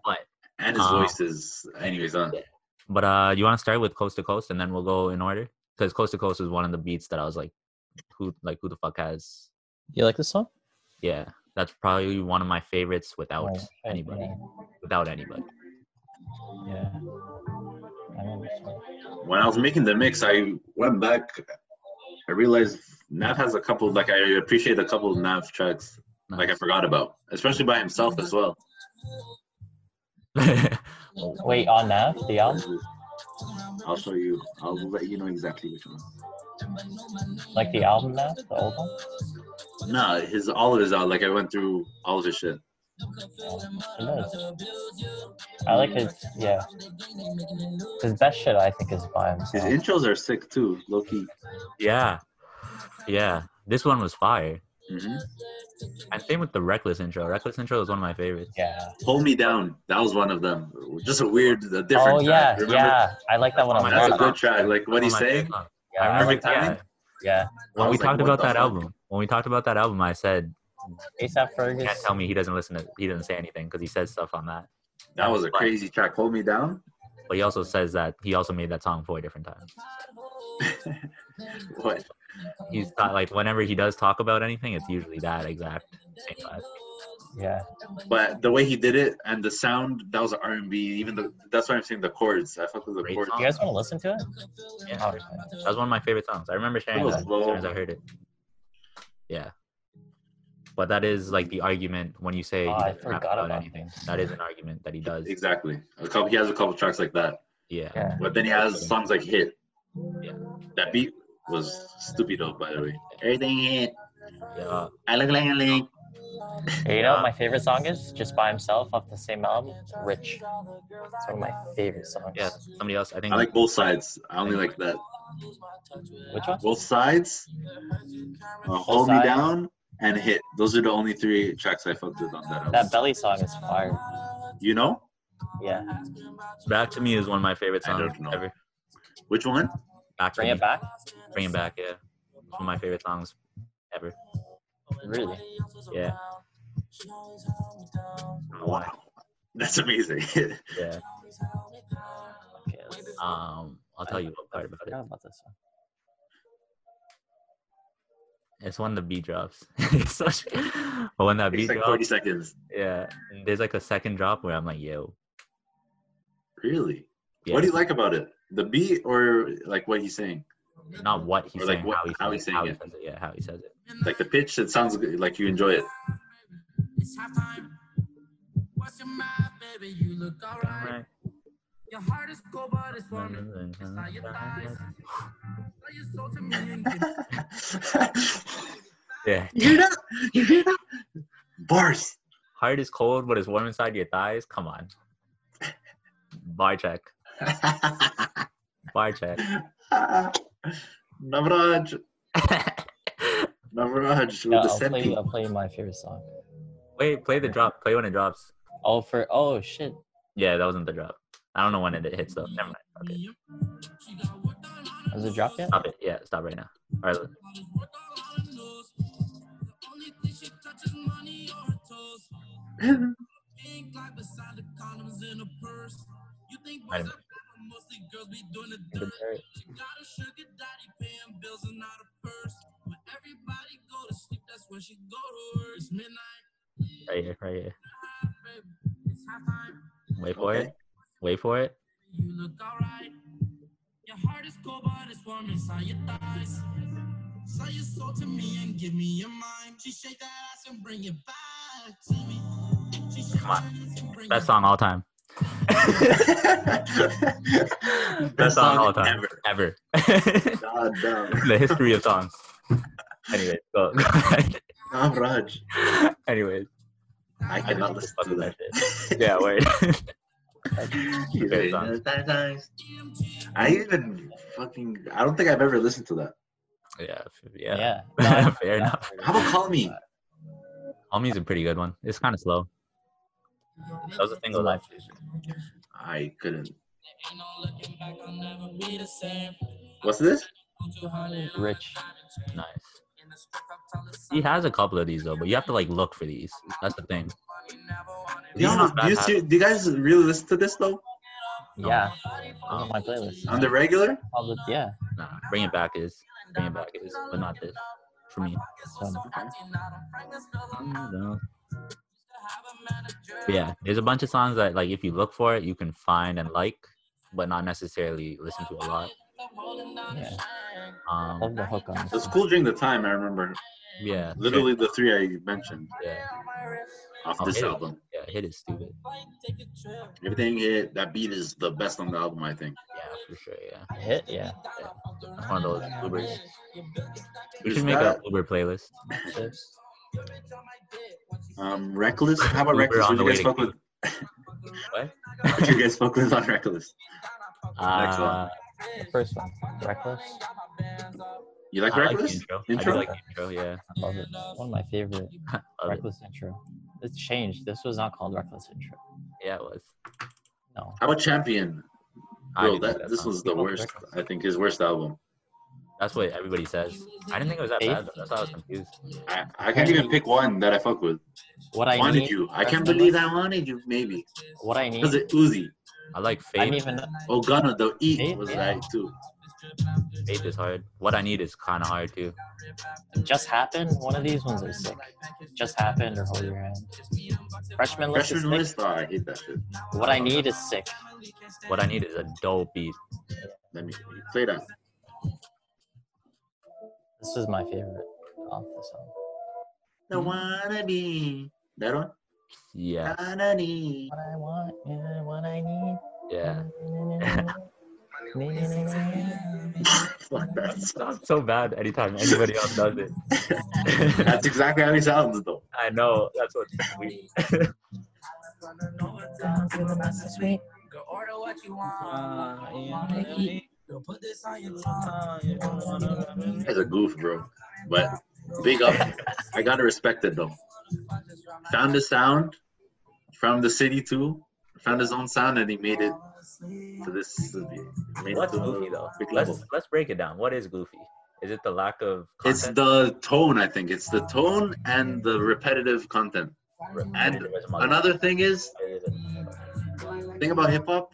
[SPEAKER 1] And his
[SPEAKER 2] Um,
[SPEAKER 1] voice is, anyways, on.
[SPEAKER 2] But uh, you want to start with Coast to Coast, and then we'll go in order because Coast to Coast was one of the beats that I was like, who like who the fuck has?
[SPEAKER 11] You like this song?
[SPEAKER 2] Yeah, that's probably one of my favorites without
[SPEAKER 11] Right, right,
[SPEAKER 2] anybody. Without anybody.
[SPEAKER 11] Yeah. I remember this song.
[SPEAKER 1] When I was making the mix, I went back. I realized Nav has a couple. Like I appreciate a couple of Nav tracks. Like I
[SPEAKER 2] Nice.
[SPEAKER 1] forgot about, especially by himself as well.
[SPEAKER 11] Wait, on Nav, the album?
[SPEAKER 1] I'll show you. I'll let you know exactly which one.
[SPEAKER 11] Like the album Nav, the old one?
[SPEAKER 1] Nah, his all of his out. Like I went through all of his shit.
[SPEAKER 11] Who knows? I like his, yeah. His best shit, I think, is by
[SPEAKER 1] His
[SPEAKER 11] himself.
[SPEAKER 1] intros are sick too, low key.
[SPEAKER 2] yeah, yeah. This one was fire.
[SPEAKER 1] hmm
[SPEAKER 2] And same with the Reckless intro. Reckless intro is one of my favorites.
[SPEAKER 11] Yeah.
[SPEAKER 1] Hold Me Down. That was one of them. Just a weird, a different track.
[SPEAKER 11] Oh yeah,
[SPEAKER 1] Remember?
[SPEAKER 11] yeah. I like that one a
[SPEAKER 2] my
[SPEAKER 1] That's a
[SPEAKER 11] lot.
[SPEAKER 1] good track. Like, what
[SPEAKER 2] One
[SPEAKER 1] do you
[SPEAKER 2] of my favorite
[SPEAKER 1] say?
[SPEAKER 2] songs.
[SPEAKER 11] Yeah.
[SPEAKER 2] I remember,
[SPEAKER 1] Perfect
[SPEAKER 2] yeah.
[SPEAKER 1] timing.
[SPEAKER 11] Yeah.
[SPEAKER 2] When
[SPEAKER 1] I
[SPEAKER 2] we
[SPEAKER 1] was like,
[SPEAKER 2] talked
[SPEAKER 1] what
[SPEAKER 2] about
[SPEAKER 1] the
[SPEAKER 2] that
[SPEAKER 1] fuck?
[SPEAKER 2] album, when we talked about that album, I said,
[SPEAKER 11] ASAP Fergus.
[SPEAKER 2] can't tell me he doesn't listen to, he doesn't say anything because he says stuff on that.
[SPEAKER 1] That was a crazy track. Hold Me Down.
[SPEAKER 2] But he also says that he also made that song four different times.
[SPEAKER 1] What?
[SPEAKER 2] He's
[SPEAKER 11] Oh.
[SPEAKER 2] not like whenever he does talk about anything, it's usually that exact same vibe.
[SPEAKER 11] Yeah.
[SPEAKER 1] But the way he did it and the sound, that was R and B. Even the that's why I'm saying the chords. I fuck with the
[SPEAKER 2] Great
[SPEAKER 1] chords.
[SPEAKER 2] song.
[SPEAKER 11] You guys want to listen to it? Oh,
[SPEAKER 2] Yeah. That was one of my favorite songs. I remember sharing
[SPEAKER 1] That was
[SPEAKER 2] that as soon as
[SPEAKER 1] low.
[SPEAKER 2] I heard it. Yeah. But that is like the argument when you say
[SPEAKER 11] Oh,
[SPEAKER 2] he
[SPEAKER 11] I
[SPEAKER 2] doesn't rap
[SPEAKER 11] forgot
[SPEAKER 2] about
[SPEAKER 11] about
[SPEAKER 2] anything. That is an argument that he does.
[SPEAKER 1] Exactly. A couple. He has a couple tracks like that.
[SPEAKER 2] Yeah.
[SPEAKER 11] Yeah.
[SPEAKER 1] But then he has songs like Hit.
[SPEAKER 2] Yeah.
[SPEAKER 1] That beat was stupid though. By the way, everything hit.
[SPEAKER 2] Yeah.
[SPEAKER 1] I look like a link.
[SPEAKER 11] Hey, you know what my favorite song is? Just by himself off the same album, Rich. It's one of my favorite songs.
[SPEAKER 2] Yeah. Somebody else. I think
[SPEAKER 1] I like both sides. I only like that.
[SPEAKER 11] Which one?
[SPEAKER 1] Both sides. uh, Hold Me
[SPEAKER 11] Sides.
[SPEAKER 1] Down and Hit. Those are the only three tracks I fucked with on that album.
[SPEAKER 11] That belly song is fire.
[SPEAKER 1] you know
[SPEAKER 11] Yeah.
[SPEAKER 2] that to me is one of my favorite
[SPEAKER 1] I
[SPEAKER 2] songs
[SPEAKER 1] don't know.
[SPEAKER 2] ever.
[SPEAKER 1] which one?
[SPEAKER 2] Back to
[SPEAKER 11] Bring
[SPEAKER 2] Me.
[SPEAKER 11] it back.
[SPEAKER 2] Bring it back. Yeah. It's one of my favorite songs ever.
[SPEAKER 11] Really?
[SPEAKER 2] Yeah. I don't know why.
[SPEAKER 1] Wow, that's amazing.
[SPEAKER 2] Yeah.
[SPEAKER 11] Okay. let's-
[SPEAKER 2] Um, I'll tell you what part about
[SPEAKER 11] I
[SPEAKER 2] it.
[SPEAKER 11] forgot about this one.
[SPEAKER 2] It's when the beat drops. it's such, but when that beat
[SPEAKER 1] it's like
[SPEAKER 2] drops,
[SPEAKER 1] 40 seconds.
[SPEAKER 2] yeah, there's like a second drop where I'm like, yo,
[SPEAKER 1] Really?
[SPEAKER 2] yeah,
[SPEAKER 1] What do you like about it? The beat or like what he's saying?
[SPEAKER 2] not what he's
[SPEAKER 1] or like
[SPEAKER 2] saying,
[SPEAKER 1] what-
[SPEAKER 2] how, he
[SPEAKER 1] how he's
[SPEAKER 2] says it,
[SPEAKER 1] saying
[SPEAKER 2] how
[SPEAKER 1] it?
[SPEAKER 2] he says it, yeah, how he says it.
[SPEAKER 1] Like the pitch, it sounds good, like you enjoy it.
[SPEAKER 12] It's halftime. What's your math, baby? You look alright. Your heart is cold, but it's warming. It's not your thighs. But your soul to me and give
[SPEAKER 2] Yeah,
[SPEAKER 1] you hear that? You hear that? Bars.
[SPEAKER 2] heart is cold, but it's warm inside your thighs. Come on, bar check, bar check.
[SPEAKER 1] Navraj. Navraj with the
[SPEAKER 11] Yeah, I'll play.
[SPEAKER 1] senti.
[SPEAKER 11] I'll play my favorite song.
[SPEAKER 2] Wait, play the drop. Play when it drops.
[SPEAKER 11] Oh, for oh shit.
[SPEAKER 2] Yeah, that wasn't the drop. I don't know when it hits though. Never mind. Okay,
[SPEAKER 12] me. She got work done on her
[SPEAKER 11] Has it dropped
[SPEAKER 12] nose.
[SPEAKER 11] yet?
[SPEAKER 2] stop it. Yeah, stop right now. All right,
[SPEAKER 12] Got his work done on her nose. The only thing she touches money or her toes. Pink like beside the condoms in her purse. You think
[SPEAKER 2] Wait a
[SPEAKER 12] boys are bad, but mostly girls be doing the dirt. She got a sugar daddy paying bills and not a purse. When everybody go to sleep, that's when she go to work. It's midnight,
[SPEAKER 2] right here, right here.
[SPEAKER 12] half, baby. It's halftime.
[SPEAKER 2] Wait for
[SPEAKER 1] Okay.
[SPEAKER 2] it. Wait for it.
[SPEAKER 12] You look alright. Your heart is cold, but it's warm inside your thighs. Sell your soul to me and give me your mind. She shake that ass and bring it back to me. She shake
[SPEAKER 2] Come on.
[SPEAKER 12] that ass and bring
[SPEAKER 2] Best
[SPEAKER 12] it
[SPEAKER 2] song all time.
[SPEAKER 1] Best song
[SPEAKER 2] all time
[SPEAKER 1] ever.
[SPEAKER 2] ever.
[SPEAKER 1] God damn.
[SPEAKER 2] the history of songs. Anyway, go. go ahead.
[SPEAKER 1] Navraj.
[SPEAKER 2] Anyways,
[SPEAKER 1] I
[SPEAKER 2] I
[SPEAKER 1] cannot
[SPEAKER 2] just
[SPEAKER 1] listen
[SPEAKER 2] fucking
[SPEAKER 1] to
[SPEAKER 2] that shit. Yeah, wait.
[SPEAKER 1] He's
[SPEAKER 2] Good
[SPEAKER 1] in
[SPEAKER 2] song.
[SPEAKER 1] the times. I even fucking. I don't think I've ever listened to that.
[SPEAKER 2] yeah, f- yeah. Oh.
[SPEAKER 11] Yeah.
[SPEAKER 2] Fair enough.
[SPEAKER 1] How about Call Me?
[SPEAKER 2] Homie's a pretty good one. It's kind of slow. That was a single life.
[SPEAKER 1] I couldn't.
[SPEAKER 12] Ain't no looking back, I'll never be the same.
[SPEAKER 1] What's this?
[SPEAKER 12] I'm 200 on
[SPEAKER 11] Rich.
[SPEAKER 12] the chain.
[SPEAKER 2] Nice.
[SPEAKER 12] In the strip, I'm telling
[SPEAKER 2] He has a couple of these though, but you have to like look for these. That's the thing.
[SPEAKER 12] somebody never wanted
[SPEAKER 2] These
[SPEAKER 1] Yo,
[SPEAKER 2] are not
[SPEAKER 1] do, you
[SPEAKER 2] bad
[SPEAKER 1] see, do you guys really listen to this though?
[SPEAKER 11] Yeah. This is my playlist.
[SPEAKER 1] On the regular?
[SPEAKER 11] All the- yeah.
[SPEAKER 2] Nah, bring it back is. Bring it back is, but not this. For me.
[SPEAKER 11] This one.
[SPEAKER 2] No. But yeah, there's a bunch of songs that like if you look for it, you can find and like, but not necessarily listen to a lot.
[SPEAKER 11] Yeah.
[SPEAKER 2] Um,
[SPEAKER 11] Love the hook on this.
[SPEAKER 1] It's
[SPEAKER 11] one.
[SPEAKER 1] cool during the time, I remember.
[SPEAKER 2] yeah, sure.
[SPEAKER 1] Literally the three I mentioned
[SPEAKER 2] yeah,
[SPEAKER 1] off
[SPEAKER 2] Oh,
[SPEAKER 1] this
[SPEAKER 2] yeah.
[SPEAKER 1] album.
[SPEAKER 2] yeah, hit is stupid.
[SPEAKER 1] Everything hit, that beat is the best on the album, I think.
[SPEAKER 2] Yeah, for sure. Yeah,
[SPEAKER 11] Hit. Yeah.
[SPEAKER 2] that's one of those Ubers. We
[SPEAKER 1] There's
[SPEAKER 2] should make
[SPEAKER 1] that,
[SPEAKER 2] a Uber playlist.
[SPEAKER 11] Shit.
[SPEAKER 1] um, Reckless. How about
[SPEAKER 2] Uber
[SPEAKER 1] Reckless?
[SPEAKER 2] on
[SPEAKER 1] What
[SPEAKER 2] the
[SPEAKER 1] do you guys
[SPEAKER 2] way to
[SPEAKER 1] fuck with?
[SPEAKER 2] What?
[SPEAKER 1] What you guys fuck with on Reckless?
[SPEAKER 2] Uh,
[SPEAKER 11] The first one. Reckless.
[SPEAKER 1] You like
[SPEAKER 2] I like the
[SPEAKER 1] Reckless?
[SPEAKER 2] intro. I do
[SPEAKER 1] intro?
[SPEAKER 2] like the intro, yeah.
[SPEAKER 11] I love it. One of my favorite
[SPEAKER 2] it.
[SPEAKER 11] Reckless intro. It's changed. This was not called Reckless intro.
[SPEAKER 2] Yeah, it was.
[SPEAKER 11] No.
[SPEAKER 1] How about Champion?
[SPEAKER 2] I
[SPEAKER 1] Bro,
[SPEAKER 2] didn't like
[SPEAKER 1] that,
[SPEAKER 2] that
[SPEAKER 1] this
[SPEAKER 2] song.
[SPEAKER 1] was the worst. I think his worst album.
[SPEAKER 2] That's what everybody says. I didn't think it was that
[SPEAKER 11] Faith?
[SPEAKER 2] bad. Though. That's why I was confused.
[SPEAKER 1] I, I can't even pick one that I fuck with.
[SPEAKER 11] What I
[SPEAKER 1] wanted
[SPEAKER 11] need-
[SPEAKER 1] you. I can't believe I wanted you. Maybe
[SPEAKER 11] What I need.
[SPEAKER 1] because it Uzi.
[SPEAKER 2] I like Faith.
[SPEAKER 11] I didn't even.
[SPEAKER 1] Oh, Gunna the Eat
[SPEAKER 11] Faith,
[SPEAKER 1] was
[SPEAKER 11] yeah.
[SPEAKER 1] right too.
[SPEAKER 2] Faith is hard. What I need is kind of hard too.
[SPEAKER 11] Just happened. One of these ones are sick. Just happened or hold your hand. Freshman list.
[SPEAKER 1] Freshman
[SPEAKER 11] is sick.
[SPEAKER 1] list. Oh, I hate that shit.
[SPEAKER 11] What I need is sick.
[SPEAKER 2] What I need is a dope beat.
[SPEAKER 1] Let me play that.
[SPEAKER 11] This is my favorite off the song.
[SPEAKER 1] The wanna be that one.
[SPEAKER 2] Yeah,
[SPEAKER 1] Wanna be.
[SPEAKER 11] What I want, yeah, what I need.
[SPEAKER 2] yeah.
[SPEAKER 1] Fuck that song.
[SPEAKER 2] Sounds so bad anytime anybody else does it.
[SPEAKER 1] That's exactly how he sounds though.
[SPEAKER 2] I know. That's what's so weird.
[SPEAKER 11] Sweet.
[SPEAKER 1] He's a goof, bro. But big up. I gotta respect it though. Found his sound from the city too. Found his own sound and he made it to this. Made it
[SPEAKER 2] What's
[SPEAKER 1] to
[SPEAKER 2] goofy
[SPEAKER 1] a
[SPEAKER 2] though?
[SPEAKER 1] big
[SPEAKER 2] Let's
[SPEAKER 1] level.
[SPEAKER 2] let's break it down. What is goofy? Is it the lack of
[SPEAKER 1] It's
[SPEAKER 2] content?
[SPEAKER 1] the tone, I think. It's the tone and the repetitive content. and Another thing is, thing about hip hop,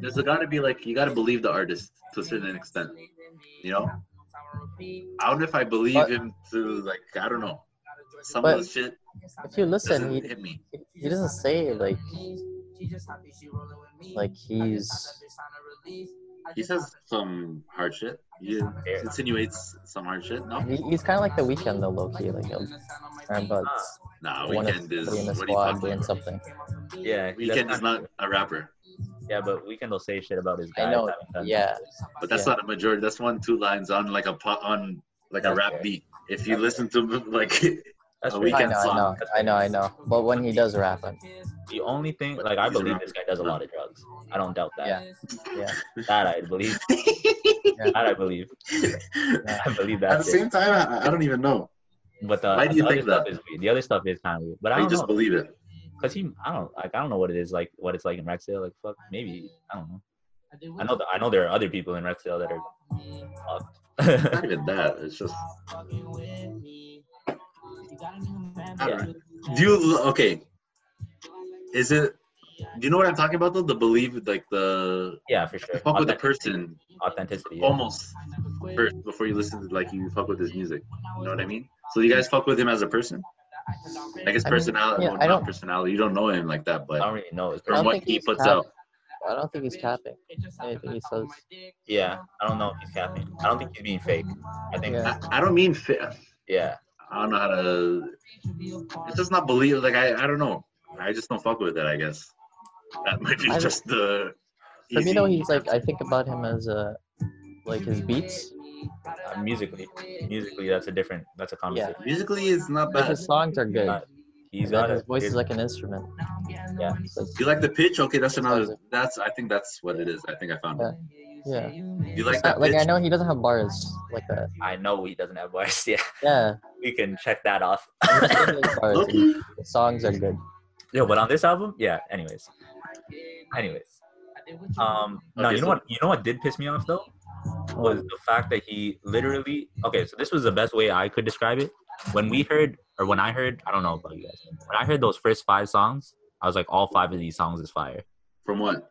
[SPEAKER 1] there's gotta be like you gotta believe the artist to a certain extent. You know? I don't know if I believe
[SPEAKER 3] But-
[SPEAKER 1] him to like I don't know. Some
[SPEAKER 3] But-
[SPEAKER 1] of the shit
[SPEAKER 3] If you listen,
[SPEAKER 1] doesn't
[SPEAKER 3] he,
[SPEAKER 1] hit me.
[SPEAKER 3] he doesn't say like like he's
[SPEAKER 1] He says some hard shit. He insinuates some hard shit. No,
[SPEAKER 3] he, he's kind of like the weekend though, low key. Like he'll turn but
[SPEAKER 1] nah.
[SPEAKER 3] one of
[SPEAKER 1] Ah, Weekend is
[SPEAKER 3] three in the
[SPEAKER 1] what are you
[SPEAKER 3] squad
[SPEAKER 1] talking
[SPEAKER 3] doing
[SPEAKER 1] about?
[SPEAKER 3] something.
[SPEAKER 2] yeah. he
[SPEAKER 1] Weekend
[SPEAKER 2] does
[SPEAKER 1] is not a rapper,
[SPEAKER 2] Yeah, but Weekend will say shit about his guy.
[SPEAKER 3] I know. Yeah,
[SPEAKER 1] but that's
[SPEAKER 3] Yeah.
[SPEAKER 1] not a majority. That's one two lines on like a po- on like a
[SPEAKER 2] That's
[SPEAKER 1] rap
[SPEAKER 2] fair.
[SPEAKER 1] beat. If you listen to like
[SPEAKER 2] That's
[SPEAKER 1] a
[SPEAKER 2] fair.
[SPEAKER 3] I
[SPEAKER 1] weekend
[SPEAKER 3] know, I know,
[SPEAKER 1] song,
[SPEAKER 3] I know, I know. But when he does rap, I'm-
[SPEAKER 2] The only thing,
[SPEAKER 1] But
[SPEAKER 2] like, I
[SPEAKER 1] he's a
[SPEAKER 2] believe
[SPEAKER 1] rapper.
[SPEAKER 2] this guy does a lot of drugs. I don't doubt that.
[SPEAKER 3] Yeah. yeah,
[SPEAKER 2] That I believe. That I believe. I believe
[SPEAKER 1] at the
[SPEAKER 2] that. shit.
[SPEAKER 1] same time, I, I don't even know.
[SPEAKER 2] But the,
[SPEAKER 1] Why do you
[SPEAKER 2] the other
[SPEAKER 1] think
[SPEAKER 2] stuff
[SPEAKER 1] that?
[SPEAKER 2] is weird. The other stuff is kind of weird. But I
[SPEAKER 1] I,
[SPEAKER 2] don't
[SPEAKER 1] just
[SPEAKER 2] know.
[SPEAKER 1] believe it.
[SPEAKER 2] Cause he, I don't like. I don't know what it is like. What it's like in Rexdale. Like fuck, maybe I don't know. I know. That, I know there are other people in Rexdale that are fucked.
[SPEAKER 1] Not even that. It's just I
[SPEAKER 2] yeah.
[SPEAKER 1] don't know. Do you okay? Is it? Do you know what I'm talking about though? The belief, like the
[SPEAKER 2] Yeah, for sure.
[SPEAKER 1] fuck with the
[SPEAKER 2] Authenticity-
[SPEAKER 1] person
[SPEAKER 2] Authenticity. yeah.
[SPEAKER 1] almost first before you listen to like you fuck with his music. You know what I mean? So you guys fuck with him as a person, like his
[SPEAKER 3] I mean,
[SPEAKER 1] personality.
[SPEAKER 3] yeah,
[SPEAKER 1] well,
[SPEAKER 3] I
[SPEAKER 1] not
[SPEAKER 3] don't-
[SPEAKER 1] personality. You don't know him like that,
[SPEAKER 2] I don't
[SPEAKER 1] but
[SPEAKER 2] really know. It's
[SPEAKER 3] I
[SPEAKER 1] from
[SPEAKER 3] don't
[SPEAKER 1] what
[SPEAKER 3] think
[SPEAKER 1] he
[SPEAKER 3] he's
[SPEAKER 1] puts
[SPEAKER 3] capping.
[SPEAKER 1] out,
[SPEAKER 3] I don't think he's capping anything he says.
[SPEAKER 2] yeah. I don't know if he's capping. I don't think he's being fake. I think.
[SPEAKER 3] Yeah.
[SPEAKER 2] Yeah.
[SPEAKER 1] I, I don't mean. Fa-
[SPEAKER 2] yeah.
[SPEAKER 1] I don't know how to. It's just not believe. Like I, I don't know. I just don't fuck with it. I guess that might be
[SPEAKER 3] I-
[SPEAKER 1] just the.
[SPEAKER 3] For me
[SPEAKER 1] easy-
[SPEAKER 3] though, he's like I think about him as a like his beats.
[SPEAKER 2] Uh, musically, musically, that's a different. That's a conversation.
[SPEAKER 1] musically, it's not
[SPEAKER 3] Like
[SPEAKER 1] bad.
[SPEAKER 3] his songs are good.
[SPEAKER 2] Not- He's
[SPEAKER 3] And then
[SPEAKER 2] got
[SPEAKER 3] his
[SPEAKER 2] a
[SPEAKER 3] voice is
[SPEAKER 2] weird-
[SPEAKER 3] like an instrument.
[SPEAKER 2] Yeah.
[SPEAKER 3] It's like-
[SPEAKER 1] You like the pitch? Okay, that's another.
[SPEAKER 3] Expensive.
[SPEAKER 1] That's I think that's what it is. I think I found it.
[SPEAKER 3] yeah.
[SPEAKER 1] You like
[SPEAKER 3] It's not-
[SPEAKER 1] that
[SPEAKER 3] like I
[SPEAKER 1] pitch?
[SPEAKER 3] know he doesn't have bars like that.
[SPEAKER 2] I know he doesn't have bars. Yeah,
[SPEAKER 3] Yeah.
[SPEAKER 2] we can check that off.
[SPEAKER 3] he doesn't have bars, and
[SPEAKER 1] Loki.
[SPEAKER 3] The songs are good.
[SPEAKER 2] Yo, but on this album, yeah. Anyways, anyways, um, no,
[SPEAKER 1] Okay,
[SPEAKER 2] you know
[SPEAKER 1] so-
[SPEAKER 2] what? You know what did piss me off though was the fact that he literally. Okay, so this was the best way I could describe it. When we heard, or when I heard, I don't know about you guys. When I heard those first five songs, I was like, all five of these songs is fire.
[SPEAKER 1] From what?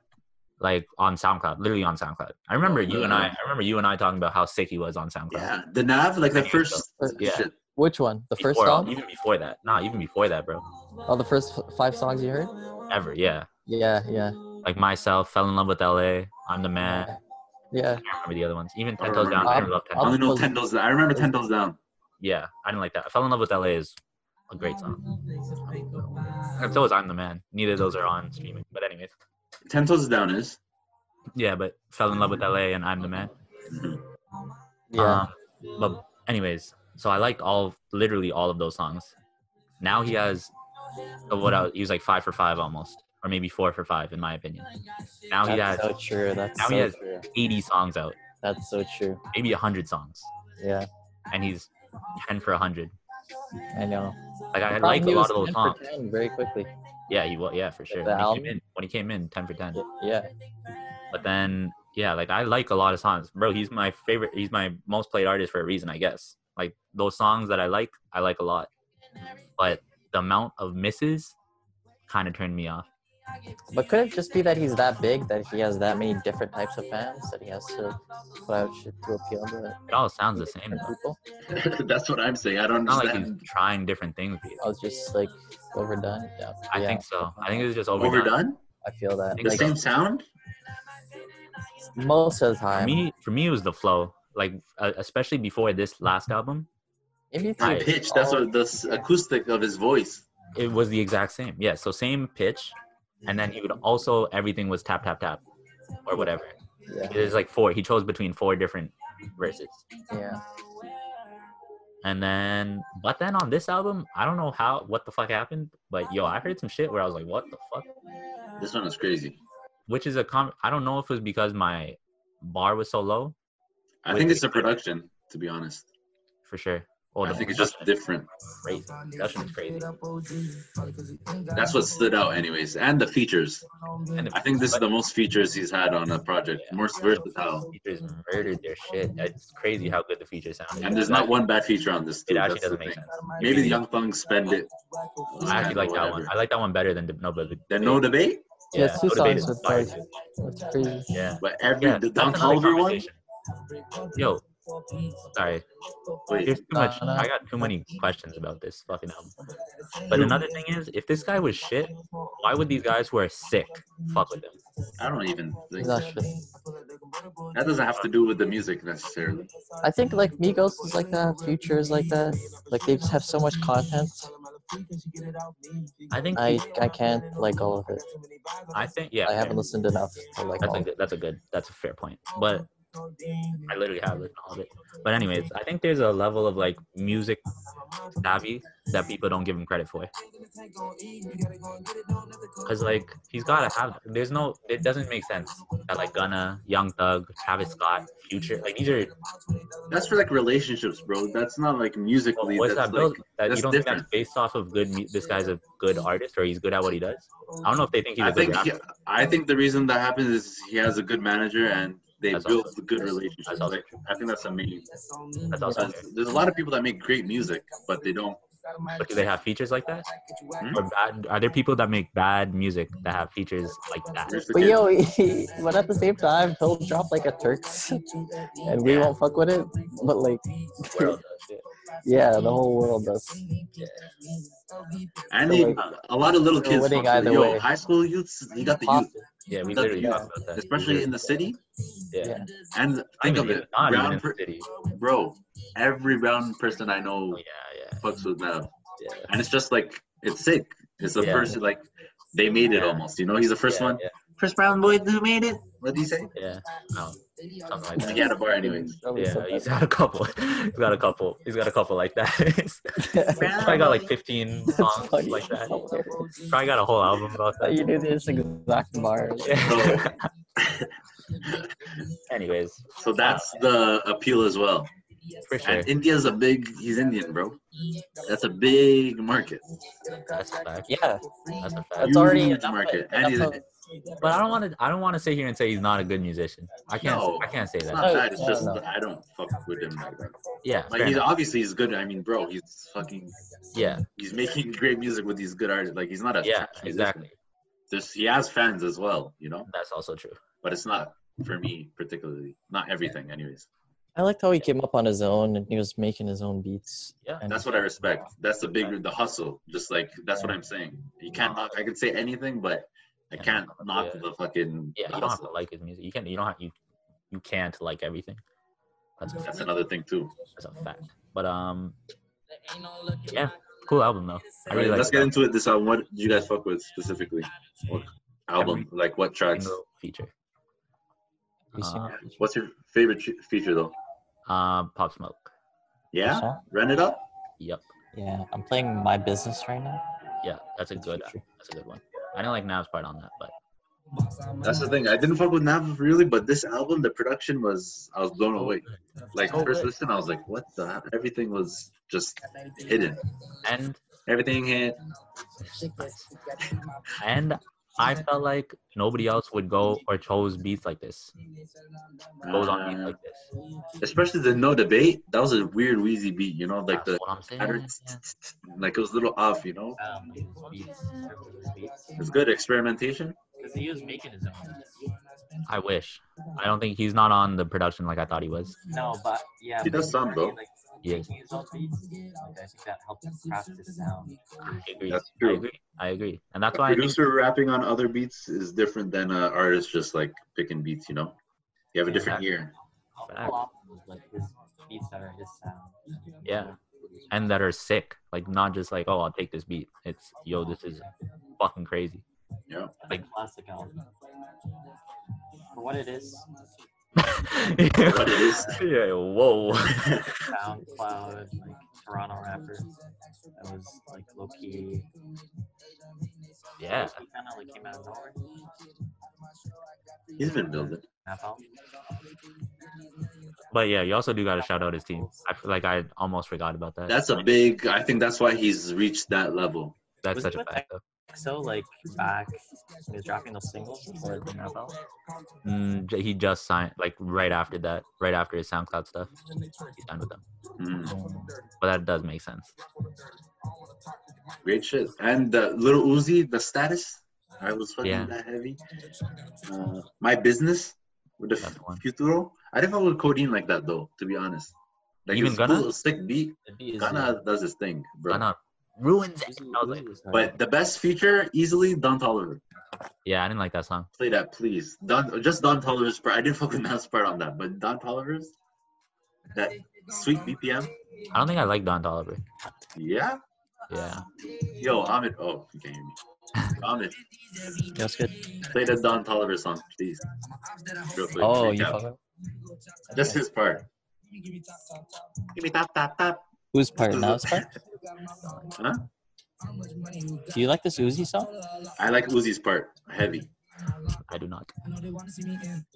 [SPEAKER 2] Like on SoundCloud, literally on SoundCloud. I remember you and I. I remember you and I talking about how sick he was on SoundCloud.
[SPEAKER 1] Yeah, the nav, like the first
[SPEAKER 2] Yeah.
[SPEAKER 1] shit.
[SPEAKER 3] Which one? The first
[SPEAKER 2] Before-
[SPEAKER 3] song?
[SPEAKER 2] even before that. Nah, even before that, bro.
[SPEAKER 3] All the first f- five songs you heard?
[SPEAKER 2] Ever, yeah.
[SPEAKER 3] Yeah, yeah,
[SPEAKER 2] Like myself, fell in love with LA. I'm the man.
[SPEAKER 3] yeah.
[SPEAKER 2] I can't remember the other ones. Even
[SPEAKER 1] I
[SPEAKER 2] Ten
[SPEAKER 1] don't
[SPEAKER 2] Toes Down. I didn't
[SPEAKER 3] remember.
[SPEAKER 2] love Ten.
[SPEAKER 1] I
[SPEAKER 3] I'll-
[SPEAKER 2] Toes.
[SPEAKER 1] only know
[SPEAKER 3] I'll-
[SPEAKER 1] ten dollars. I remember ten dollars down.
[SPEAKER 2] Yeah, I didn't like that. I fell in love with LA is a great song. And so is I'm the man. Neither of those are on streaming. But anyways,
[SPEAKER 1] Ten toes down is.
[SPEAKER 2] yeah. But fell in love with LA and I'm the man.
[SPEAKER 3] Yeah.
[SPEAKER 2] Um, but anyways, so I liked all literally all of those songs. Now he has uh, what I, he was like five for five almost, or maybe four for five in my opinion. Now he
[SPEAKER 3] That's
[SPEAKER 2] has
[SPEAKER 3] so true. That's
[SPEAKER 2] now he
[SPEAKER 3] so
[SPEAKER 2] has-
[SPEAKER 3] true.
[SPEAKER 2] 80 songs out.
[SPEAKER 3] That's so true.
[SPEAKER 2] maybe 100 songs
[SPEAKER 3] Yeah,
[SPEAKER 2] and he's 10 for 100
[SPEAKER 3] I know.
[SPEAKER 2] like i
[SPEAKER 3] Probably
[SPEAKER 2] like a
[SPEAKER 3] he
[SPEAKER 2] lot
[SPEAKER 3] was
[SPEAKER 2] of those
[SPEAKER 3] 10 for
[SPEAKER 2] songs
[SPEAKER 3] 10 very quickly.
[SPEAKER 2] yeah he was yeah for sure
[SPEAKER 3] the
[SPEAKER 2] when he,
[SPEAKER 3] album?
[SPEAKER 2] came in, when he came in 10 for 10
[SPEAKER 3] Yeah,
[SPEAKER 2] but then yeah like i like a lot of songs bro he's my favorite he's my most played artist for a reason i guess like those songs that i like i like a lot but the amount of misses kind of turned me off
[SPEAKER 3] but could it just be that he's that big that he has that many different types of fans that he has to put out shit to appeal to
[SPEAKER 2] it all sounds the same though.
[SPEAKER 3] people?
[SPEAKER 1] That's what I'm saying. I don't
[SPEAKER 2] it's not like he's
[SPEAKER 1] understand.
[SPEAKER 2] trying different things with you.
[SPEAKER 3] I was just like overdone. Yeah,
[SPEAKER 2] i
[SPEAKER 3] yeah,
[SPEAKER 2] think so i think it was just overdone,
[SPEAKER 1] Overdone?
[SPEAKER 3] I feel that.
[SPEAKER 1] The
[SPEAKER 2] Like-
[SPEAKER 1] same sound?
[SPEAKER 3] most of the
[SPEAKER 2] for
[SPEAKER 3] time.
[SPEAKER 2] me for me it was the flow like uh, especially before this last album
[SPEAKER 3] Maybe it's
[SPEAKER 1] The
[SPEAKER 2] Right.
[SPEAKER 3] just
[SPEAKER 1] pitch. That's
[SPEAKER 3] all-
[SPEAKER 1] what the s- acoustic of his voice.
[SPEAKER 2] it was the exact same yeah so same pitch and then he would also everything was tap tap tap or whatever
[SPEAKER 3] Yeah,
[SPEAKER 2] It was like four. He chose between four different verses.
[SPEAKER 3] yeah.
[SPEAKER 2] And then, but then on this album, I don't know how, what the fuck happened, but yo, I heard some shit where I was like, what the fuck?
[SPEAKER 1] This one is crazy.
[SPEAKER 2] Which is a com, I don't know if it was because my bar was so low,
[SPEAKER 1] I
[SPEAKER 2] Wait,
[SPEAKER 1] think
[SPEAKER 2] wait,
[SPEAKER 1] it's the
[SPEAKER 2] wait.
[SPEAKER 1] production, to be honest.
[SPEAKER 2] for sure. Oh,
[SPEAKER 1] I
[SPEAKER 2] the
[SPEAKER 1] think it's just different.
[SPEAKER 2] crazy. Production is crazy.
[SPEAKER 1] That's what stood out, anyways. And the features.
[SPEAKER 2] And the
[SPEAKER 1] I think this is the most features he's had on a project.
[SPEAKER 2] Yeah.
[SPEAKER 1] Most versatile.
[SPEAKER 2] features murdered their shit. It's crazy how good the features sound.
[SPEAKER 1] And there's not one bad feature on this.
[SPEAKER 2] It
[SPEAKER 1] too.
[SPEAKER 2] actually
[SPEAKER 1] That's the
[SPEAKER 2] doesn't make
[SPEAKER 1] thing.
[SPEAKER 2] sense.
[SPEAKER 1] Maybe the Young Thug spend it.
[SPEAKER 2] I actually like that one.
[SPEAKER 1] Whatever.
[SPEAKER 2] I like that one better than No But
[SPEAKER 1] Then no debate,
[SPEAKER 3] Yeah, it's two
[SPEAKER 2] No Debate
[SPEAKER 3] songs
[SPEAKER 2] is
[SPEAKER 3] with
[SPEAKER 2] fire.
[SPEAKER 3] Doug. That's crazy.
[SPEAKER 2] Yeah.
[SPEAKER 1] but every
[SPEAKER 2] Yeah,
[SPEAKER 1] the
[SPEAKER 2] that's
[SPEAKER 1] Don
[SPEAKER 2] another
[SPEAKER 1] Tolliver one.
[SPEAKER 2] conversation. Yo, sorry.
[SPEAKER 1] Wait.
[SPEAKER 2] There's too
[SPEAKER 3] No,
[SPEAKER 2] much.
[SPEAKER 3] no.
[SPEAKER 2] I got too many questions about this fucking album. But another thing is, if this guy was shit, why would these guys who are sick fuck with him?
[SPEAKER 1] I don't even think
[SPEAKER 3] It's not shit.
[SPEAKER 1] that doesn't have to do with the music necessarily.
[SPEAKER 3] I think like Migos is like that, Future is like that. Like they just have so much content.
[SPEAKER 2] I think.
[SPEAKER 3] I I can't like all of it.
[SPEAKER 2] I think. Yeah.
[SPEAKER 3] I haven't listened enough to like
[SPEAKER 2] That's
[SPEAKER 3] all.
[SPEAKER 2] a
[SPEAKER 3] of it.
[SPEAKER 2] good. That's a good. That's a fair point. But I literally have listened to all of it. But anyways, I think there's a level of like music savvy that people don't give him credit for. Cause like he's gotta have. There's no. It doesn't make sense that like Gunna, Young Thug, Travis Scott, Future. Like these are.
[SPEAKER 1] That's for like relationships, bro. That's not like musically.
[SPEAKER 2] What's
[SPEAKER 1] that's
[SPEAKER 2] that
[SPEAKER 1] like
[SPEAKER 2] built? That you
[SPEAKER 1] that's
[SPEAKER 2] don't think
[SPEAKER 1] different.
[SPEAKER 2] that's based off of good. mu- This guy's a good artist or he's good at what he does. I don't know if they think he's a
[SPEAKER 1] I
[SPEAKER 2] good
[SPEAKER 1] think
[SPEAKER 2] rapper.
[SPEAKER 1] he, I think the reason that happens is he has a good manager and they
[SPEAKER 2] That's
[SPEAKER 1] build
[SPEAKER 2] also-
[SPEAKER 1] good relationships.
[SPEAKER 2] that's also
[SPEAKER 1] Like, I think that's amazing.
[SPEAKER 2] That's also fair.
[SPEAKER 1] There's a lot of people that make great music, but they don't.
[SPEAKER 2] But do they have features like that?
[SPEAKER 1] Hmm?
[SPEAKER 2] Or bad, are there people that make bad music that have features like that?
[SPEAKER 1] There's the
[SPEAKER 3] But
[SPEAKER 1] kid.
[SPEAKER 3] yo, but at the same time, he'll drop like a Turks, and we won't fuck with it. But like,
[SPEAKER 2] World does it.
[SPEAKER 3] yeah, the whole world does.
[SPEAKER 1] and they, a lot of little
[SPEAKER 3] We're
[SPEAKER 1] kids.
[SPEAKER 3] winning
[SPEAKER 1] fuck with it.
[SPEAKER 3] either
[SPEAKER 1] Yo,
[SPEAKER 3] way.
[SPEAKER 1] high school youths, you got the
[SPEAKER 3] Pop-
[SPEAKER 1] youth,
[SPEAKER 2] Yeah, we
[SPEAKER 1] That-
[SPEAKER 2] literally
[SPEAKER 3] yeah.
[SPEAKER 2] talked about that.
[SPEAKER 1] especially in the city.
[SPEAKER 2] yeah.
[SPEAKER 3] Yeah.
[SPEAKER 1] And think of it,
[SPEAKER 2] Not even
[SPEAKER 1] brown
[SPEAKER 2] in the
[SPEAKER 1] per-
[SPEAKER 2] city.
[SPEAKER 1] bro. Every brown person I
[SPEAKER 2] Oh,
[SPEAKER 1] know
[SPEAKER 2] yeah, yeah,
[SPEAKER 1] fucks with metal.
[SPEAKER 2] yeah.
[SPEAKER 1] and it's just like it's sick. It's the
[SPEAKER 2] Yeah.
[SPEAKER 1] first like they made it
[SPEAKER 2] Yeah.
[SPEAKER 1] almost. You know, he's the first
[SPEAKER 2] yeah,
[SPEAKER 1] one. Chris Brown boy who made it. What did he say?
[SPEAKER 2] Yeah, yeah. No, something like
[SPEAKER 1] He had
[SPEAKER 2] that.
[SPEAKER 1] a bar anyways.
[SPEAKER 3] Probably
[SPEAKER 2] Yeah,
[SPEAKER 3] said
[SPEAKER 2] he's
[SPEAKER 3] that.
[SPEAKER 2] got a couple. he's got a couple. He's got a couple like that. He's probably got like 15
[SPEAKER 3] That's
[SPEAKER 2] songs
[SPEAKER 3] funny.
[SPEAKER 2] like that.
[SPEAKER 3] Hilarious.
[SPEAKER 2] Probably got a whole album about
[SPEAKER 3] Thought
[SPEAKER 2] that.
[SPEAKER 3] you knew this exact bar.
[SPEAKER 1] So,
[SPEAKER 2] Anyways,
[SPEAKER 1] so that's the appeal as well.
[SPEAKER 2] for sure.
[SPEAKER 1] And India's a big. He's Indian, bro. That's a big market.
[SPEAKER 2] That's a fact.
[SPEAKER 3] Yeah,
[SPEAKER 2] That's a fact.
[SPEAKER 3] that's already
[SPEAKER 1] Huge
[SPEAKER 3] enough,
[SPEAKER 1] market.
[SPEAKER 3] enough
[SPEAKER 1] And he's
[SPEAKER 3] of-
[SPEAKER 2] But I don't want to. I don't want to sit here and say he's not a good musician. I can't.
[SPEAKER 1] No.
[SPEAKER 2] I can't say
[SPEAKER 1] it's
[SPEAKER 2] that.
[SPEAKER 1] not bad. It's
[SPEAKER 3] No,
[SPEAKER 1] just
[SPEAKER 3] no.
[SPEAKER 1] I don't fuck with him like that.
[SPEAKER 2] yeah.
[SPEAKER 1] Like
[SPEAKER 2] fair
[SPEAKER 1] he's
[SPEAKER 2] enough.
[SPEAKER 1] obviously he's good. I mean, bro, he's fucking.
[SPEAKER 2] yeah.
[SPEAKER 1] He's making great music with these good artists. Like he's not a
[SPEAKER 2] Yeah.
[SPEAKER 1] trash musician.
[SPEAKER 2] Exactly.
[SPEAKER 1] There's, he has fans as well. You know.
[SPEAKER 2] That's also true.
[SPEAKER 1] but it's not for me particularly. Not everything, anyways.
[SPEAKER 3] I liked how he came up on his own and he was making his own beats.
[SPEAKER 2] Yeah.
[SPEAKER 3] And
[SPEAKER 1] That's what I respect. That's the big the hustle. Just like that's what I'm saying. You can't knock. I can say anything, but I can't knock the fucking
[SPEAKER 2] Yeah.
[SPEAKER 1] the
[SPEAKER 2] You don't have to
[SPEAKER 1] hustle.
[SPEAKER 2] like his music. You can. You don't have. You. You can't like everything. That's a fact.
[SPEAKER 1] That's another thing too.
[SPEAKER 2] That's a fact. But um. Yeah. Cool album though. I really
[SPEAKER 1] Alright,
[SPEAKER 2] like.
[SPEAKER 1] let's
[SPEAKER 2] the
[SPEAKER 1] get into it. This album. What did you guys fuck with specifically? What album? like what tracks?
[SPEAKER 2] single feature.
[SPEAKER 3] You seen
[SPEAKER 2] Uh,
[SPEAKER 1] What's your favorite ch- feature though?
[SPEAKER 2] uh, Pop Smoke.
[SPEAKER 3] the
[SPEAKER 1] Yeah,
[SPEAKER 3] song?
[SPEAKER 1] run it up.
[SPEAKER 2] Yep.
[SPEAKER 3] Yeah, I'm playing My Business right now.
[SPEAKER 2] Yeah. That's a
[SPEAKER 3] That's
[SPEAKER 2] good.
[SPEAKER 3] Future.
[SPEAKER 2] That's a good one. I didn't like Nav's part on that, but
[SPEAKER 1] That's the thing. I didn't fuck with Nav really, but this album, the production was I was blown away. Like first listen, I was like, what the? hell? Everything was just hidden.
[SPEAKER 2] And
[SPEAKER 1] everything hit.
[SPEAKER 2] and I felt like nobody else would go or chose beats like this. Goes on beats like this.
[SPEAKER 1] Uh, Ah, Especially the no debate. That was a weird wheezy beat, you know, like the
[SPEAKER 2] That's what I'm saying.
[SPEAKER 1] pattern,
[SPEAKER 2] yeah.
[SPEAKER 1] like it was a little off, you know.
[SPEAKER 11] Um, Beats. Beats.
[SPEAKER 1] It's good experimentation.
[SPEAKER 11] Because he was making his own.
[SPEAKER 2] I wish. I don't think he's not on the production like I thought he was.
[SPEAKER 11] No, but yeah.
[SPEAKER 1] He does
[SPEAKER 11] but
[SPEAKER 1] some, though.
[SPEAKER 11] Like,
[SPEAKER 2] Yeah.
[SPEAKER 11] Making his own beats. Like, I think that helped craft his sound.
[SPEAKER 2] I agree.
[SPEAKER 1] That's
[SPEAKER 2] I
[SPEAKER 1] true.
[SPEAKER 2] agree. I agree. And
[SPEAKER 1] A
[SPEAKER 2] that's why I think
[SPEAKER 1] producer rapping on other beats is different than an artist just like picking beats, you know. You have a different ear.
[SPEAKER 2] Fact.
[SPEAKER 11] Like his beats are his sound.
[SPEAKER 2] yeah. And that are sick. Like not just like, oh I'll take this beat. It's yo, this is fucking crazy.
[SPEAKER 1] Yeah.
[SPEAKER 11] That's a classic album. For what it is,
[SPEAKER 1] What it is.
[SPEAKER 2] yeah, whoa.
[SPEAKER 11] SoundCloud, like Toronto rapper, that was like low key.
[SPEAKER 2] Yeah.
[SPEAKER 11] He kind of like came out of nowhere.
[SPEAKER 1] He's been building.
[SPEAKER 11] That album.
[SPEAKER 2] But yeah, you also do gotta shout out his team. I feel like I almost forgot about that.
[SPEAKER 1] That's a big. I think that's why he's reached that level.
[SPEAKER 2] that's
[SPEAKER 11] Was
[SPEAKER 2] such a
[SPEAKER 11] it with
[SPEAKER 2] fact.
[SPEAKER 11] So like back, he was dropping those singles before the Nav album.
[SPEAKER 2] Mm, j- he just signed like right after that, right after his SoundCloud stuff. He signed with them.
[SPEAKER 1] Mm,
[SPEAKER 2] But that does make sense.
[SPEAKER 1] great shit. And the little Uzi, the status. I was fucking
[SPEAKER 2] Yeah.
[SPEAKER 1] that heavy. Uh, my business with the
[SPEAKER 2] That's one.
[SPEAKER 1] Futuro. I didn't fuck with codeine like that though. To be honest. Like
[SPEAKER 2] Even
[SPEAKER 1] it's cool,
[SPEAKER 2] Gunna?
[SPEAKER 1] a sick beat.
[SPEAKER 11] The beat is
[SPEAKER 1] Ghana does his thing, bro.
[SPEAKER 2] Gunna ruins it.
[SPEAKER 11] Uzi-
[SPEAKER 2] I was like,
[SPEAKER 11] Uzi was hard.
[SPEAKER 1] But the best feature easily Don Toliver.
[SPEAKER 2] yeah, I didn't like that song.
[SPEAKER 1] Play that, please. Don, just Don Toliver's part. I didn't fucking Nas part on that, but Don Toliver's that sweet BPM.
[SPEAKER 2] I don't think I like Don Toliver.
[SPEAKER 1] Yeah.
[SPEAKER 2] Yeah.
[SPEAKER 1] Yo, Ahmed. Oh, you can't hear me. Ahmed,
[SPEAKER 11] That's good.
[SPEAKER 1] play the Don Toliver song, please. Real quick.
[SPEAKER 11] Oh,
[SPEAKER 1] recap.
[SPEAKER 11] you fuck up.
[SPEAKER 1] Just his part. Give me tap tap tap.
[SPEAKER 11] Whose part? Nav's part?
[SPEAKER 1] Huh?
[SPEAKER 11] Do you like this Uzi song?
[SPEAKER 1] I like Uzi's part. Heavy. It
[SPEAKER 2] I do not.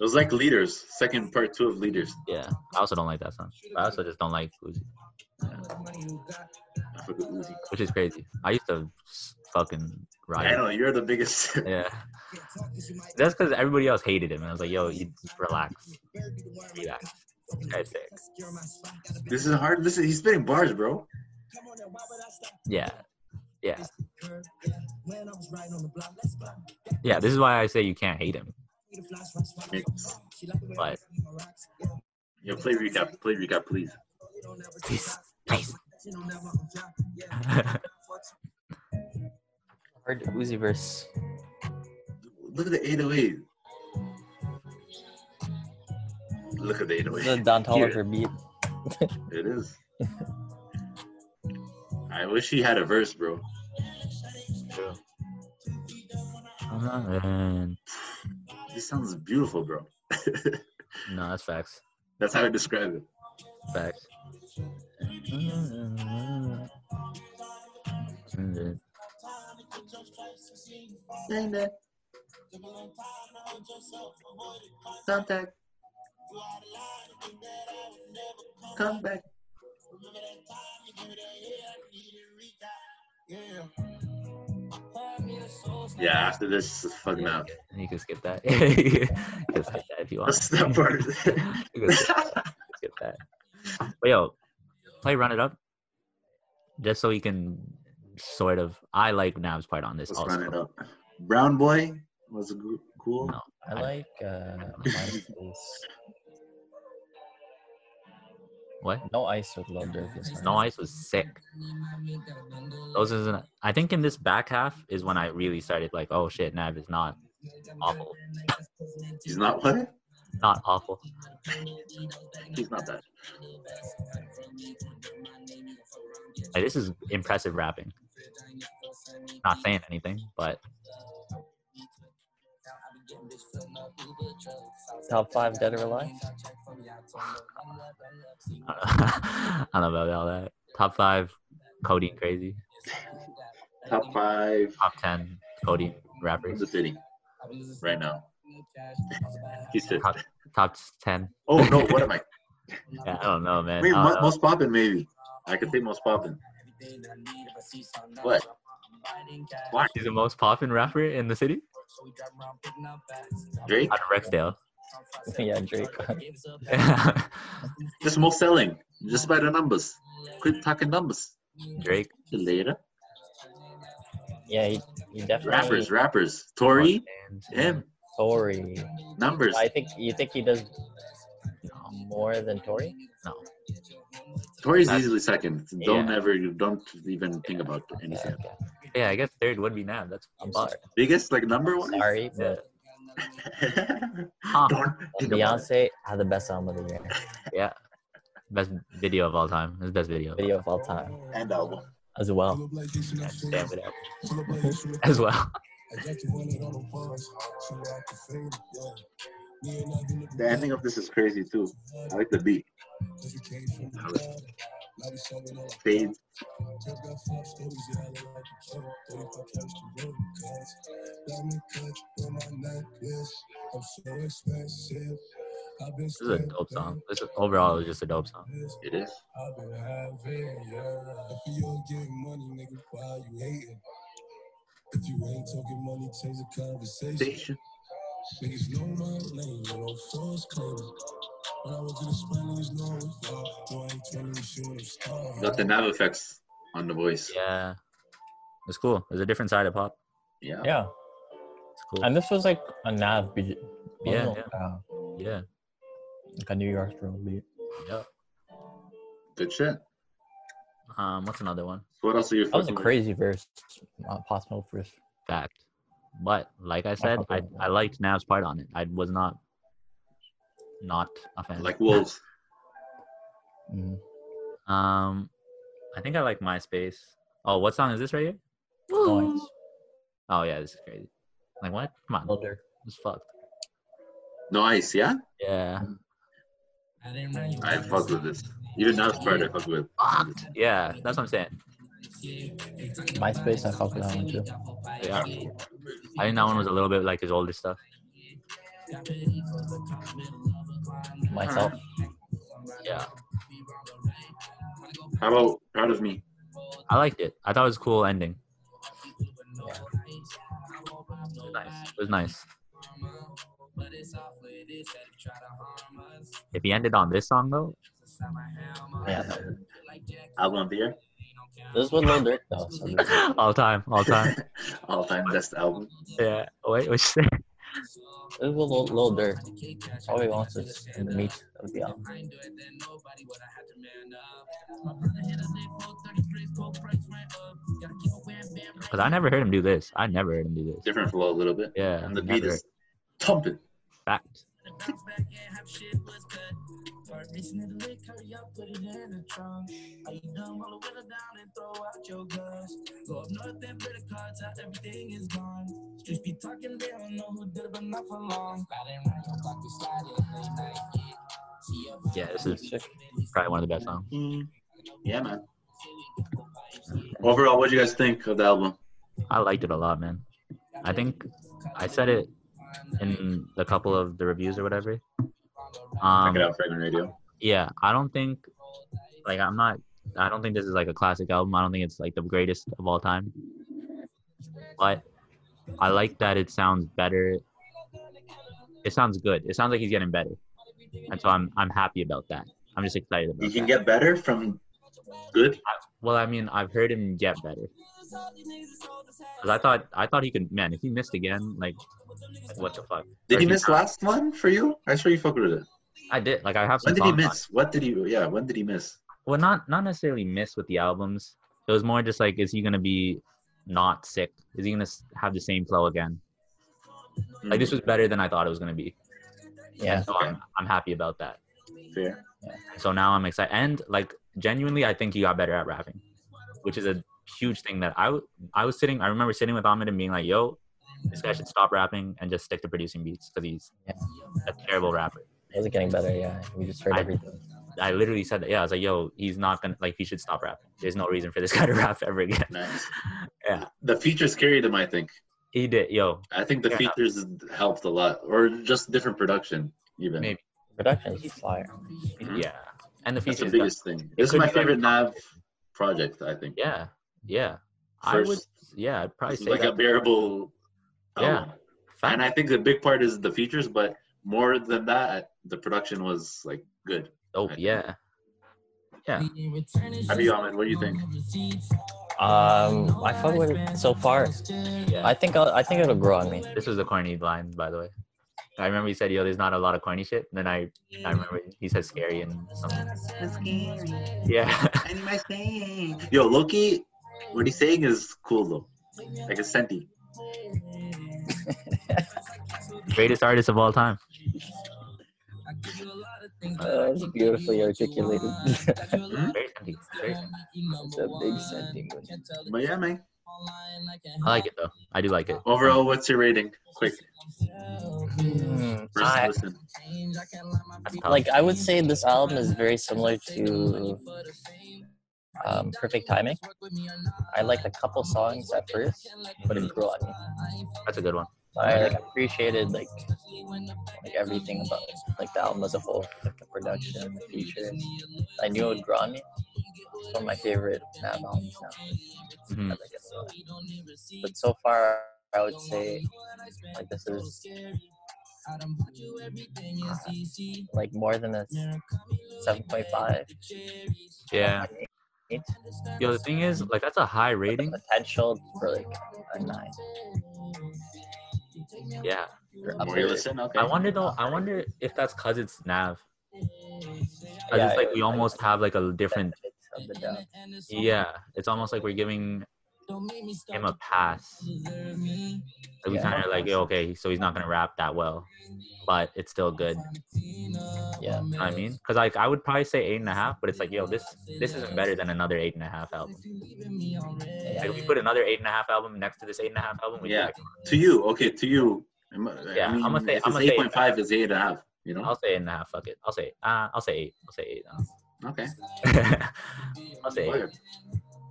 [SPEAKER 1] was like Leaders, second part two of Leaders.
[SPEAKER 2] Yeah. I also don't like that song. But I also just don't like Uzi,
[SPEAKER 1] I forgot Uzi.
[SPEAKER 2] which is crazy. I used to s- fucking
[SPEAKER 1] I
[SPEAKER 2] ride.
[SPEAKER 1] know you're the biggest.
[SPEAKER 2] it. Yeah. That's because everybody else hated him, and I was like, "Yo, you relax, relax." That's sick.
[SPEAKER 1] this is hard. Listen, he's spitting bars, bro.
[SPEAKER 2] Yeah. Yeah. Yeah, this is why I say you can't hate him.
[SPEAKER 1] Mix.
[SPEAKER 2] But
[SPEAKER 1] Yo, play recap. Play recap, please.
[SPEAKER 2] please, please.
[SPEAKER 11] Hard Uzi verse.
[SPEAKER 1] Look at the 808. Look at the
[SPEAKER 11] This is a
[SPEAKER 1] 808.
[SPEAKER 11] Don
[SPEAKER 1] Here.
[SPEAKER 11] Toliver beat.
[SPEAKER 1] It is. I wish he had a verse, bro.
[SPEAKER 2] Come on, man.
[SPEAKER 1] This sounds beautiful, bro.
[SPEAKER 2] no, that's facts.
[SPEAKER 1] That's how I describe it.
[SPEAKER 2] Facts.
[SPEAKER 1] Contact. Come back. Yeah, after this, fuck now.
[SPEAKER 2] You can skip that. you can skip that if you want.
[SPEAKER 1] That's that part.
[SPEAKER 2] You can skip, skip that. But yo, play run it up, just so we can sort of. I like Nav's part on this
[SPEAKER 1] Let's
[SPEAKER 2] also.
[SPEAKER 1] run it up. Brown boy was g- cool.
[SPEAKER 2] No.
[SPEAKER 11] I like uh, MySpace.
[SPEAKER 2] What?
[SPEAKER 11] No Ice with Lil Durk. is hard.
[SPEAKER 2] No Ice was sick. Those is an, I think in this back half is when I really started like, oh shit, Nav is not awful,
[SPEAKER 1] He's not what?
[SPEAKER 2] not awful.
[SPEAKER 1] He's not that.
[SPEAKER 2] Like, this is impressive rapping. Not saying anything, but
[SPEAKER 11] Top five Dead or Alive?
[SPEAKER 2] I don't know about all that. Top five, Cody and Crazy.
[SPEAKER 1] Top five.
[SPEAKER 2] Top ten, Cody rappers.
[SPEAKER 1] The city. right now? He said.
[SPEAKER 2] Top, top ten.
[SPEAKER 1] Oh no! What am I?
[SPEAKER 2] Yeah, I don't know, man. Uh,
[SPEAKER 1] Maybe
[SPEAKER 2] I don't
[SPEAKER 1] most,
[SPEAKER 2] know.
[SPEAKER 1] most poppin', maybe. I could say most poppin'. What? Why?
[SPEAKER 2] He's the most poppin' rapper in the city.
[SPEAKER 1] Drake?
[SPEAKER 2] Out of Rexdale.
[SPEAKER 3] yeah, Drake.
[SPEAKER 1] Just most selling. Just by the numbers. Quit talking numbers.
[SPEAKER 2] Drake.
[SPEAKER 1] Later.
[SPEAKER 11] Yeah, he, he definitely.
[SPEAKER 1] Rappers, rappers. Tori,
[SPEAKER 2] And
[SPEAKER 1] him,
[SPEAKER 11] Tory.
[SPEAKER 1] numbers.
[SPEAKER 11] I think you think he does more than Tory.
[SPEAKER 2] no.
[SPEAKER 1] Tori's
[SPEAKER 2] That's-
[SPEAKER 1] easily second. Don't
[SPEAKER 11] Yeah.
[SPEAKER 1] ever, you don't even think about anything.
[SPEAKER 2] Yeah, I guess third would be Nav. That's
[SPEAKER 11] I'm
[SPEAKER 2] fucked.
[SPEAKER 11] sorry.
[SPEAKER 1] Biggest, like number one?
[SPEAKER 11] Sorry,
[SPEAKER 2] Yeah.
[SPEAKER 11] but
[SPEAKER 2] Huh.
[SPEAKER 1] Don't think about it.
[SPEAKER 11] Beyonce had the best album of the year,
[SPEAKER 2] Yeah. Best video of all time. His best video.
[SPEAKER 11] video of all time,
[SPEAKER 1] And album.
[SPEAKER 11] as well.
[SPEAKER 2] Yeah, damn it up. As well.
[SPEAKER 1] The ending of this is crazy too. I like the beat. How it Fades.
[SPEAKER 2] This is a dope song. This is, overall, it was just a dope song.
[SPEAKER 1] It is. Station. Got the nav effects on the voice.
[SPEAKER 2] Yeah. It's cool. It's a different side of pop.
[SPEAKER 1] Yeah.
[SPEAKER 11] Yeah,
[SPEAKER 2] It's cool.
[SPEAKER 11] and this was like a Nav beat.
[SPEAKER 2] Yeah,
[SPEAKER 11] Wasn't, uh,
[SPEAKER 2] yeah.
[SPEAKER 11] like a New York drill beat.
[SPEAKER 2] Yeah.
[SPEAKER 1] Good shit.
[SPEAKER 2] Um, what's another one?
[SPEAKER 1] So what else are you?
[SPEAKER 11] That was a
[SPEAKER 1] fucking with?
[SPEAKER 11] crazy verse, uh, possible verse.
[SPEAKER 2] Fact. But like I said, I, I liked Nav's part on it. I was not not a fan.
[SPEAKER 1] Like wolves.
[SPEAKER 11] Mhm.
[SPEAKER 2] Um I think I like MySpace. Oh, what song is this right here?
[SPEAKER 11] Noise,
[SPEAKER 2] Oh yeah, this is crazy. Like what? Come on.
[SPEAKER 11] Lil Durk.
[SPEAKER 2] It's fucked.
[SPEAKER 1] Nice. Yeah.
[SPEAKER 2] Yeah.
[SPEAKER 1] I fuck with this. Even Nav's part I fuck with.
[SPEAKER 2] Fucked. Yeah, that's what I'm saying.
[SPEAKER 11] MySpace, I fuck with that one too.
[SPEAKER 2] Yeah. I think that one was a little bit like his older stuff.
[SPEAKER 11] Myself,
[SPEAKER 2] Yeah.
[SPEAKER 1] How about proud of me?
[SPEAKER 2] I liked it. I thought it was a cool ending.
[SPEAKER 11] Yeah.
[SPEAKER 2] It was nice. It was nice. If he ended on this song though,
[SPEAKER 11] yeah. no.
[SPEAKER 1] Album of the year.
[SPEAKER 11] This is with Lil Durk though. So this-
[SPEAKER 2] all time, all time.
[SPEAKER 1] All time best album.
[SPEAKER 2] Yeah. Wait, which
[SPEAKER 11] It was Lil, Lil Durk. All he wants is the meat of the album.
[SPEAKER 2] because I never heard him do this. I never heard him do this.
[SPEAKER 1] Different flow a little bit.
[SPEAKER 2] Yeah.
[SPEAKER 1] And the
[SPEAKER 2] never.
[SPEAKER 1] beat is thumping.
[SPEAKER 2] fact. Yeah, this is probably one of the best songs.
[SPEAKER 1] Yeah, man. Overall, what do you guys think of the album?
[SPEAKER 2] I liked it a lot, man. I think I said it in a couple of the reviews or whatever.
[SPEAKER 1] Check it
[SPEAKER 2] Um,
[SPEAKER 1] out, Fragrant Radio.
[SPEAKER 2] yeah, I don't think like I'm not. I don't think this is like a classic album. I don't think it's like the greatest of all time. But I like that it sounds better. It sounds good. It sounds like he's getting better, and so I'm I'm happy about that. I'm just excited about
[SPEAKER 1] You can
[SPEAKER 2] that.
[SPEAKER 1] get better from good.
[SPEAKER 2] Well, I mean, I've heard him get better. Cause I thought I thought he could. Man, if he missed again, like, like, what the fuck?
[SPEAKER 1] Did he
[SPEAKER 2] Or
[SPEAKER 1] miss last one for you? I sure you fucked with it.
[SPEAKER 2] I did. Like I have some.
[SPEAKER 1] When did he
[SPEAKER 2] songs on-
[SPEAKER 1] miss? What did he? Yeah, when did he miss?
[SPEAKER 2] well, not not necessarily miss with the albums. It was more just like, is he gonna be not sick? Is he gonna s- have the same flow again? Like this was better than I thought it was gonna be.
[SPEAKER 11] Yeah,
[SPEAKER 2] So I'm I'm happy about that.
[SPEAKER 1] Fair.
[SPEAKER 2] So now I'm excited. And like genuinely, I think he got better at rapping, which is a huge thing that I w- I was sitting. I remember sitting with Ahmed and being like, "Yo, this guy should stop rapping and just stick to producing beats because he's
[SPEAKER 11] Yeah.
[SPEAKER 2] a terrible rapper."
[SPEAKER 11] it was getting better. Yeah, we just heard
[SPEAKER 2] I-
[SPEAKER 11] everything.
[SPEAKER 2] I literally said that. Yeah, I was like, "Yo, he's not gonna like. He should stop rapping. There's no reason for this guy to rap ever again."
[SPEAKER 1] Nice.
[SPEAKER 2] yeah,
[SPEAKER 1] The features carried him, I think.
[SPEAKER 2] He did, yo.
[SPEAKER 1] I think the
[SPEAKER 2] Yeah.
[SPEAKER 1] features helped a lot, or just different production, even.
[SPEAKER 2] Maybe.
[SPEAKER 11] Production's fire.
[SPEAKER 2] Yeah. And the
[SPEAKER 1] Mm-hmm. That's
[SPEAKER 2] features.
[SPEAKER 1] the biggest thing. This is
[SPEAKER 2] could
[SPEAKER 1] my
[SPEAKER 2] be like-
[SPEAKER 1] favorite Nav project, I think.
[SPEAKER 2] Yeah. Yeah. I
[SPEAKER 1] First-
[SPEAKER 2] would. Yeah, I'd probably
[SPEAKER 1] It's
[SPEAKER 2] say
[SPEAKER 1] like
[SPEAKER 2] that.
[SPEAKER 1] a bearable.
[SPEAKER 2] Yeah.
[SPEAKER 1] album. And I think the big part is the features, but more than that, the production was like good.
[SPEAKER 2] Oh yeah. Yeah.
[SPEAKER 1] Abi Ahmed, what do you think?
[SPEAKER 11] Um, I fuck with it so far.
[SPEAKER 2] Yeah.
[SPEAKER 11] I think I'll, I think it'll grow on me.
[SPEAKER 2] This was the corny line, by the way. I remember he said, "Yo, there's not a lot of corny shit." And then I, I remember he said "scary" and something. Yeah.
[SPEAKER 1] And my saying, yo, Loki, what he's saying is cool though. Like a senti.
[SPEAKER 2] Greatest artist of all time.
[SPEAKER 11] Uh, it's beautifully articulated. it's
[SPEAKER 2] Very senti. Very senti.
[SPEAKER 11] a big sentiment.
[SPEAKER 1] But yeah, man.
[SPEAKER 2] I like it though. I do like it.
[SPEAKER 1] Overall, what's your rating? Quick.
[SPEAKER 11] Hmm.
[SPEAKER 1] First
[SPEAKER 11] I-
[SPEAKER 1] listen.
[SPEAKER 2] That's tough.
[SPEAKER 11] like I would say this album is very similar to um, Perfect Timing. I liked a couple songs at first, but it grew on me.
[SPEAKER 2] That's a good one.
[SPEAKER 11] I like appreciated like like everything about like the album as a whole, like the production, the features. I knew it would grow on me. It's one of my favorite Nav albums now. I
[SPEAKER 2] Mhm.
[SPEAKER 11] like it a lot. But so far, I would say like this is uh, like more than a seven point five.
[SPEAKER 2] Yeah.
[SPEAKER 11] Eight.
[SPEAKER 2] Yo, the thing is, like, that's a high rating.
[SPEAKER 11] Potential for like a nine.
[SPEAKER 2] Yeah.
[SPEAKER 11] Or
[SPEAKER 1] The
[SPEAKER 11] up
[SPEAKER 1] more you
[SPEAKER 11] there.
[SPEAKER 1] listen, okay.
[SPEAKER 2] I wonder though. I wonder if that's cause it's Nav. 'Cause
[SPEAKER 11] Yeah,
[SPEAKER 2] it's like
[SPEAKER 11] it
[SPEAKER 2] we
[SPEAKER 11] was,
[SPEAKER 2] almost have like a different.
[SPEAKER 11] benefits of the doubt.
[SPEAKER 2] Yeah. It's almost like we're giving him a pass. Like we
[SPEAKER 11] Yeah.
[SPEAKER 2] kind of like "Yo, okay, so he's not gonna rap that well, but it's still good.
[SPEAKER 11] Yeah.
[SPEAKER 2] You know what I mean, because like I would probably say eight and a half, but it's like yo, this this isn't better than another eight and a half album.
[SPEAKER 11] yeah.
[SPEAKER 2] Like if we put another eight and a half album next to this eight and a half album, we
[SPEAKER 1] Yeah. To you, okay, to you. I'm-
[SPEAKER 2] Yeah, I'm gonna say-
[SPEAKER 1] if
[SPEAKER 2] I'm
[SPEAKER 1] it's
[SPEAKER 2] gonna say-
[SPEAKER 1] 8.5 is 8.5, you know?
[SPEAKER 2] I'll say eight and a half. Fuck it. I'll say uh, I'll say eight. I'll say eight.
[SPEAKER 1] Okay.
[SPEAKER 2] uh. I'll say eight.
[SPEAKER 1] Fire.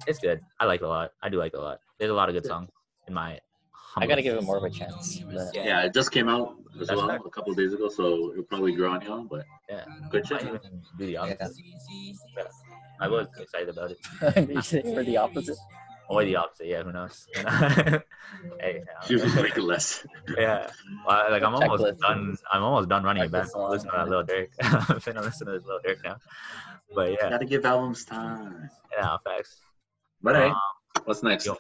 [SPEAKER 2] It's good. I like it a lot. I do like it a lot. There's a lot of good songs in my.
[SPEAKER 11] I
[SPEAKER 2] humble-
[SPEAKER 11] gotta give it more of a chance. but-
[SPEAKER 2] Yeah.
[SPEAKER 1] Yeah, it just came out as
[SPEAKER 2] That's
[SPEAKER 1] well
[SPEAKER 2] fact.
[SPEAKER 1] a couple days ago, so it'll probably grow on you, but
[SPEAKER 2] Yeah.
[SPEAKER 1] good
[SPEAKER 2] I
[SPEAKER 1] shit.
[SPEAKER 2] might
[SPEAKER 1] man.
[SPEAKER 2] even do the opposite. Yeah. I was excited about it.
[SPEAKER 11] you say we're the opposite.
[SPEAKER 2] Or the opposite. Yeah. Who knows? hey.
[SPEAKER 1] You
[SPEAKER 2] um,
[SPEAKER 1] make it less.
[SPEAKER 2] yeah. Well, like I'm almost
[SPEAKER 11] Checklist.
[SPEAKER 2] done. I'm almost done running it back.
[SPEAKER 11] Checklist.
[SPEAKER 2] I'm listening to that little Dirk. I'm finna listen to this little Dirk now. But yeah.
[SPEAKER 1] Gotta give albums time.
[SPEAKER 2] Yeah. Facts.
[SPEAKER 1] But hey,
[SPEAKER 2] Um,
[SPEAKER 1] what's next?
[SPEAKER 2] yo.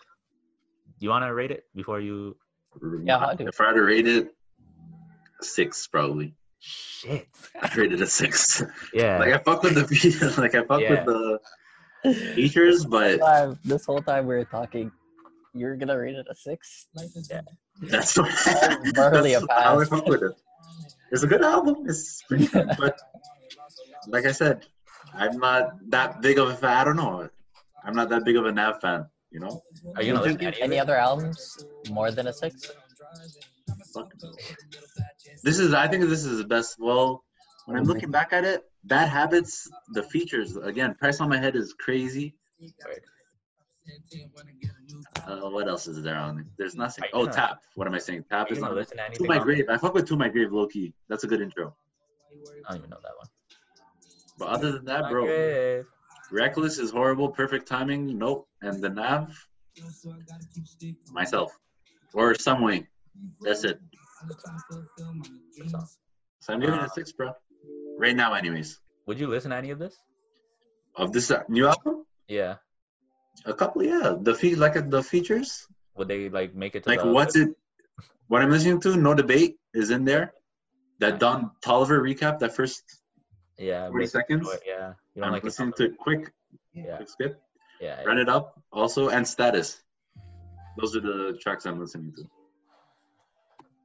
[SPEAKER 2] you wanna rate it before you?
[SPEAKER 11] Yeah, I do.
[SPEAKER 1] If I had to rate it, six probably.
[SPEAKER 2] Shit.
[SPEAKER 1] I rated a six.
[SPEAKER 2] Yeah.
[SPEAKER 1] Like I fuck with the beat, like I fuck
[SPEAKER 2] Yeah.
[SPEAKER 1] with the features, but
[SPEAKER 11] Five. This whole time we were talking, you're gonna rate it a six.
[SPEAKER 1] that's not
[SPEAKER 11] Barely a
[SPEAKER 1] that's how I
[SPEAKER 11] pass.
[SPEAKER 1] fuck with it. It's a good album. It's pretty good, but like I said, I'm not that big of a fan. I don't know. I'm not that big of a Nav fan. You know,
[SPEAKER 2] Are you gonna listen to
[SPEAKER 11] Any other albums more than a six?
[SPEAKER 1] Fuck. This is, I think, this is the best. Well, when I'm looking back at it, Bad Habits, the features again, Price on My Head is crazy.
[SPEAKER 2] Right.
[SPEAKER 1] Uh, what else is there on? it? There's nothing. Oh, Tap. What am I saying? Tap
[SPEAKER 2] Are
[SPEAKER 1] is
[SPEAKER 2] you
[SPEAKER 1] not.
[SPEAKER 2] gonna listen to
[SPEAKER 1] To
[SPEAKER 2] anything?
[SPEAKER 1] My
[SPEAKER 2] on-
[SPEAKER 1] Grave. I fuck with To My Grave, low key. That's a good intro.
[SPEAKER 2] I don't even know that one.
[SPEAKER 1] But other than that,
[SPEAKER 2] My
[SPEAKER 1] bro,
[SPEAKER 2] grave.
[SPEAKER 1] Reckless is horrible. Perfect timing, nope. And the Nav, myself, or some way. That's it.
[SPEAKER 2] Good song.
[SPEAKER 1] So I'm giving it
[SPEAKER 2] Uh,
[SPEAKER 1] a six, bro. Right now, anyways.
[SPEAKER 2] Would you listen to any of this?
[SPEAKER 1] Of this uh, new album,
[SPEAKER 2] Yeah.
[SPEAKER 1] a couple, yeah. The fee, like uh, the features.
[SPEAKER 2] Would they like make it to
[SPEAKER 1] like
[SPEAKER 2] the,
[SPEAKER 1] what's it what i'm listening to no debate is in there that don tolliver recap that first
[SPEAKER 2] Yeah.
[SPEAKER 1] 40
[SPEAKER 2] make it to
[SPEAKER 1] seconds?
[SPEAKER 2] it, Yeah. You
[SPEAKER 1] i'm
[SPEAKER 2] don't like it
[SPEAKER 1] listening
[SPEAKER 2] on
[SPEAKER 1] to quick
[SPEAKER 2] the- Yeah.
[SPEAKER 1] quick skip
[SPEAKER 2] Yeah.
[SPEAKER 1] run it up also and status those are the tracks i'm listening to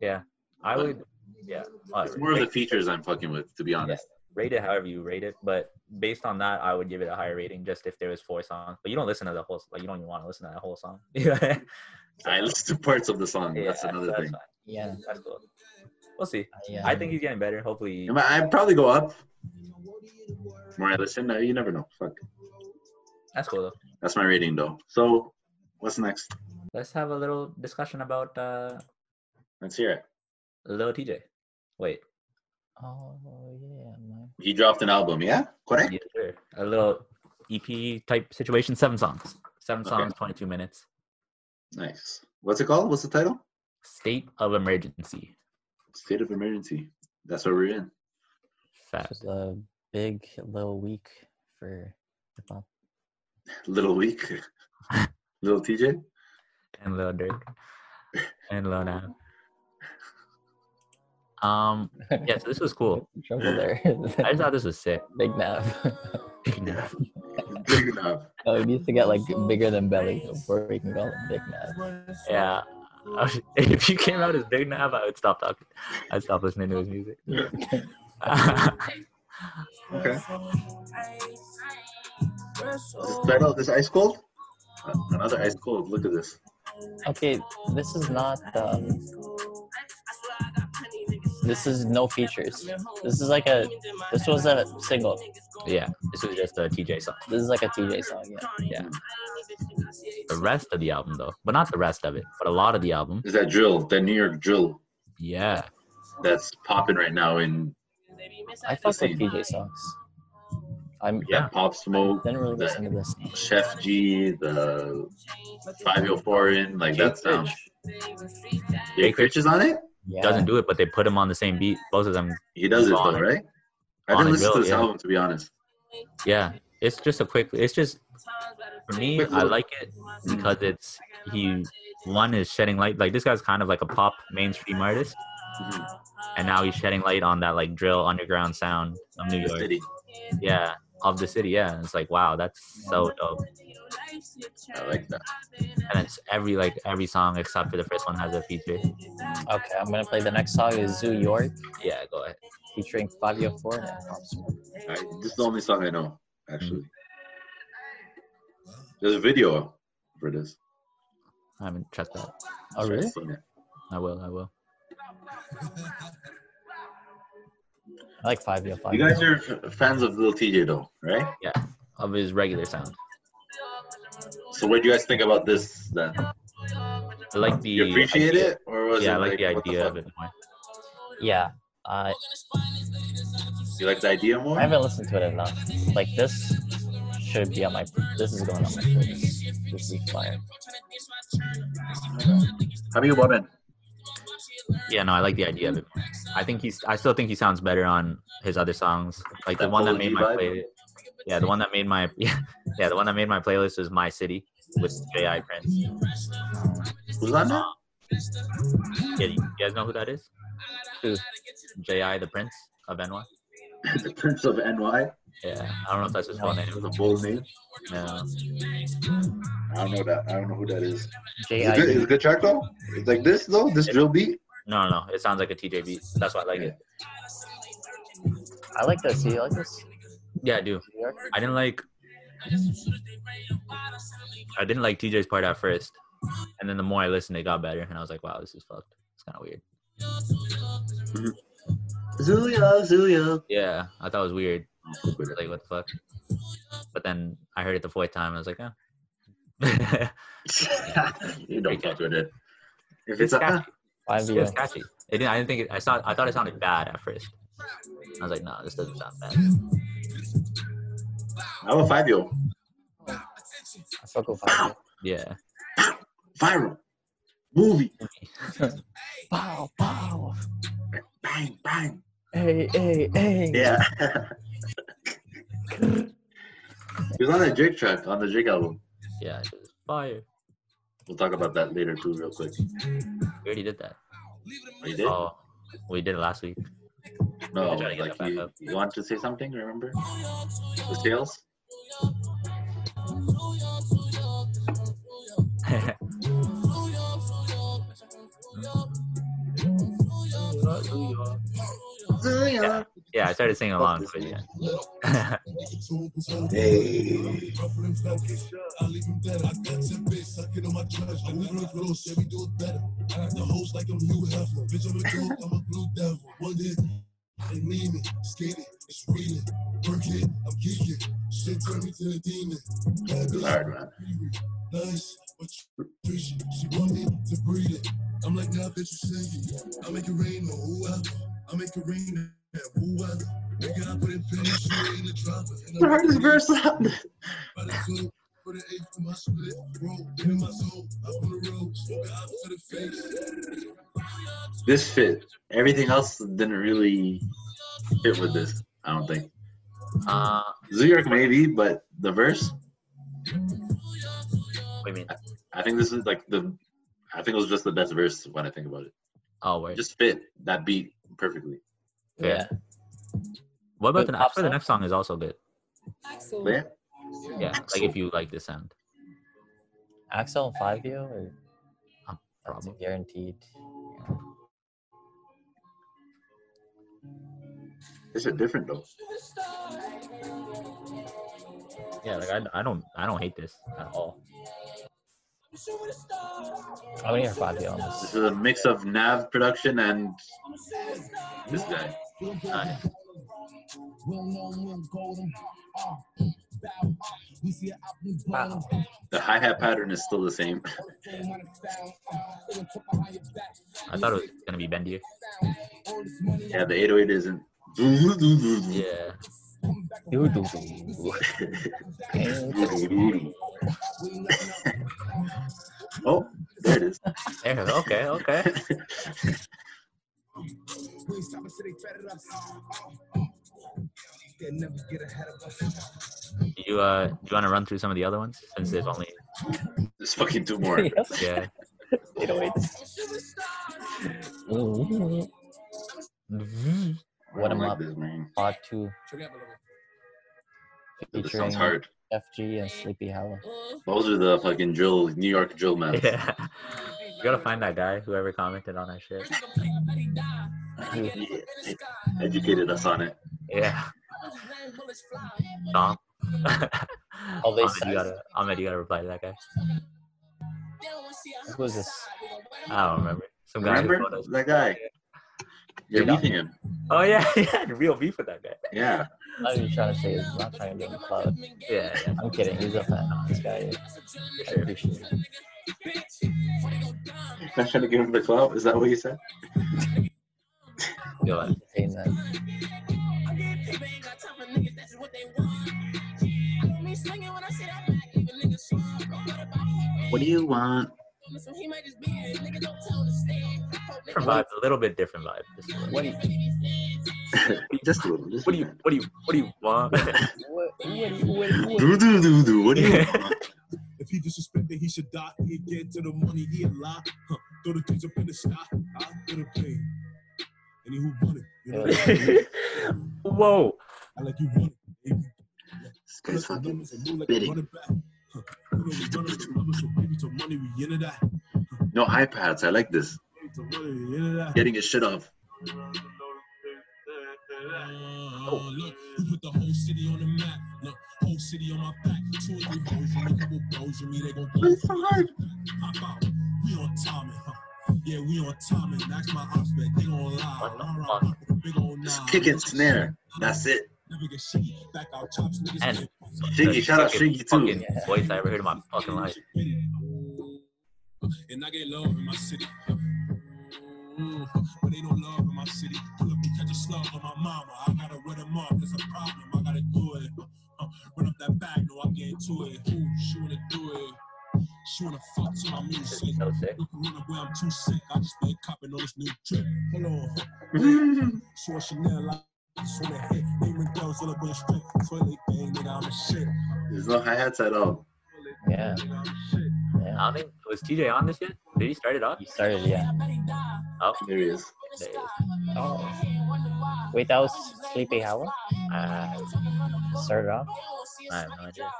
[SPEAKER 2] Yeah. I would. Yeah. Uh,
[SPEAKER 1] it's more of
[SPEAKER 2] rate-
[SPEAKER 1] the features i'm fucking with to be honest
[SPEAKER 2] Rate it however you rate it, but based on that, I would give it a higher rating just if there was four songs. But you don't listen to the whole. Like you don't even want to listen to that whole song. yeah.
[SPEAKER 1] i listen to parts of the song that's
[SPEAKER 2] so
[SPEAKER 1] another
[SPEAKER 2] that's
[SPEAKER 1] thing
[SPEAKER 2] fine.
[SPEAKER 11] Yeah.
[SPEAKER 2] That's cool. We'll see.
[SPEAKER 11] Yeah.
[SPEAKER 2] I think he's getting better. Hopefully.
[SPEAKER 1] I might- I'd probably go up more i listen uh, you never know fuck
[SPEAKER 2] That's cool though.
[SPEAKER 1] that's my rating though so what's next
[SPEAKER 2] let's have a little discussion about uh,
[SPEAKER 1] Let's hear it.
[SPEAKER 2] Lil TJ. Wait.
[SPEAKER 3] Oh yeah, man.
[SPEAKER 1] He dropped an album, yeah? Correct?
[SPEAKER 2] Yes, sir. A little EP type situation. Seven songs. Seven
[SPEAKER 1] Okay.
[SPEAKER 2] songs, 22 minutes.
[SPEAKER 1] Nice. What's it called? What's the title?
[SPEAKER 2] State of emergency.
[SPEAKER 1] State of Emergency. That's what we're in.
[SPEAKER 3] It
[SPEAKER 2] Fact.
[SPEAKER 3] was a big little week for hip hop.
[SPEAKER 1] Little Week. Little TJ.
[SPEAKER 2] And Lil Durk. And Lil Nas. Um. Yeah. So this was
[SPEAKER 11] Oh.
[SPEAKER 2] cool.
[SPEAKER 3] Trouble there.
[SPEAKER 2] I just thought this was sick.
[SPEAKER 3] Big nap.
[SPEAKER 1] Big enough.
[SPEAKER 3] oh, it needs to get like bigger than belly before we can call it big nap.
[SPEAKER 2] Yeah. I was- If you came out as Big Nav, I would stop talking. I'd stop listening to his music.
[SPEAKER 1] Okay. This title, this ice cold? Uh, Another ice cold. Look at this.
[SPEAKER 3] Okay, this is not. Um, this is no features. This is like a. This was a single.
[SPEAKER 2] yeah. This was just a TJ song.
[SPEAKER 3] This is like a TJ song. Yeah.
[SPEAKER 2] Yeah. The rest of the album, though, but not the rest of it, but a lot of the album.
[SPEAKER 1] Is that drill, that New York drill
[SPEAKER 2] Yeah.
[SPEAKER 1] that's popping right now in
[SPEAKER 3] I fuck with TJ songs. I'm.
[SPEAKER 1] yeah, Pop Smoke,
[SPEAKER 3] Didn't really
[SPEAKER 1] the
[SPEAKER 3] listen to this.
[SPEAKER 1] Chef G, the 504 in, like that sound. Jay Critch is on it?
[SPEAKER 3] Yeah.
[SPEAKER 2] Doesn't do it, but they put him on the same beat. Both of them.
[SPEAKER 1] He does it though,
[SPEAKER 2] Bonnie.
[SPEAKER 1] right? I
[SPEAKER 2] Bonnie
[SPEAKER 1] didn't listen to
[SPEAKER 2] Will,
[SPEAKER 1] this
[SPEAKER 2] yeah.
[SPEAKER 1] album to be honest.
[SPEAKER 2] Yeah. It's just a quick. It's just for me.
[SPEAKER 1] Quick
[SPEAKER 2] I
[SPEAKER 1] little-
[SPEAKER 2] like it because it's he. One is shedding light. Like this guy's kind of like a pop mainstream artist,
[SPEAKER 1] Mhm.
[SPEAKER 2] and now he's shedding light on that like drill underground sound of New York.
[SPEAKER 1] City.
[SPEAKER 2] Yeah, of the city. Yeah, it's like wow, that's so dope.
[SPEAKER 1] I like that.
[SPEAKER 2] And it's every like every song except for the first one has a feature.
[SPEAKER 3] Okay, I'm gonna play the next song is Zoo York
[SPEAKER 2] Yeah, go ahead.
[SPEAKER 3] featuring Fabio Four and Pop Smoke.
[SPEAKER 1] I, this is the only song I know, actually.
[SPEAKER 2] Mm.
[SPEAKER 1] There's a video for this.
[SPEAKER 2] I haven't checked that.
[SPEAKER 3] Oh
[SPEAKER 1] Try to
[SPEAKER 3] really?
[SPEAKER 1] sing it.
[SPEAKER 2] I will. I will.
[SPEAKER 3] I like Fabio Five.
[SPEAKER 1] You guys are f- fans of Lil TJ though, right?
[SPEAKER 2] Of his regular sound,
[SPEAKER 1] So what do you guys think about this then?
[SPEAKER 2] I like the.
[SPEAKER 1] You appreciate
[SPEAKER 2] idea-
[SPEAKER 1] it, or was
[SPEAKER 2] Yeah, I
[SPEAKER 1] it
[SPEAKER 2] like the
[SPEAKER 1] what
[SPEAKER 2] idea
[SPEAKER 1] fuck?
[SPEAKER 2] of it more.
[SPEAKER 3] Yeah. Uh,
[SPEAKER 1] You like the idea more?
[SPEAKER 3] I haven't listened to it enough. Like this should be on my. This is going on my playlist this week. Fire.
[SPEAKER 1] How about you, Bobin?
[SPEAKER 2] Yeah, no, I like the idea of it. More. I think he's. I still think he sounds better on his other songs, like the
[SPEAKER 1] That
[SPEAKER 2] one that
[SPEAKER 1] Polo
[SPEAKER 2] made
[SPEAKER 1] G
[SPEAKER 2] my
[SPEAKER 1] vibe?
[SPEAKER 2] play. Yeah, the one that made my yeah, yeah, the one that made my playlist was My City with J.I. Prince.
[SPEAKER 1] Who's on that?
[SPEAKER 2] Yeah, you guys know who that is?
[SPEAKER 3] Who?
[SPEAKER 2] J.I. the Prince of NY.
[SPEAKER 1] the Prince of NY.
[SPEAKER 2] Yeah, I don't know if that's his full name.
[SPEAKER 1] That was a bold name.
[SPEAKER 2] No.
[SPEAKER 1] I don't know that. I don't know who that is. Is it good, is it
[SPEAKER 3] J.I.
[SPEAKER 1] a good track though? It's like this though. This drill beat.
[SPEAKER 2] No, no, it sounds like a TJ beat. That's why I like it.
[SPEAKER 3] I like this. You like this?
[SPEAKER 2] Yeah, I do.
[SPEAKER 3] New York?
[SPEAKER 2] I didn't like. I didn't like TJ's part at first, and then the more I listened, it got better, and I was like, "Wow, this is fucked. It's kind of weird."
[SPEAKER 1] Zulia, Zulia.
[SPEAKER 2] Yeah, I thought it was weird.
[SPEAKER 1] I'll fuck with it.
[SPEAKER 2] Like, what the fuck? But then I heard it the fourth time, and I was like, "Oh,
[SPEAKER 1] you don't fuck with it. If it's
[SPEAKER 2] it's
[SPEAKER 1] a,
[SPEAKER 2] catchy.
[SPEAKER 1] uh,
[SPEAKER 3] Five
[SPEAKER 2] It was
[SPEAKER 3] years.
[SPEAKER 2] catchy." It didn't, I didn't think it, I saw. I thought it sounded bad at first. I was like, "No, this doesn't sound bad."
[SPEAKER 1] I'm a five year old.
[SPEAKER 3] I fuck with Fabio.
[SPEAKER 2] Yeah,
[SPEAKER 1] Viral. Movie.
[SPEAKER 3] Wow! Wow!
[SPEAKER 1] Bang, bang.
[SPEAKER 3] Hey! Hey! Hey!
[SPEAKER 1] Yeah. he was on that Drake track on the Drake album.
[SPEAKER 2] yeah, it was fire.
[SPEAKER 1] We'll talk about that later too, real quick.
[SPEAKER 2] We already did that.
[SPEAKER 1] Oh, you did?
[SPEAKER 2] Oh, we did it last week.
[SPEAKER 1] no,
[SPEAKER 2] I'm trying to get
[SPEAKER 1] like
[SPEAKER 2] that back
[SPEAKER 1] you,
[SPEAKER 2] up.
[SPEAKER 1] you want to say something? Remember the sales?
[SPEAKER 2] Yeah. yeah, I started singing along. But yeah.
[SPEAKER 1] Hey.
[SPEAKER 5] They mean it, skin it, it's real it, work it, I'm geeking. Shit turned me to a demon.
[SPEAKER 1] Alright, man.
[SPEAKER 5] Nice, but you preach it. She want me to breathe it. I'm like, nah, bitch, you sing it. I make it rain or whoever. I make it rain at whoever. Nigga, I put in penny, she ain't a dropper. And
[SPEAKER 1] The hardest
[SPEAKER 5] I'm-
[SPEAKER 1] verse out.
[SPEAKER 5] by the club, put an eight for my split. Roll in my soul, up on the road, smoking out to the face.
[SPEAKER 1] This fit. Everything else didn't really fit with this. I don't think.
[SPEAKER 2] Uh,
[SPEAKER 1] New York maybe, but the verse.
[SPEAKER 2] What do you mean?
[SPEAKER 1] I think this is like the. I think it was just the best verse when I think about it.
[SPEAKER 2] Oh, wait.
[SPEAKER 1] Just fit that beat perfectly.
[SPEAKER 2] Yeah. What about
[SPEAKER 1] Wait,
[SPEAKER 2] the
[SPEAKER 1] pop
[SPEAKER 2] next? The next song is also good.
[SPEAKER 11] Axel.
[SPEAKER 1] Yeah.
[SPEAKER 2] Yeah, like if you like the sound.
[SPEAKER 3] Axel and Five Yo, or
[SPEAKER 2] that's
[SPEAKER 3] a guaranteed.
[SPEAKER 1] This is different though.
[SPEAKER 2] Yeah, like I, I don't I don't hate this at all.
[SPEAKER 3] I want to hear Five Yo on this.
[SPEAKER 1] This is a mix of Nav production and this guy. Uh, Kanye. The hi hat pattern is still the same.
[SPEAKER 2] I thought it was gonna be bendier.
[SPEAKER 1] Yeah, the 808 isn't.
[SPEAKER 2] Yeah.
[SPEAKER 1] oh, there it is.
[SPEAKER 2] There, okay, okay. Do you uh do you want to run through some of the other ones since there's only
[SPEAKER 1] There's fucking two more.
[SPEAKER 2] yeah. Mm-hmm.
[SPEAKER 3] What am up? Part two.
[SPEAKER 1] This
[SPEAKER 3] Featuring
[SPEAKER 1] sounds hard.
[SPEAKER 3] FG and Sleepy Hollow.
[SPEAKER 1] Those are the fucking drill, New York drill maps.
[SPEAKER 2] Yeah. You gotta find that guy, whoever commented on that shit.
[SPEAKER 1] Educated us on it.
[SPEAKER 2] Yeah. Tom.
[SPEAKER 3] Oh, they
[SPEAKER 2] Ahmed,
[SPEAKER 3] said-
[SPEAKER 2] you gotta, Ahmed, you gotta reply to that guy.
[SPEAKER 3] Who was this?
[SPEAKER 2] I don't remember. Some guy. who
[SPEAKER 1] Remember
[SPEAKER 2] photos-
[SPEAKER 1] that guy? You're beefing him.
[SPEAKER 2] Oh yeah, he had real beef with that guy.
[SPEAKER 1] Yeah.
[SPEAKER 3] I'm not even trying to say it's not trying to be on the cloud.
[SPEAKER 2] Yeah, yeah.
[SPEAKER 3] I'm kidding. He's a fan. This guy is. I appreciate it.
[SPEAKER 1] Not trying to give him the clout. Is that what you said?
[SPEAKER 2] Yo, uh, like,
[SPEAKER 3] Saying that.
[SPEAKER 1] What do you want?
[SPEAKER 2] different vibe, a little bit different vibe. This one.
[SPEAKER 3] What do you,
[SPEAKER 1] Just a little. Just
[SPEAKER 2] What do you, what do you, what do you want?
[SPEAKER 3] what, what, do you- what, do you- what,
[SPEAKER 1] Do do do do. What do you
[SPEAKER 2] Yeah.
[SPEAKER 1] want?
[SPEAKER 8] If he disrespected, he should die. He get to the money, he a lot. Huh. Throw the things up in the shot. I get a pay. And he who won it. You know what I mean?
[SPEAKER 2] Whoa.
[SPEAKER 8] I like you won it. If you
[SPEAKER 1] This
[SPEAKER 8] put
[SPEAKER 1] guy's
[SPEAKER 8] up the
[SPEAKER 1] fucking
[SPEAKER 8] numbers and move like a
[SPEAKER 1] spitting.
[SPEAKER 8] running back. Huh. You know we run up the numbers, so baby, to money, we into that.
[SPEAKER 1] No iPads. I like this.
[SPEAKER 8] Baby, to money, we into that.
[SPEAKER 1] Getting his shit off.
[SPEAKER 8] Oh, look, you put the whole city on the map. Look, whole city on my back. Two or three hoes in me, couple bros in me, they gon' go.
[SPEAKER 1] It's so hard.
[SPEAKER 8] Pop out. We on time, and, huh? Yeah, we on time. And ask my ops, man. They gon' lie.
[SPEAKER 2] What the
[SPEAKER 8] Rah, rah,
[SPEAKER 2] fuck?
[SPEAKER 8] rah, with a big old
[SPEAKER 1] Just
[SPEAKER 8] nine.
[SPEAKER 1] kick and snare. That's it.
[SPEAKER 8] Never get shaky. Back out chops, niggas.
[SPEAKER 2] And-
[SPEAKER 8] get
[SPEAKER 1] Shiggy, shout out
[SPEAKER 2] Second
[SPEAKER 1] Shiggy too.
[SPEAKER 2] fucking voice I ever heard in my fucking life.
[SPEAKER 8] And I get love in my city. Mm, But they don't love in my city. Pull up and catch a slug on my mama. I gotta run them off. There's a problem. I gotta do it. Uh, Run up that bag. No, I get to it. Ooh, she wanna do it. She wanna fuck to my
[SPEAKER 2] This
[SPEAKER 8] music.
[SPEAKER 2] is so sick.
[SPEAKER 8] Look around the way I'm too sick. I just been copping on this new drip. Hold on. So Chanel, I just wanna hit. Name and girls all up on the strip. Toilet gang, nigga, I'm a shit.
[SPEAKER 1] There's no hi hats at all.
[SPEAKER 3] Yeah.
[SPEAKER 8] Nigga, I'm a shit.
[SPEAKER 3] Yeah.
[SPEAKER 2] I don't think was TJ on this yet? Did he start it off?
[SPEAKER 3] You started, yeah.
[SPEAKER 2] Oh,
[SPEAKER 1] There he is.
[SPEAKER 2] there he is.
[SPEAKER 3] Oh. Wait, that was Sleepy Hollow?
[SPEAKER 2] Uh,
[SPEAKER 3] Started off?
[SPEAKER 2] I have no idea.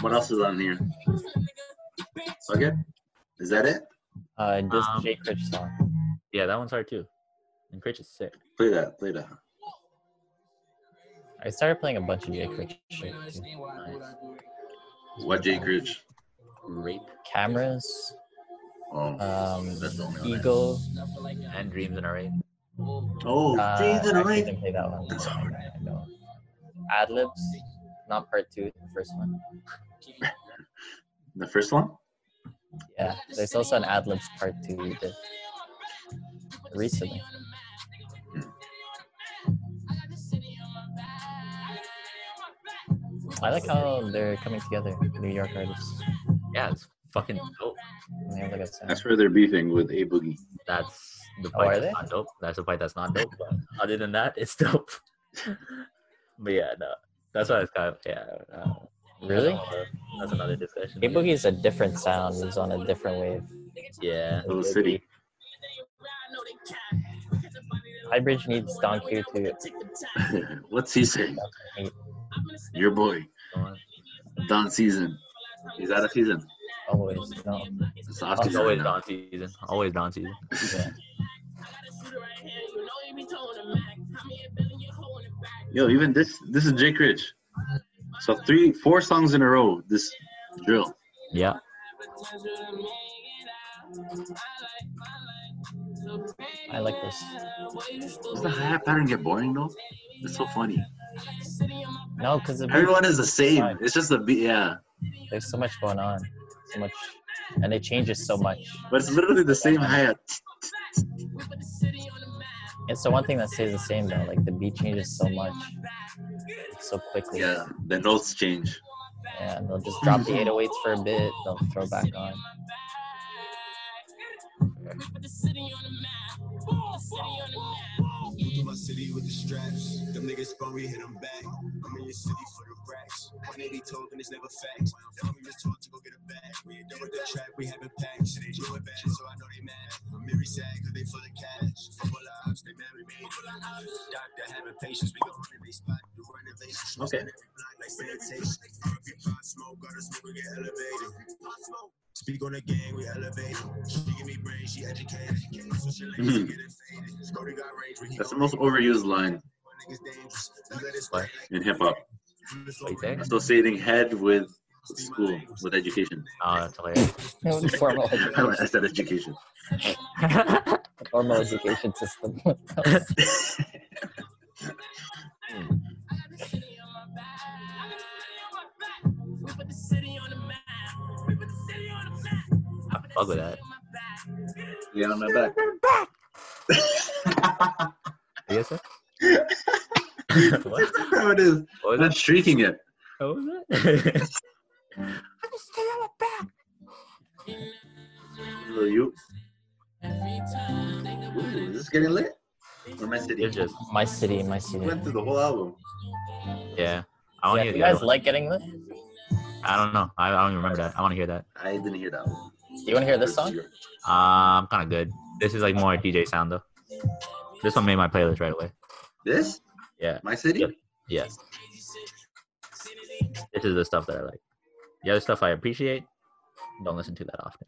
[SPEAKER 1] What else is on here? Okay. Is that it?
[SPEAKER 3] Uh, just
[SPEAKER 2] Um,
[SPEAKER 3] Jay Critch song.
[SPEAKER 2] Yeah, that one's hard too. And Critch is sick.
[SPEAKER 1] Play that. Play that.
[SPEAKER 3] I started playing a bunch of Jay Critch shit. too.
[SPEAKER 1] What Jay Critch?
[SPEAKER 3] Rape cameras.
[SPEAKER 1] Oh,
[SPEAKER 3] Um,
[SPEAKER 1] that's the only one I know.
[SPEAKER 3] Eagle.
[SPEAKER 2] and dreams in a rain.
[SPEAKER 1] Oh,
[SPEAKER 3] Uh,
[SPEAKER 1] Dreams in a
[SPEAKER 3] I
[SPEAKER 1] Rain.
[SPEAKER 3] didn't play that one.
[SPEAKER 1] That's hard.
[SPEAKER 3] I know. Ad libs, not part two, the first one.
[SPEAKER 1] The first one?
[SPEAKER 3] Yeah, there's also an ad libs part two we did recently. I like how they're coming together, New York artists.
[SPEAKER 2] Yeah, it's fucking dope.
[SPEAKER 3] And they have like a sound.
[SPEAKER 1] That's where they're beefing with A Boogie.
[SPEAKER 2] That's the
[SPEAKER 3] Oh, are
[SPEAKER 2] fight
[SPEAKER 3] they?
[SPEAKER 2] that's not dope. That's the fight that's not dope. But other than that, it's dope. but yeah, no, that's why it's kind of yeah. Uh,
[SPEAKER 3] Really?
[SPEAKER 2] that's another discussion.
[SPEAKER 3] Hey Boogie is a different sound. He's on a different wave.
[SPEAKER 2] Yeah,
[SPEAKER 1] Little City.
[SPEAKER 3] Highbridge needs Don Q to
[SPEAKER 1] What's he saying? Your boy, Don Season. He's out of season.
[SPEAKER 3] always no.
[SPEAKER 1] It's off
[SPEAKER 2] It's
[SPEAKER 1] season
[SPEAKER 2] always
[SPEAKER 1] right now.
[SPEAKER 2] down season. Always down season.
[SPEAKER 1] Yo, even this this is Jake Rich. So three, four songs in a row. This drill.
[SPEAKER 2] Yeah.
[SPEAKER 3] I like this.
[SPEAKER 1] Does the hi hat pattern get boring though? It's so funny.
[SPEAKER 3] No, because
[SPEAKER 1] Everyone is the same. It's just a beat, yeah.
[SPEAKER 3] there's so much going on, so much, and it changes so much.
[SPEAKER 1] But it's literally the same hi hat.
[SPEAKER 3] It's the one thing that stays the same though. Like the beat changes so much, so quickly.
[SPEAKER 1] Yeah, the notes change.
[SPEAKER 3] Yeah, they'll just drop the 808s for a bit. They'll throw back on.
[SPEAKER 12] Look at my city with the straps. Them niggas spun, we hit 'em back. I'm in your city for the racks. 180 talking is never facts. Now I'm just told to go get a bag. We ain't done with the trap, we haven't packed. Shit ain't doing bad, so I know they mad. I'm very sad, cause they full of cash. Football ops, they mad we made it. Doctor having patience, we gon' run they spot. Do renovations,
[SPEAKER 1] Okay.
[SPEAKER 12] on every block like sanitation. If you pop smoke, got a smoke, we get elevated. Pop smoke. Speak on the game, we elevate. She give me brain, she educated. So she like to
[SPEAKER 1] Mhm.
[SPEAKER 12] get it faded. Scotty got range when he
[SPEAKER 1] That's the
[SPEAKER 12] gon'
[SPEAKER 1] most overused line
[SPEAKER 12] niggas dangerous. You let it
[SPEAKER 2] What?
[SPEAKER 12] slide like
[SPEAKER 1] in hip hop.
[SPEAKER 2] Wait there.
[SPEAKER 1] Associating head with school, with education.
[SPEAKER 2] Oh, that's hilarious.
[SPEAKER 3] formal,
[SPEAKER 1] I said education.
[SPEAKER 3] formal education system.
[SPEAKER 2] I fuck with that.
[SPEAKER 1] Yeah, on my back.
[SPEAKER 2] Yes, sir. what?
[SPEAKER 1] That's how it is.
[SPEAKER 2] What was
[SPEAKER 1] Not
[SPEAKER 2] that?
[SPEAKER 1] shrieking it.
[SPEAKER 2] What was that?
[SPEAKER 1] Will you? Ooh, is this getting lit? Or my city?
[SPEAKER 2] You're just
[SPEAKER 3] my city, my city.
[SPEAKER 1] went through the whole album.
[SPEAKER 2] yeah. I want to hear
[SPEAKER 3] Yeah, you
[SPEAKER 2] the
[SPEAKER 3] guys
[SPEAKER 2] other
[SPEAKER 3] like getting lit?
[SPEAKER 2] one. I don't know. I, I don't even remember that. I want to hear that.
[SPEAKER 1] I didn't hear that one.
[SPEAKER 3] Do you want to hear this song?
[SPEAKER 2] Uh, I'm kind of good. This is like more DJ sound though. This one made my playlist right away.
[SPEAKER 1] This?
[SPEAKER 2] Yeah.
[SPEAKER 1] My city?
[SPEAKER 2] Yeah. Yes. This is the stuff that I like. The other stuff I appreciate, don't listen to that often.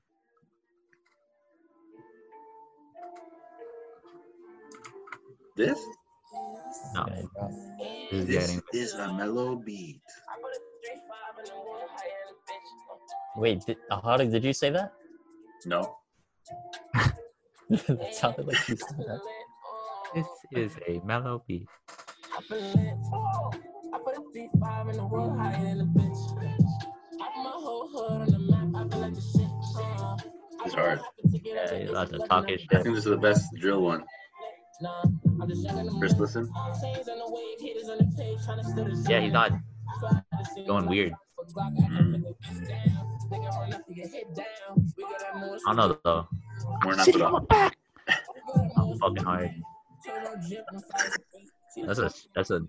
[SPEAKER 1] This?
[SPEAKER 2] No,
[SPEAKER 3] Yeah, bro.
[SPEAKER 2] this is
[SPEAKER 1] This
[SPEAKER 2] getting
[SPEAKER 1] is a mellow beat.
[SPEAKER 3] Wait, did, Ahari, did you say that?
[SPEAKER 1] No.
[SPEAKER 3] that sounded like you said that.
[SPEAKER 2] This is a mellow beat.
[SPEAKER 1] It's hard.
[SPEAKER 2] Yeah, you lots of talking
[SPEAKER 1] I
[SPEAKER 2] shit.
[SPEAKER 1] think this is the best drill one. First listen.
[SPEAKER 2] Yeah, he's not going weird. Mm. I don't know though.
[SPEAKER 1] We're not put on.
[SPEAKER 2] I'm fucking hard. That's a that's a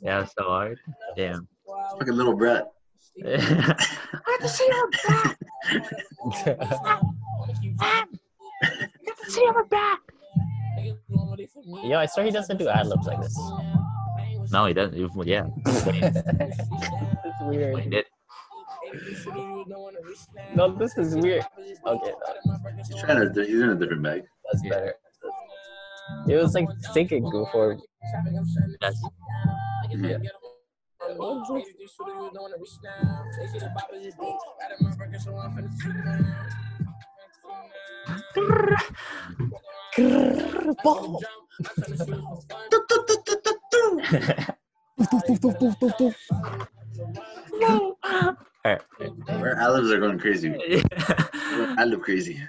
[SPEAKER 2] yeah, it's so hard. Damn.
[SPEAKER 1] Fucking little brat.
[SPEAKER 3] Yo, I swear he doesn't do ad libs like this.
[SPEAKER 2] no, he doesn't. he- Yeah,
[SPEAKER 3] That's weird.
[SPEAKER 2] he did.
[SPEAKER 3] No, this is weird. Okay, no,
[SPEAKER 11] uh,
[SPEAKER 1] He's trying to. He's in a different bag.
[SPEAKER 3] that's
[SPEAKER 2] Yeah.
[SPEAKER 3] better. It was like thinking before.
[SPEAKER 2] That's
[SPEAKER 3] Yeah.
[SPEAKER 2] Alright.
[SPEAKER 1] Where Alibs are going crazy. Where Alib crazy.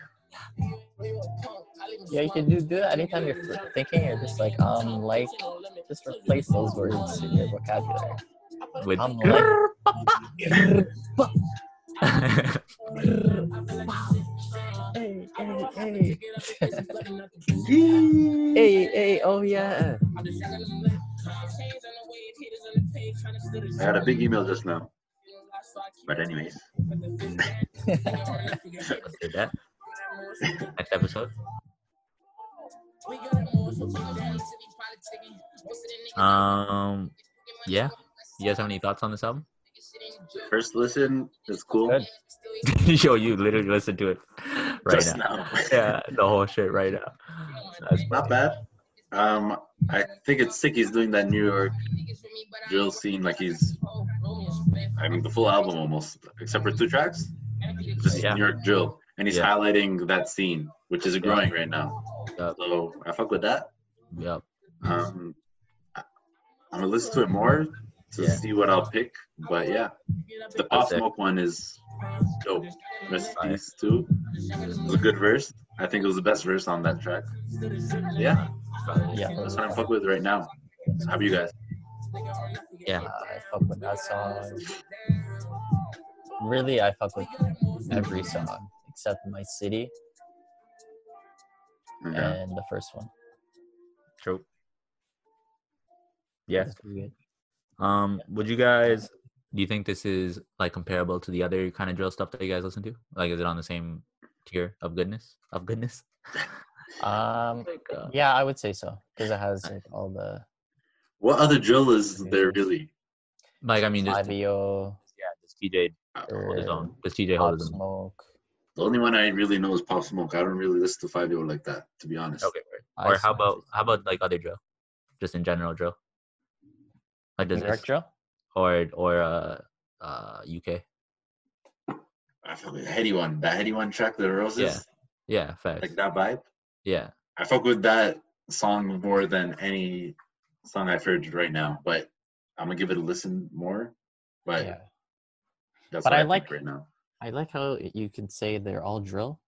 [SPEAKER 11] Yeah, you can do, do that anytime you're fr- thinking or just like, um, like, just replace those words in your vocabulary.
[SPEAKER 2] With
[SPEAKER 11] Um, like, hey, hey, hey. hey, hey, oh yeah.
[SPEAKER 1] I got a big email just now. But anyways,
[SPEAKER 2] let's do that. Next episode. Um, yeah. You guys have any thoughts on this album?
[SPEAKER 1] first listen is cool.
[SPEAKER 11] Good.
[SPEAKER 2] Yo, you literally listen to it right
[SPEAKER 1] just
[SPEAKER 2] now.
[SPEAKER 1] now.
[SPEAKER 2] Yeah, the whole shit right now. That's
[SPEAKER 1] Not bad. Um, I think it's sick he's doing that New York drill scene like he's. I mean, the full album almost, except for two tracks. Just
[SPEAKER 2] Yeah.
[SPEAKER 1] New York drill, and he's
[SPEAKER 2] Yeah.
[SPEAKER 1] highlighting that scene, which is growing right now.
[SPEAKER 2] Yup.
[SPEAKER 1] So I fuck with that.
[SPEAKER 2] Yep.
[SPEAKER 1] Um, I- I'm gonna listen to it more to
[SPEAKER 2] Yeah.
[SPEAKER 1] see what I'll pick, but yeah, the Pop
[SPEAKER 2] That's it.
[SPEAKER 1] Smoke one is dope. Rest in
[SPEAKER 2] Fire.
[SPEAKER 1] peace too. It was a good verse. I think it was the best verse on that track. Yeah,
[SPEAKER 11] Yeah,
[SPEAKER 1] that's what I'm fucking with right now. How about you guys?
[SPEAKER 2] Yeah.
[SPEAKER 11] Uh, I fuck with that song. Really, I fuck with every song except My City
[SPEAKER 1] Yeah.
[SPEAKER 11] and the first one.
[SPEAKER 2] True. Yeah.
[SPEAKER 11] That's pretty good.
[SPEAKER 2] Um, would you guys do you think this is like comparable to the other kind of drill stuff that you guys listen to? Like is it on the same tier of goodness? Of goodness?
[SPEAKER 11] Um,
[SPEAKER 2] Like, uh,
[SPEAKER 11] yeah, I would say so because it has like all the
[SPEAKER 1] What other drill is there really?
[SPEAKER 2] like I mean just
[SPEAKER 11] Fabio,
[SPEAKER 2] yeah, just TJ hold his
[SPEAKER 11] uh,
[SPEAKER 2] own. Just TJ
[SPEAKER 11] Pop
[SPEAKER 2] hold his own.
[SPEAKER 11] Smoke.
[SPEAKER 1] The only one I really know is Pop Smoke. I don't really listen to Five Yo like that, to be honest.
[SPEAKER 2] Okay.
[SPEAKER 11] I
[SPEAKER 2] Or how
[SPEAKER 11] see.
[SPEAKER 2] about how about like other drill? Just in general drill. Like does
[SPEAKER 11] New York
[SPEAKER 2] this
[SPEAKER 11] drill?
[SPEAKER 2] or or uh uh UK.
[SPEAKER 1] I fuck with the heady one. That heady one track, The Roses,
[SPEAKER 2] Yeah. Yeah, facts.
[SPEAKER 1] like that vibe.
[SPEAKER 2] yeah.
[SPEAKER 1] I fuck with that song more than any song I've heard right now, but I'm gonna give it a listen more. But
[SPEAKER 11] Yeah.
[SPEAKER 1] that's
[SPEAKER 11] But
[SPEAKER 1] what
[SPEAKER 11] I
[SPEAKER 1] I, like
[SPEAKER 11] like-
[SPEAKER 1] right now.
[SPEAKER 11] I like how you could say they're all drill,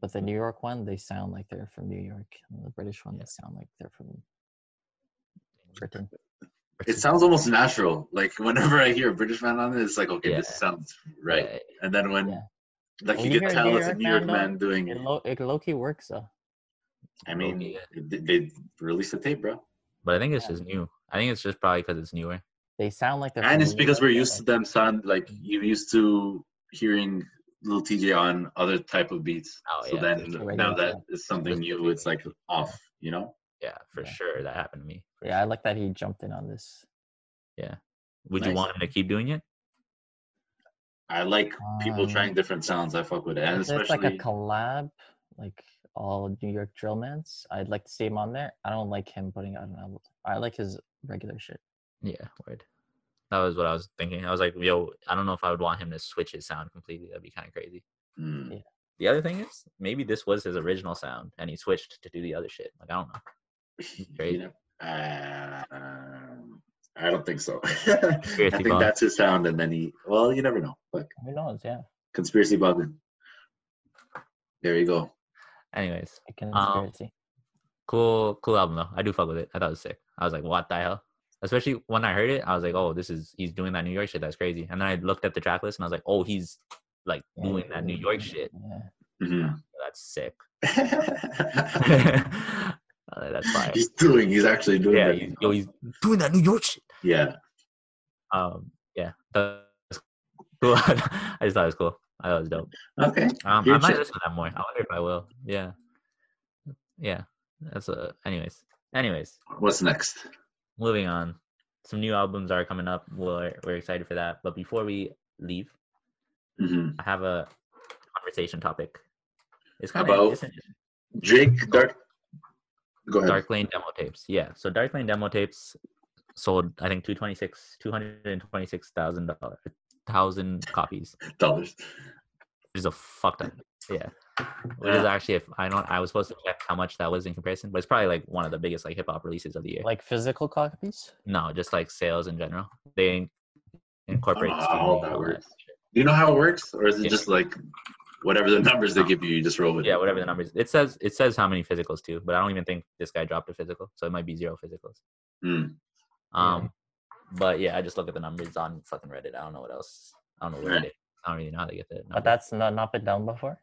[SPEAKER 11] but the New York one they sound like they're from New York, and the British one they sound like they're from Britain.
[SPEAKER 1] It sounds almost natural. Like whenever I hear a British man on it, it's like, okay, this
[SPEAKER 2] Yeah.
[SPEAKER 1] sounds right.
[SPEAKER 2] Yeah,
[SPEAKER 1] And then when
[SPEAKER 11] Yeah.
[SPEAKER 1] like
[SPEAKER 11] When
[SPEAKER 1] you
[SPEAKER 11] you
[SPEAKER 1] could
[SPEAKER 11] hear a
[SPEAKER 1] tell
[SPEAKER 11] New
[SPEAKER 1] it's a
[SPEAKER 11] York
[SPEAKER 1] New York
[SPEAKER 11] man, though,
[SPEAKER 1] man doing
[SPEAKER 11] It
[SPEAKER 1] it.
[SPEAKER 11] low it low key works though.
[SPEAKER 1] I mean,
[SPEAKER 2] yeah.
[SPEAKER 1] they, they released a tape, bro.
[SPEAKER 2] But I think it's just new. I think it's just probably because it's newer.
[SPEAKER 11] They sound like they're.
[SPEAKER 1] And
[SPEAKER 11] from
[SPEAKER 1] it's
[SPEAKER 11] New
[SPEAKER 1] because
[SPEAKER 11] York,
[SPEAKER 1] we're
[SPEAKER 11] but,
[SPEAKER 1] used to
[SPEAKER 11] like,
[SPEAKER 1] them sound like you used to hearing little TJ on other type of beats.
[SPEAKER 2] Oh,
[SPEAKER 1] so
[SPEAKER 2] yeah,
[SPEAKER 1] then
[SPEAKER 11] it's
[SPEAKER 1] now
[SPEAKER 11] regular,
[SPEAKER 1] that is something new, it's like off, you know?
[SPEAKER 2] Yeah, for
[SPEAKER 11] Yeah.
[SPEAKER 2] sure. That happened to me. for
[SPEAKER 11] Yeah, I
[SPEAKER 2] sure.
[SPEAKER 11] like that he jumped in on this.
[SPEAKER 2] Would you
[SPEAKER 1] Nice.
[SPEAKER 2] want him to keep doing it?
[SPEAKER 1] I like people
[SPEAKER 11] Um,
[SPEAKER 1] trying different sounds. I fuck with it, and
[SPEAKER 11] If it's like a
[SPEAKER 1] especially
[SPEAKER 11] collab, like all New York Drillmans, I'd like to see him on there. I don't like him putting out an album. I like his regular shit.
[SPEAKER 2] Yeah, word. That was what I was thinking. I was like, yo, I don't know if I would want him to switch his sound completely. That'd be kind of crazy.
[SPEAKER 1] mm,
[SPEAKER 2] The other thing is, maybe this was his original sound and he switched to do the other shit. Like, I don't know.
[SPEAKER 1] you
[SPEAKER 2] Great.
[SPEAKER 1] know, uh, I don't think so. I
[SPEAKER 2] Conspiracy
[SPEAKER 1] think
[SPEAKER 2] bomb.
[SPEAKER 1] that's his sound, and then he. Well, you never know. Like
[SPEAKER 11] Who knows? Yeah,
[SPEAKER 1] conspiracy bugging. There you go.
[SPEAKER 2] Anyways,
[SPEAKER 11] a
[SPEAKER 1] Um,
[SPEAKER 11] conspiracy.
[SPEAKER 2] cool, cool album though. I do fuck with it. I thought it was sick. I was like, what the hell? Especially when I heard it, I was like, oh, this is, he's doing that New York shit. That's crazy. And then I looked at the track list and I was like, oh, he's like
[SPEAKER 11] Yeah,
[SPEAKER 2] doing
[SPEAKER 11] yeah,
[SPEAKER 2] that New
[SPEAKER 11] yeah,
[SPEAKER 2] York
[SPEAKER 11] yeah,
[SPEAKER 2] shit.
[SPEAKER 11] Yeah.
[SPEAKER 1] Mhm.
[SPEAKER 2] That's sick.
[SPEAKER 1] he's
[SPEAKER 2] I was like, that's fire.
[SPEAKER 1] doing. He's actually doing.
[SPEAKER 2] yeah,
[SPEAKER 1] that.
[SPEAKER 2] he's, yo, he's doing that New York shit.
[SPEAKER 1] yeah.
[SPEAKER 2] Um, yeah, that's cool. I just thought it was cool. I thought it was dope.
[SPEAKER 1] Okay.
[SPEAKER 2] Um, I
[SPEAKER 1] Your
[SPEAKER 2] might
[SPEAKER 1] chi-
[SPEAKER 2] listen to that more. I wonder if I will. Yeah, yeah. That's a. Anyways, anyways,
[SPEAKER 1] What's next?
[SPEAKER 2] moving on. Some new albums are coming up. We're we're excited for that. But before we leave,
[SPEAKER 1] hmm
[SPEAKER 2] I have a conversation topic. It's
[SPEAKER 1] How
[SPEAKER 2] kind of
[SPEAKER 1] about- Drake Dark Go ahead.
[SPEAKER 2] Dark Lane demo tapes. Yeah. So Dark Lane demo tapes sold, I think, 226 226000 dollars thousand copies.
[SPEAKER 1] Dollars.
[SPEAKER 2] Which is a fuck ton. Yeah. Which is actually, if I don't, I was supposed to check how much that was in comparison, but it's probably like one of the biggest like hip hop releases of the year.
[SPEAKER 3] Like physical copies?
[SPEAKER 2] No, just like sales in general. They in- incorporate.
[SPEAKER 1] Oh,
[SPEAKER 2] streaming
[SPEAKER 1] how
[SPEAKER 2] and
[SPEAKER 1] that
[SPEAKER 2] all
[SPEAKER 1] works. Do you know how it works, or is it
[SPEAKER 2] Yeah.
[SPEAKER 1] just like whatever the numbers they give you, you just roll with?
[SPEAKER 2] Yeah,
[SPEAKER 1] it?
[SPEAKER 2] whatever the numbers. It says it says how many physicals too, but I don't even think this guy dropped a physical, so it might be zero physicals.
[SPEAKER 1] Hmm.
[SPEAKER 2] Um, but yeah, I just look at the numbers on fucking Reddit. I don't know what else. I don't know where
[SPEAKER 1] Right.
[SPEAKER 2] they. I don't really know how they get that.
[SPEAKER 3] But that's not, not been done before?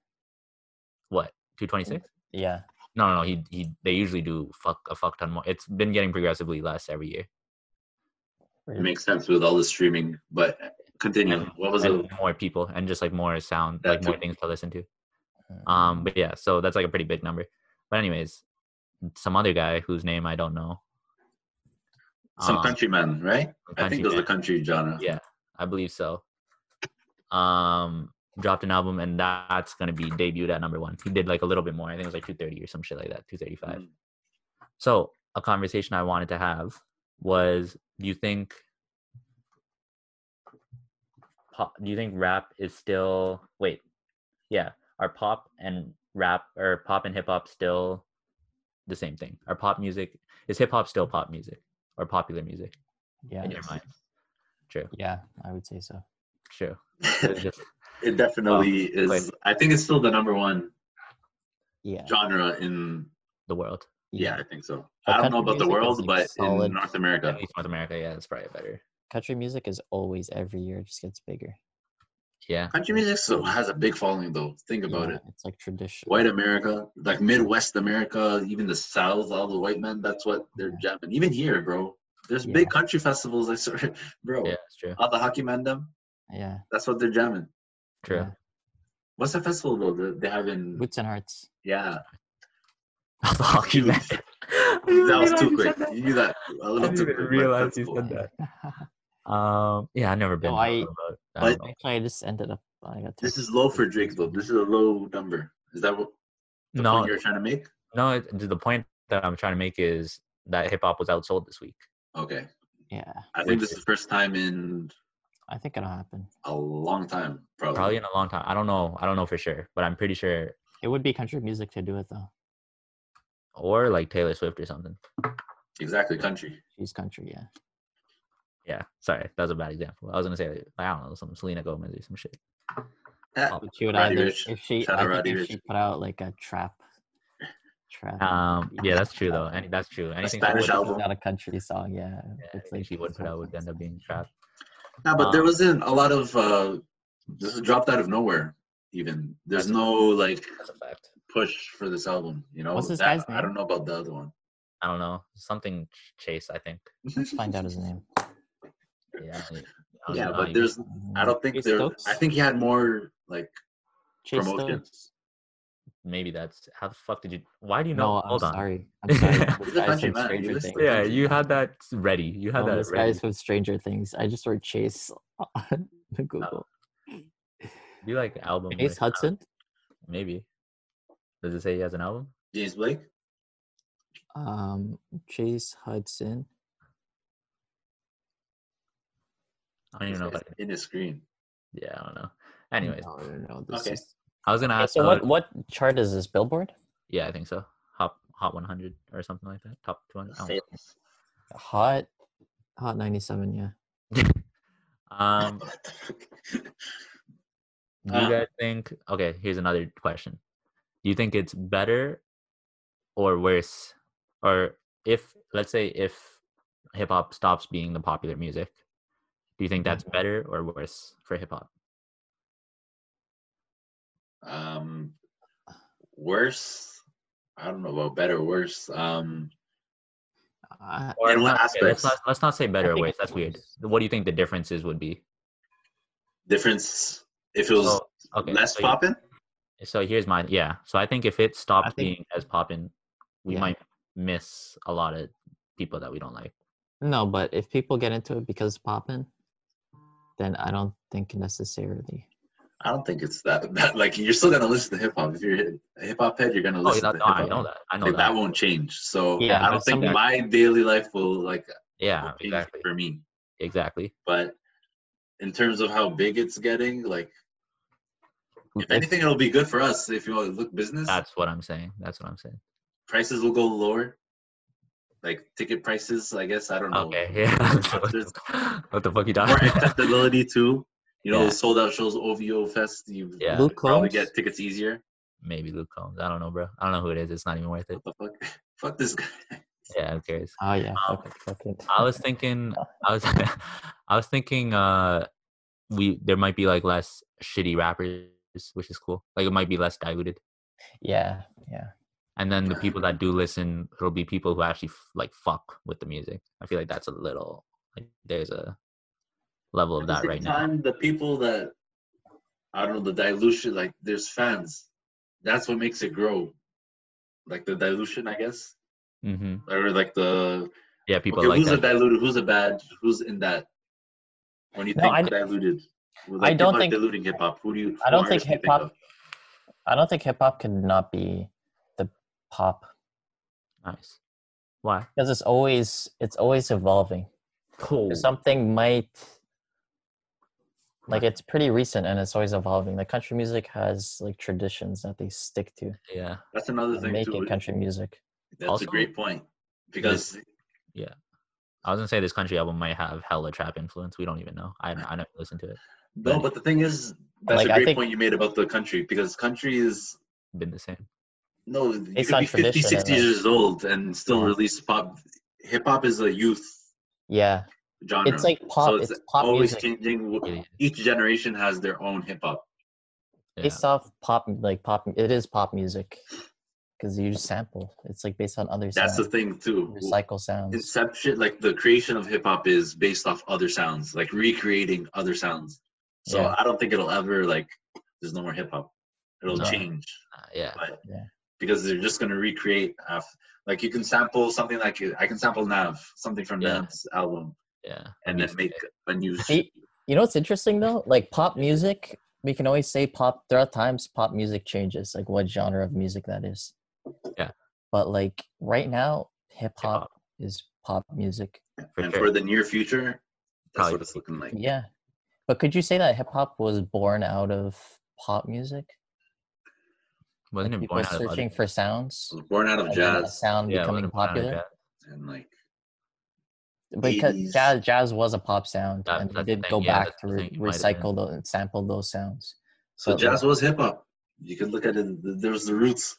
[SPEAKER 2] what two twenty six.
[SPEAKER 3] Yeah.
[SPEAKER 2] No, no, no. He he. They usually do fuck a fuck ton more. It's been getting progressively less every year.
[SPEAKER 1] It makes sense with all the streaming, but continue. What was it?
[SPEAKER 2] and more people and just like more sound
[SPEAKER 1] That
[SPEAKER 2] like more
[SPEAKER 1] too.
[SPEAKER 2] things to listen to
[SPEAKER 3] Mm.
[SPEAKER 2] um but yeah so that's like a pretty big number but anyways some other guy whose name i don't know
[SPEAKER 1] Some
[SPEAKER 2] um,
[SPEAKER 1] countryman, right? I think it was the country genre.
[SPEAKER 2] yeah i believe so um dropped an album and that's gonna be debuted at number one he did like a little bit more i think it was like 230 or some shit like that 235
[SPEAKER 1] Mm.
[SPEAKER 2] so a conversation i wanted to have was do you think pop do you think rap is still wait yeah are pop and rap or pop and hip-hop still the same thing are pop music is hip-hop still pop music or popular music
[SPEAKER 3] Yeah.
[SPEAKER 2] in your mind true
[SPEAKER 3] Yeah, I would say so.
[SPEAKER 2] true It's just-
[SPEAKER 1] It definitely is.
[SPEAKER 2] wait.
[SPEAKER 1] I think it's still the number one
[SPEAKER 3] Yeah.
[SPEAKER 1] genre in.
[SPEAKER 2] the world
[SPEAKER 1] Yeah, I think so. I
[SPEAKER 3] But
[SPEAKER 1] don't know
[SPEAKER 3] country
[SPEAKER 1] about the
[SPEAKER 3] music is,
[SPEAKER 1] world,
[SPEAKER 3] like,
[SPEAKER 1] but
[SPEAKER 3] solid.
[SPEAKER 1] in North
[SPEAKER 2] at
[SPEAKER 1] America,
[SPEAKER 2] least north america yeah that's probably better
[SPEAKER 3] Country music is always every year it just gets bigger.
[SPEAKER 2] yeah
[SPEAKER 1] country music still has a big following, though. Think about
[SPEAKER 3] Yeah,
[SPEAKER 1] it.
[SPEAKER 3] It's like tradition.
[SPEAKER 1] White America, like Midwest America, even the South, all the white men. That's what they're jamming. Even here, bro. There's
[SPEAKER 3] Yeah.
[SPEAKER 1] big country festivals. I saw, bro.
[SPEAKER 2] yeah it's true
[SPEAKER 1] All the hockey men, them.
[SPEAKER 3] Yeah.
[SPEAKER 1] That's what they're jamming.
[SPEAKER 2] true
[SPEAKER 3] Yeah.
[SPEAKER 1] What's the festival though that they have in?
[SPEAKER 3] Boots and hearts.
[SPEAKER 1] Yeah,
[SPEAKER 2] the hockey
[SPEAKER 1] Huge.
[SPEAKER 2] man
[SPEAKER 1] that was too quick. You knew that a
[SPEAKER 2] I
[SPEAKER 1] little
[SPEAKER 2] didn't
[SPEAKER 1] too
[SPEAKER 2] even
[SPEAKER 1] quick. but
[SPEAKER 2] realize
[SPEAKER 1] that's
[SPEAKER 2] you
[SPEAKER 1] cool.
[SPEAKER 2] said that. Um, yeah, I've never been.
[SPEAKER 3] No,
[SPEAKER 2] to
[SPEAKER 3] I-
[SPEAKER 2] it, but I don't
[SPEAKER 1] But-
[SPEAKER 2] know.
[SPEAKER 3] Actually, I just ended up. I got
[SPEAKER 1] This is
[SPEAKER 3] texted.
[SPEAKER 1] low for Drake though. This is a low number. Is that what the
[SPEAKER 2] no,
[SPEAKER 1] point you're trying to make?
[SPEAKER 2] no. it- The point that I'm trying to make is that hip hop was outsold this week.
[SPEAKER 1] Okay,
[SPEAKER 3] Yeah,
[SPEAKER 1] I think this is the first time in
[SPEAKER 3] I think it'll happen.
[SPEAKER 1] a long time, probably.
[SPEAKER 2] Probably in a long time. I don't know. I don't know for sure, but I'm pretty sure.
[SPEAKER 3] It would be country music to do it though.
[SPEAKER 2] Or like Taylor Swift or something.
[SPEAKER 1] Exactly, country.
[SPEAKER 3] She's country, yeah.
[SPEAKER 2] Yeah. Sorry, that was a bad example. I was gonna say like, I don't know some Selena Gomez or some shit.
[SPEAKER 1] Ah,
[SPEAKER 3] But she would
[SPEAKER 1] Roddy
[SPEAKER 3] either
[SPEAKER 1] Ricch.
[SPEAKER 3] if she,
[SPEAKER 1] Shout out
[SPEAKER 3] I think
[SPEAKER 1] Roddy
[SPEAKER 3] if
[SPEAKER 1] Ricch.
[SPEAKER 3] she put out like a trap, trap.
[SPEAKER 2] Um. Yeah, that's true though. And that's true. Anything she
[SPEAKER 1] Spanish
[SPEAKER 2] would,
[SPEAKER 1] album.
[SPEAKER 3] it's not a country song, yeah.
[SPEAKER 2] yeah,
[SPEAKER 3] it's
[SPEAKER 2] anything she would put out would end up being crap.
[SPEAKER 1] Nah, but there
[SPEAKER 2] Um,
[SPEAKER 1] wasn't a lot of. Uh, this is dropped out of nowhere. Even there's no like
[SPEAKER 2] That's a fact.
[SPEAKER 1] push for this album. You know,
[SPEAKER 3] What's this
[SPEAKER 1] That-
[SPEAKER 3] guy's
[SPEAKER 1] I
[SPEAKER 3] name?
[SPEAKER 1] don't know about the other one.
[SPEAKER 2] I don't know. Something Ch- Chase. I think.
[SPEAKER 3] Let's find out his name.
[SPEAKER 2] Yeah. I don't- I don't
[SPEAKER 1] Yeah,
[SPEAKER 2] know.
[SPEAKER 1] but there's. I don't think
[SPEAKER 3] Chase
[SPEAKER 1] there.
[SPEAKER 3] Stokes?
[SPEAKER 1] I think he had more like
[SPEAKER 3] Chase
[SPEAKER 1] promotion.
[SPEAKER 3] Stokes.
[SPEAKER 2] maybe that's how the fuck did you? Why do you know?
[SPEAKER 3] No, I'm
[SPEAKER 2] Hold on.
[SPEAKER 3] sorry. I'm sorry.
[SPEAKER 2] He's
[SPEAKER 3] This
[SPEAKER 1] a
[SPEAKER 3] guy's
[SPEAKER 1] country man,
[SPEAKER 3] from
[SPEAKER 1] you
[SPEAKER 3] Stranger
[SPEAKER 1] listen.
[SPEAKER 3] Things.
[SPEAKER 2] Yeah, you had that ready. You had
[SPEAKER 3] No,
[SPEAKER 2] that
[SPEAKER 3] this
[SPEAKER 2] ready.
[SPEAKER 3] guy's from Stranger Things. I just heard Chase on Google.
[SPEAKER 2] Do like album?
[SPEAKER 3] Chase
[SPEAKER 2] list, uh,
[SPEAKER 3] Hudson.
[SPEAKER 2] Maybe. Does it say he has an album?
[SPEAKER 1] James Blake.
[SPEAKER 3] Um, Chase Hudson.
[SPEAKER 2] I don't even know. If I,
[SPEAKER 1] It's in his screen.
[SPEAKER 2] yeah, I don't know. Anyways,
[SPEAKER 3] no, no, no, this
[SPEAKER 1] Okay.
[SPEAKER 3] is
[SPEAKER 2] I was gonna
[SPEAKER 3] Okay,
[SPEAKER 2] ask.
[SPEAKER 3] so what
[SPEAKER 2] uh,
[SPEAKER 3] what chart is this? Billboard?
[SPEAKER 2] yeah, I think so. Hot Hot 100 or something like that. Top 200. I don't
[SPEAKER 3] Hot, hot ninety seven. Yeah.
[SPEAKER 2] know. Um, do you
[SPEAKER 1] Ah.
[SPEAKER 2] guys think? Okay, here's another question. Do you think it's better or worse, or if let's say if hip hop stops being the popular music, do you think that's better or worse for hip hop?
[SPEAKER 1] Um, worse. I don't know about better or worse. Um,
[SPEAKER 3] Uh,
[SPEAKER 1] In what
[SPEAKER 2] not- okay,
[SPEAKER 1] aspects?
[SPEAKER 2] let's not let's not say better or
[SPEAKER 3] think
[SPEAKER 2] worse.
[SPEAKER 3] it's
[SPEAKER 2] That's weird.
[SPEAKER 3] worse.
[SPEAKER 2] What do you think the differences would be?
[SPEAKER 1] difference if it was
[SPEAKER 2] So, Oh, okay,
[SPEAKER 1] less
[SPEAKER 2] so you-
[SPEAKER 1] poppin'.
[SPEAKER 2] So here's mine. Yeah. So I think if it stopped
[SPEAKER 3] I think-
[SPEAKER 2] being as poppin', we
[SPEAKER 3] Yeah.
[SPEAKER 2] might miss a lot of people that we don't like.
[SPEAKER 3] no, but if people get into it because it's poppin', then I don't think necessarily.
[SPEAKER 1] I don't think it's that, that like you're still gonna listen to hip hop. If you're a hip hop head, you're gonna
[SPEAKER 2] Oh,
[SPEAKER 1] listen
[SPEAKER 2] yeah,
[SPEAKER 1] to
[SPEAKER 2] no,
[SPEAKER 1] hip
[SPEAKER 2] I
[SPEAKER 1] hop.
[SPEAKER 2] know that. I know
[SPEAKER 1] Like,
[SPEAKER 2] that.
[SPEAKER 1] that won't change. So
[SPEAKER 2] Yeah,
[SPEAKER 1] I don't
[SPEAKER 2] but
[SPEAKER 1] think
[SPEAKER 2] somebody-
[SPEAKER 1] my daily life will like
[SPEAKER 2] Yeah,
[SPEAKER 1] change
[SPEAKER 2] exactly.
[SPEAKER 1] for me.
[SPEAKER 2] Exactly.
[SPEAKER 1] But in terms of how big it's getting, like if
[SPEAKER 2] It's-
[SPEAKER 1] anything, it'll be good for us. If you look business,
[SPEAKER 2] That's what I'm saying. That's what I'm saying.
[SPEAKER 1] prices will go lower. Like ticket prices, I guess I don't know.
[SPEAKER 2] Okay. Yeah.
[SPEAKER 1] Concerts,
[SPEAKER 2] what the fuck you
[SPEAKER 1] more
[SPEAKER 2] talking?
[SPEAKER 1] acceptability too. You know,
[SPEAKER 2] Yeah.
[SPEAKER 1] sold out shows, OVO Fest. You
[SPEAKER 2] Yeah.
[SPEAKER 13] Luke
[SPEAKER 1] probably
[SPEAKER 13] Combs?
[SPEAKER 1] get tickets easier.
[SPEAKER 2] Maybe Luke Combs. I don't know, bro. I don't know who it is. It's not even worth it.
[SPEAKER 1] What the fuck? Fuck this guy.
[SPEAKER 2] Yeah. Who cares?
[SPEAKER 3] Ah,
[SPEAKER 13] Oh yeah,
[SPEAKER 3] Um,
[SPEAKER 13] fuck it, fuck it.
[SPEAKER 2] I was thinking I was I was thinking uh we there might be like less shitty rappers, which is cool. Like it might be less diluted.
[SPEAKER 3] Yeah, yeah.
[SPEAKER 2] And then the people that do listen, it'll be people who actually f- like fuck with the music. I feel like that's a little like there's a level of
[SPEAKER 1] At the
[SPEAKER 2] that
[SPEAKER 1] same
[SPEAKER 2] right now.
[SPEAKER 1] time, the people that I don't know the dilution, like there's fans. That's what makes it grow. Like the dilution, I guess,
[SPEAKER 2] hmm
[SPEAKER 1] or like the
[SPEAKER 2] Yeah, people
[SPEAKER 1] okay,
[SPEAKER 2] like
[SPEAKER 1] who's
[SPEAKER 2] that.
[SPEAKER 1] a diluted, who's a bad, who's in that. When you
[SPEAKER 3] No,
[SPEAKER 1] think
[SPEAKER 3] I d-
[SPEAKER 1] diluted, well,
[SPEAKER 3] I
[SPEAKER 1] like, people
[SPEAKER 3] don't
[SPEAKER 1] are
[SPEAKER 3] think-
[SPEAKER 1] diluting hip hop. Who do you?
[SPEAKER 3] I don't
[SPEAKER 1] who
[SPEAKER 3] think
[SPEAKER 1] artists do you
[SPEAKER 3] hip hop.
[SPEAKER 1] of?
[SPEAKER 3] I don't think hip hop could not be the pop
[SPEAKER 2] nice. Why?
[SPEAKER 3] because it's always it's always evolving.
[SPEAKER 2] Cool.
[SPEAKER 3] Something might like it's pretty recent and it's always evolving. Like country music has like traditions that they stick to.
[SPEAKER 2] yeah.
[SPEAKER 1] That's another
[SPEAKER 3] that
[SPEAKER 1] thing
[SPEAKER 3] Make
[SPEAKER 1] too.
[SPEAKER 3] it country music.
[SPEAKER 1] That's
[SPEAKER 2] Also-
[SPEAKER 1] a great point because
[SPEAKER 2] Yeah. I was gonna say this country album might have hella trap influence. We don't even know. I I never listened to it.
[SPEAKER 1] no, but the thing is, that's
[SPEAKER 3] Like,
[SPEAKER 1] a
[SPEAKER 3] I
[SPEAKER 1] great
[SPEAKER 3] think-
[SPEAKER 1] point you made about the country because country is
[SPEAKER 2] Been the same.
[SPEAKER 1] No, you
[SPEAKER 3] It's
[SPEAKER 1] could
[SPEAKER 3] on
[SPEAKER 1] be 50,
[SPEAKER 3] tradition
[SPEAKER 1] 60
[SPEAKER 3] and, like-
[SPEAKER 1] years old and still release pop. Hip hop is a youth
[SPEAKER 3] Yeah,
[SPEAKER 1] genre.
[SPEAKER 3] It's like pop-
[SPEAKER 1] So it's,
[SPEAKER 3] it's pop
[SPEAKER 1] always
[SPEAKER 3] music.
[SPEAKER 1] changing.
[SPEAKER 2] Yeah.
[SPEAKER 1] Each generation has their own hip hop.
[SPEAKER 2] Yeah.
[SPEAKER 3] based off pop like pop. It is pop music because you sample. It's like based on other.
[SPEAKER 1] That's the
[SPEAKER 3] sounds,
[SPEAKER 1] thing too.
[SPEAKER 3] Recycle sounds.
[SPEAKER 1] Inception, like the creation of hip hop, is based off other sounds, like recreating other sounds. So
[SPEAKER 3] Yeah.
[SPEAKER 1] I don't think it'll ever like. There's no more hip hop. It'll
[SPEAKER 2] No.
[SPEAKER 1] change.
[SPEAKER 2] Uh, yeah.
[SPEAKER 1] but
[SPEAKER 3] Yeah.
[SPEAKER 1] because they're just gonna recreate af like you can sample something like I can sample Nav something from
[SPEAKER 2] Yeah.
[SPEAKER 1] Nav's album
[SPEAKER 2] Yeah.
[SPEAKER 1] and then make a new sh-
[SPEAKER 3] See, you know what's interesting though? Like pop music, we can always say pop. There are times pop music changes, like what genre of music that is.
[SPEAKER 2] Yeah.
[SPEAKER 3] But like right now, hip hop is pop music.
[SPEAKER 2] for
[SPEAKER 1] and
[SPEAKER 2] sure.
[SPEAKER 1] for the near future that's
[SPEAKER 2] Probably
[SPEAKER 1] what it's looking like
[SPEAKER 3] Yeah. But could you say that hip hop was born out of pop music?
[SPEAKER 2] Wasn't it
[SPEAKER 3] People
[SPEAKER 2] born out of
[SPEAKER 3] searching
[SPEAKER 2] other?
[SPEAKER 3] for sounds.
[SPEAKER 1] It was born out of
[SPEAKER 3] and then that
[SPEAKER 1] jazz
[SPEAKER 3] sound
[SPEAKER 2] Yeah,
[SPEAKER 3] becoming
[SPEAKER 2] wasn't it born out of
[SPEAKER 3] popular.
[SPEAKER 2] jazz?
[SPEAKER 1] and like
[SPEAKER 3] Because
[SPEAKER 1] 80s.
[SPEAKER 3] jazz, jazz was a pop sound,
[SPEAKER 2] That-
[SPEAKER 3] and they
[SPEAKER 2] that's the
[SPEAKER 3] did
[SPEAKER 2] thing,
[SPEAKER 3] go
[SPEAKER 2] yeah,
[SPEAKER 3] back
[SPEAKER 2] that's
[SPEAKER 3] to
[SPEAKER 2] the
[SPEAKER 3] re-
[SPEAKER 2] thing, it might have been.
[SPEAKER 3] recycle those and sample those sounds.
[SPEAKER 1] so
[SPEAKER 3] But,
[SPEAKER 1] jazz was hip hop you can look at it there was the roots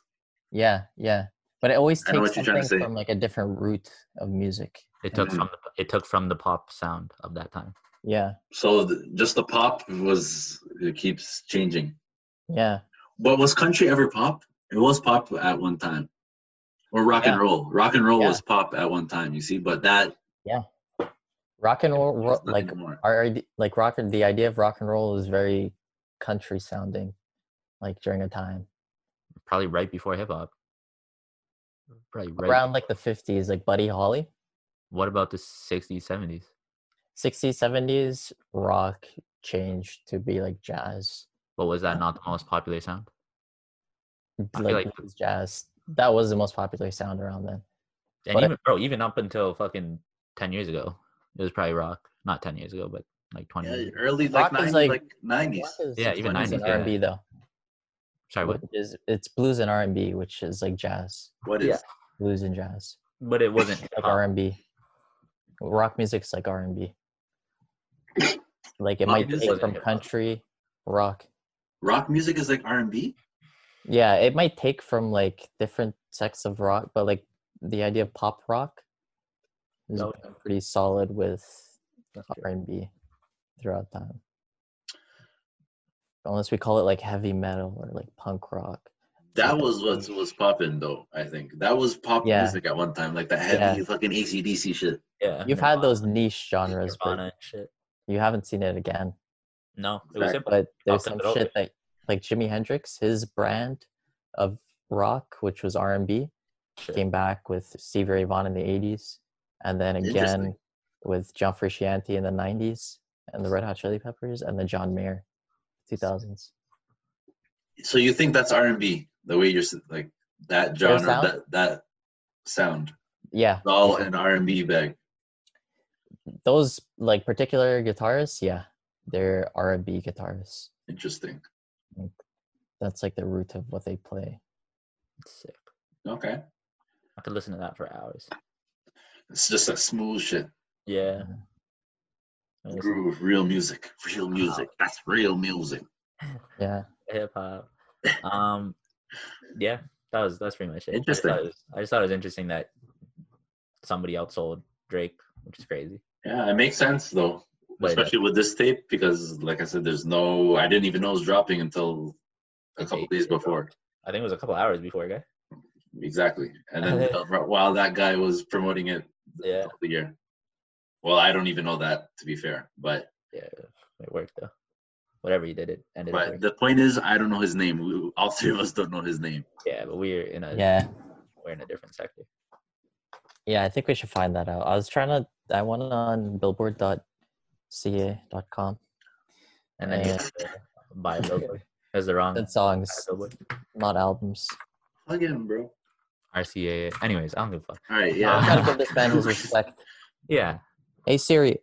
[SPEAKER 3] Yeah, yeah. But it always
[SPEAKER 1] I know
[SPEAKER 3] takes
[SPEAKER 1] what you're trying to
[SPEAKER 3] something
[SPEAKER 1] say.
[SPEAKER 3] from like a different root of music.
[SPEAKER 2] It took
[SPEAKER 3] Mm-hmm.
[SPEAKER 1] Mhm.
[SPEAKER 2] from the, it took from the pop sound of that time.
[SPEAKER 3] Yeah,
[SPEAKER 1] so th- just the pop was it keeps changing
[SPEAKER 3] yeah.
[SPEAKER 1] but was country ever pop it was pop at one time or rock and
[SPEAKER 3] Yeah.
[SPEAKER 1] roll rock and roll
[SPEAKER 3] Yeah.
[SPEAKER 1] was pop at one time you see but that
[SPEAKER 3] Rock and roll, ro-
[SPEAKER 1] it's not
[SPEAKER 3] like
[SPEAKER 1] anymore.
[SPEAKER 3] our ide- like rock and the idea of rock and roll is very country sounding, like during a time
[SPEAKER 2] Probably right before hip hop. Probably right.
[SPEAKER 3] around like the fifties, like Buddy Holly,
[SPEAKER 2] what about the sixties, seventies?
[SPEAKER 3] sixties, seventies. Rock changed to be like jazz,
[SPEAKER 2] But was that not the most popular sound? I feel
[SPEAKER 3] like,
[SPEAKER 2] like-
[SPEAKER 3] blues jazz. That was the most popular sound around then.
[SPEAKER 2] And
[SPEAKER 3] But it-
[SPEAKER 2] even bro, even up until fucking ten years ago, it was probably rock. Not ten years ago, but like twenty.
[SPEAKER 1] yeah
[SPEAKER 2] years ago.
[SPEAKER 1] early like,
[SPEAKER 3] Rock is
[SPEAKER 1] 90s,
[SPEAKER 3] like-
[SPEAKER 1] like 90s
[SPEAKER 3] Rock is-
[SPEAKER 2] Yeah, even
[SPEAKER 3] rock is
[SPEAKER 2] 90s.
[SPEAKER 3] an
[SPEAKER 2] Yeah.
[SPEAKER 3] R and B though.
[SPEAKER 2] Sorry, what?
[SPEAKER 3] Which is it's blues and R and B, which is like jazz,
[SPEAKER 1] What is
[SPEAKER 2] Yeah.
[SPEAKER 3] blues and jazz,
[SPEAKER 2] But it wasn't hip
[SPEAKER 3] like
[SPEAKER 2] hop.
[SPEAKER 3] R and B. Rock music's like R and B. Like it
[SPEAKER 1] Rock
[SPEAKER 3] might
[SPEAKER 1] music
[SPEAKER 3] take
[SPEAKER 1] wasn't
[SPEAKER 3] from
[SPEAKER 2] hip-hop.
[SPEAKER 3] country rock.
[SPEAKER 1] rock music is like R&B?
[SPEAKER 3] Yeah, it might take from like different sects of rock, but like the idea of pop rock is
[SPEAKER 2] Oh,
[SPEAKER 3] pretty solid with
[SPEAKER 2] That's true.
[SPEAKER 3] R and B throughout time. Unless we call it like heavy metal or like punk rock.
[SPEAKER 1] That was what was popping though, I think. That was pop
[SPEAKER 3] Yeah.
[SPEAKER 1] music at one time, like the heavy
[SPEAKER 3] Yeah.
[SPEAKER 1] fucking ACDC shit.
[SPEAKER 2] Yeah.
[SPEAKER 3] You've had those niche genres,
[SPEAKER 2] Nirvana
[SPEAKER 3] but
[SPEAKER 2] and shit.
[SPEAKER 3] you haven't seen it again.
[SPEAKER 2] No, it was hip hop.
[SPEAKER 3] but there's
[SPEAKER 2] fucked
[SPEAKER 3] some
[SPEAKER 2] it up.
[SPEAKER 3] shit that like Jimi Hendrix, his brand of rock, which was R and B, came back with Stevie Ray Vaughan in the eighties, and then again
[SPEAKER 1] Interesting.
[SPEAKER 3] with John Frusciante in the nineties and the Red Hot Chili Peppers and then John Mayer. 2000s.
[SPEAKER 1] So you think that's R and B the way you're s- like that genre
[SPEAKER 3] sound?
[SPEAKER 1] that that sound
[SPEAKER 3] Yeah,
[SPEAKER 1] It's all an R and B bag.
[SPEAKER 3] those like particular guitarists, yeah, they're R&B guitarists.
[SPEAKER 1] Interesting.
[SPEAKER 3] That's like the root of what they play.
[SPEAKER 2] Sick.
[SPEAKER 1] Okay,
[SPEAKER 2] I could listen to that for hours.
[SPEAKER 1] it's just like smooth shit,
[SPEAKER 2] Yeah. I listen to
[SPEAKER 1] groove, real music, real music. That's real music.
[SPEAKER 3] Yeah,
[SPEAKER 2] Hip hop. Um, yeah, that was that's pretty much it. I just thought it
[SPEAKER 1] Interesting.
[SPEAKER 2] was, I just thought it was interesting that somebody outsold Drake, which is crazy.
[SPEAKER 1] Yeah, it makes sense though,
[SPEAKER 2] But it
[SPEAKER 1] especially with this tape because, like I said, there's no. I didn't even know it was dropping until a
[SPEAKER 2] Like
[SPEAKER 1] couple
[SPEAKER 2] eight
[SPEAKER 1] days before.
[SPEAKER 2] I think it was a couple hours before, guy.
[SPEAKER 1] Exactly, and then uh, while that guy was promoting it
[SPEAKER 2] Yeah,
[SPEAKER 1] the year. Well, I don't even know that to be fair, but
[SPEAKER 2] yeah, it worked though. Whatever you did, it ended up.
[SPEAKER 1] but
[SPEAKER 2] working.
[SPEAKER 1] the point is, I don't know his name. We, all three of us don't know his name.
[SPEAKER 2] Yeah, but we're in a
[SPEAKER 3] yeah,
[SPEAKER 2] we're in a different sector.
[SPEAKER 3] yeah. I think we should find that out. I was trying to. I went on Billboard.ca.com
[SPEAKER 2] And then you
[SPEAKER 3] Yeah.
[SPEAKER 2] have to buy a Billboard. That's the wrong
[SPEAKER 3] and songs,
[SPEAKER 2] Billboard.
[SPEAKER 3] not albums.
[SPEAKER 1] Plug in, bro.
[SPEAKER 2] RCA. Anyways, I don't give a fuck.
[SPEAKER 1] All right,
[SPEAKER 3] I
[SPEAKER 1] yeah.
[SPEAKER 3] gotta give this man his respect.
[SPEAKER 2] Yeah.
[SPEAKER 3] Hey Siri,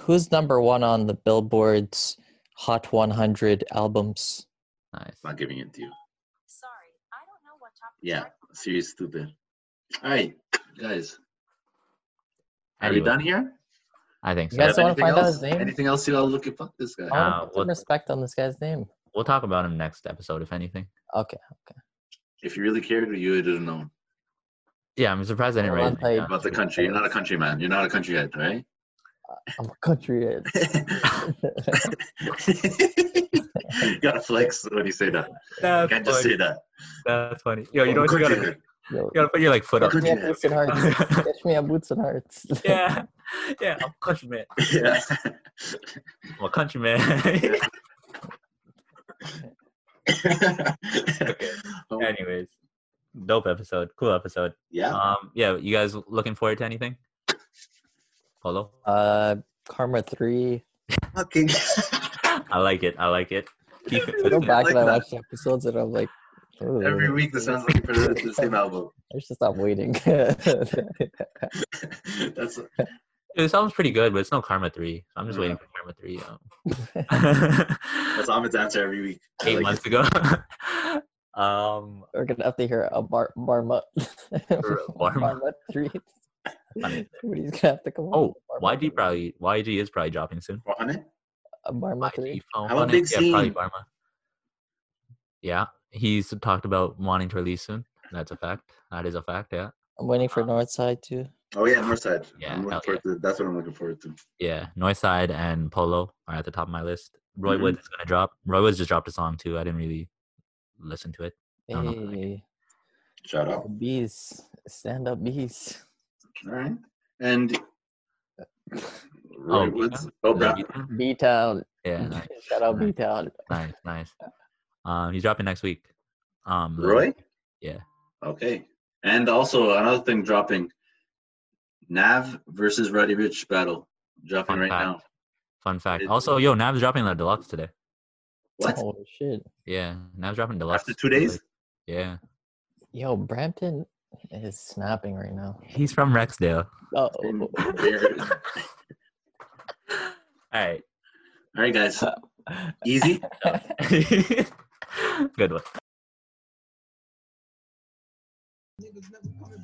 [SPEAKER 3] who's number one on the Billboard's Hot 100 albums?
[SPEAKER 2] Nice.
[SPEAKER 1] I'm not giving it to you.
[SPEAKER 14] Sorry, I don't know what topic.
[SPEAKER 1] Yeah, serious stupid. All right, guys. Are
[SPEAKER 2] Anyway,
[SPEAKER 1] we done here?
[SPEAKER 2] I think so.
[SPEAKER 3] You guys
[SPEAKER 1] Have
[SPEAKER 3] don't want to
[SPEAKER 1] anything
[SPEAKER 3] find out
[SPEAKER 1] else?
[SPEAKER 3] his name?
[SPEAKER 1] Anything else you all looking for this guy?
[SPEAKER 3] I want
[SPEAKER 2] Uh,
[SPEAKER 3] to put some
[SPEAKER 2] what-
[SPEAKER 3] respect on this guy's name.
[SPEAKER 2] We'll talk about him next episode, if anything.
[SPEAKER 3] Okay.
[SPEAKER 1] If you really cared, you would have known
[SPEAKER 2] Yeah, I'm surprised I didn't
[SPEAKER 3] Well,
[SPEAKER 2] write
[SPEAKER 3] I'll
[SPEAKER 2] it down.
[SPEAKER 1] about the country. You're not a country man. You're not a country head, right?
[SPEAKER 3] I'm a country head.
[SPEAKER 1] you gotta flex when you say that. You
[SPEAKER 2] That's
[SPEAKER 1] can't just say that.
[SPEAKER 2] That's funny. Yo, you
[SPEAKER 1] I'm
[SPEAKER 2] know
[SPEAKER 1] a
[SPEAKER 2] what you
[SPEAKER 1] country
[SPEAKER 2] gotta do?
[SPEAKER 1] head.
[SPEAKER 3] Yo,
[SPEAKER 2] You gotta put your like foot
[SPEAKER 1] I'm a
[SPEAKER 2] up.
[SPEAKER 1] country
[SPEAKER 3] catch me at
[SPEAKER 1] head.
[SPEAKER 3] Boots and Hearts. catch me at Boots and Hearts.
[SPEAKER 2] Yeah. Yeah, I'm a countryman.
[SPEAKER 1] Yeah.
[SPEAKER 2] I'm a countryman.
[SPEAKER 1] Oh,
[SPEAKER 2] Anyways. Dope episode. Cool episode.
[SPEAKER 1] yeah.
[SPEAKER 2] Um, yeah, you guys looking forward to anything? Polo?
[SPEAKER 3] Uh, Karma 3.
[SPEAKER 1] Okay.
[SPEAKER 2] I like it. I like it. Keep it.
[SPEAKER 3] I go
[SPEAKER 1] Yeah, I
[SPEAKER 3] back
[SPEAKER 1] like
[SPEAKER 3] and I
[SPEAKER 1] that.
[SPEAKER 3] watch the episodes and I'm like, ooh,
[SPEAKER 1] Every week, this sounds like a the same album.
[SPEAKER 3] I should stop waiting.
[SPEAKER 1] That's
[SPEAKER 2] It sounds pretty good, but it's no Karma 3. I'm just
[SPEAKER 1] Yeah.
[SPEAKER 2] waiting for Karma 3. Um,
[SPEAKER 1] that's Ahmed's answer every week. I
[SPEAKER 2] eight
[SPEAKER 1] like
[SPEAKER 2] months ago. um,
[SPEAKER 3] We're gonna have to hear a bar- marmot. marmot 3.
[SPEAKER 2] Funny.
[SPEAKER 3] Somebody's gonna have to come up
[SPEAKER 2] oh,
[SPEAKER 3] with a
[SPEAKER 2] YG
[SPEAKER 3] marmot three.
[SPEAKER 2] probably YG is probably dropping soon.
[SPEAKER 1] it. Rohan it?
[SPEAKER 3] A marmot 3.
[SPEAKER 2] YG phone.
[SPEAKER 1] How about Big
[SPEAKER 2] yeah, probably
[SPEAKER 1] Scene?
[SPEAKER 2] Barma. Yeah, he's talked about wanting to release soon. That's a fact. That is a fact. Yeah,
[SPEAKER 3] I'm waiting for Northside too.
[SPEAKER 1] Oh yeah, Northside.
[SPEAKER 2] Yeah,
[SPEAKER 1] I'm
[SPEAKER 2] hell
[SPEAKER 1] looking forward to. That's what I'm looking forward to.
[SPEAKER 2] yeah. Northside and Polo are at the top of my list. Roy
[SPEAKER 1] Mhm.
[SPEAKER 2] Woods is gonna drop. Roy Woods just dropped a song too. I didn't really listen to it. Don't know if I like it.
[SPEAKER 3] Hey,
[SPEAKER 1] Mm-hmm. Shout out.
[SPEAKER 3] bees. Stand up bees.
[SPEAKER 1] All right. And Roy
[SPEAKER 2] Oh,
[SPEAKER 1] Woods.
[SPEAKER 2] yeah.
[SPEAKER 1] Oh,
[SPEAKER 2] Is that
[SPEAKER 1] Brad.
[SPEAKER 2] you?
[SPEAKER 3] B Town.
[SPEAKER 2] Yeah, nice,
[SPEAKER 3] Shout out B Town.
[SPEAKER 2] nice, nice. Um, he's dropping next week. Um, Lil
[SPEAKER 1] Roy.
[SPEAKER 2] Yeah.
[SPEAKER 1] Okay. And also another thing dropping. Nav versus Roddy Rich battle dropping
[SPEAKER 2] Fun
[SPEAKER 1] right
[SPEAKER 2] fact.
[SPEAKER 1] now.
[SPEAKER 2] Fun fact.
[SPEAKER 1] It-
[SPEAKER 2] Also, yo, Nav's dropping the deluxe today.
[SPEAKER 1] What?
[SPEAKER 3] Oh shit.
[SPEAKER 2] Yeah, Nav's dropping deluxe.
[SPEAKER 1] After two days?
[SPEAKER 2] Yeah,
[SPEAKER 3] Yo, Brampton is snapping right now.
[SPEAKER 2] he's from Rexdale.
[SPEAKER 3] Oh,
[SPEAKER 1] Same there. All
[SPEAKER 2] All right.
[SPEAKER 1] right, guys. Easy.
[SPEAKER 2] Good one.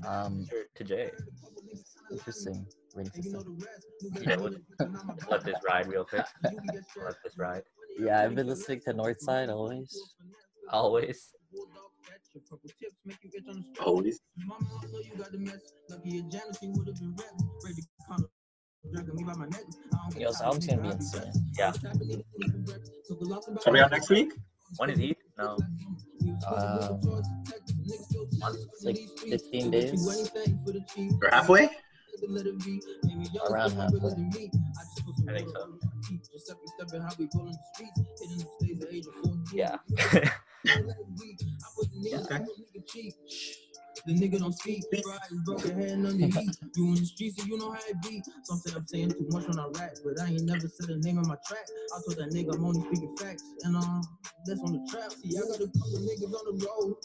[SPEAKER 3] um,
[SPEAKER 2] To Jay.
[SPEAKER 3] interesting. ring system.
[SPEAKER 2] Yeah, we'll let this ride real quick. Let this ride.
[SPEAKER 3] Yeah, I've been listening to Northside always.
[SPEAKER 2] Always.
[SPEAKER 1] Always.
[SPEAKER 3] Yo, this album's gonna be insane.
[SPEAKER 2] Yeah.
[SPEAKER 1] Are we out next week?
[SPEAKER 2] When is he? No.
[SPEAKER 3] Um, it's like 15 days
[SPEAKER 1] Or halfway?
[SPEAKER 3] around halfway.
[SPEAKER 2] I think so. Yeah.
[SPEAKER 1] Okay.
[SPEAKER 12] The nigga don't speak. Right, you broke your hand on the heat. You on the streets, so you know how it be. Some say I'm saying too much when I rap, but I ain't never said the name of my track. I told that nigga I'm only speaking facts, and um, that's on the trap. See, I got a couple niggas on the road.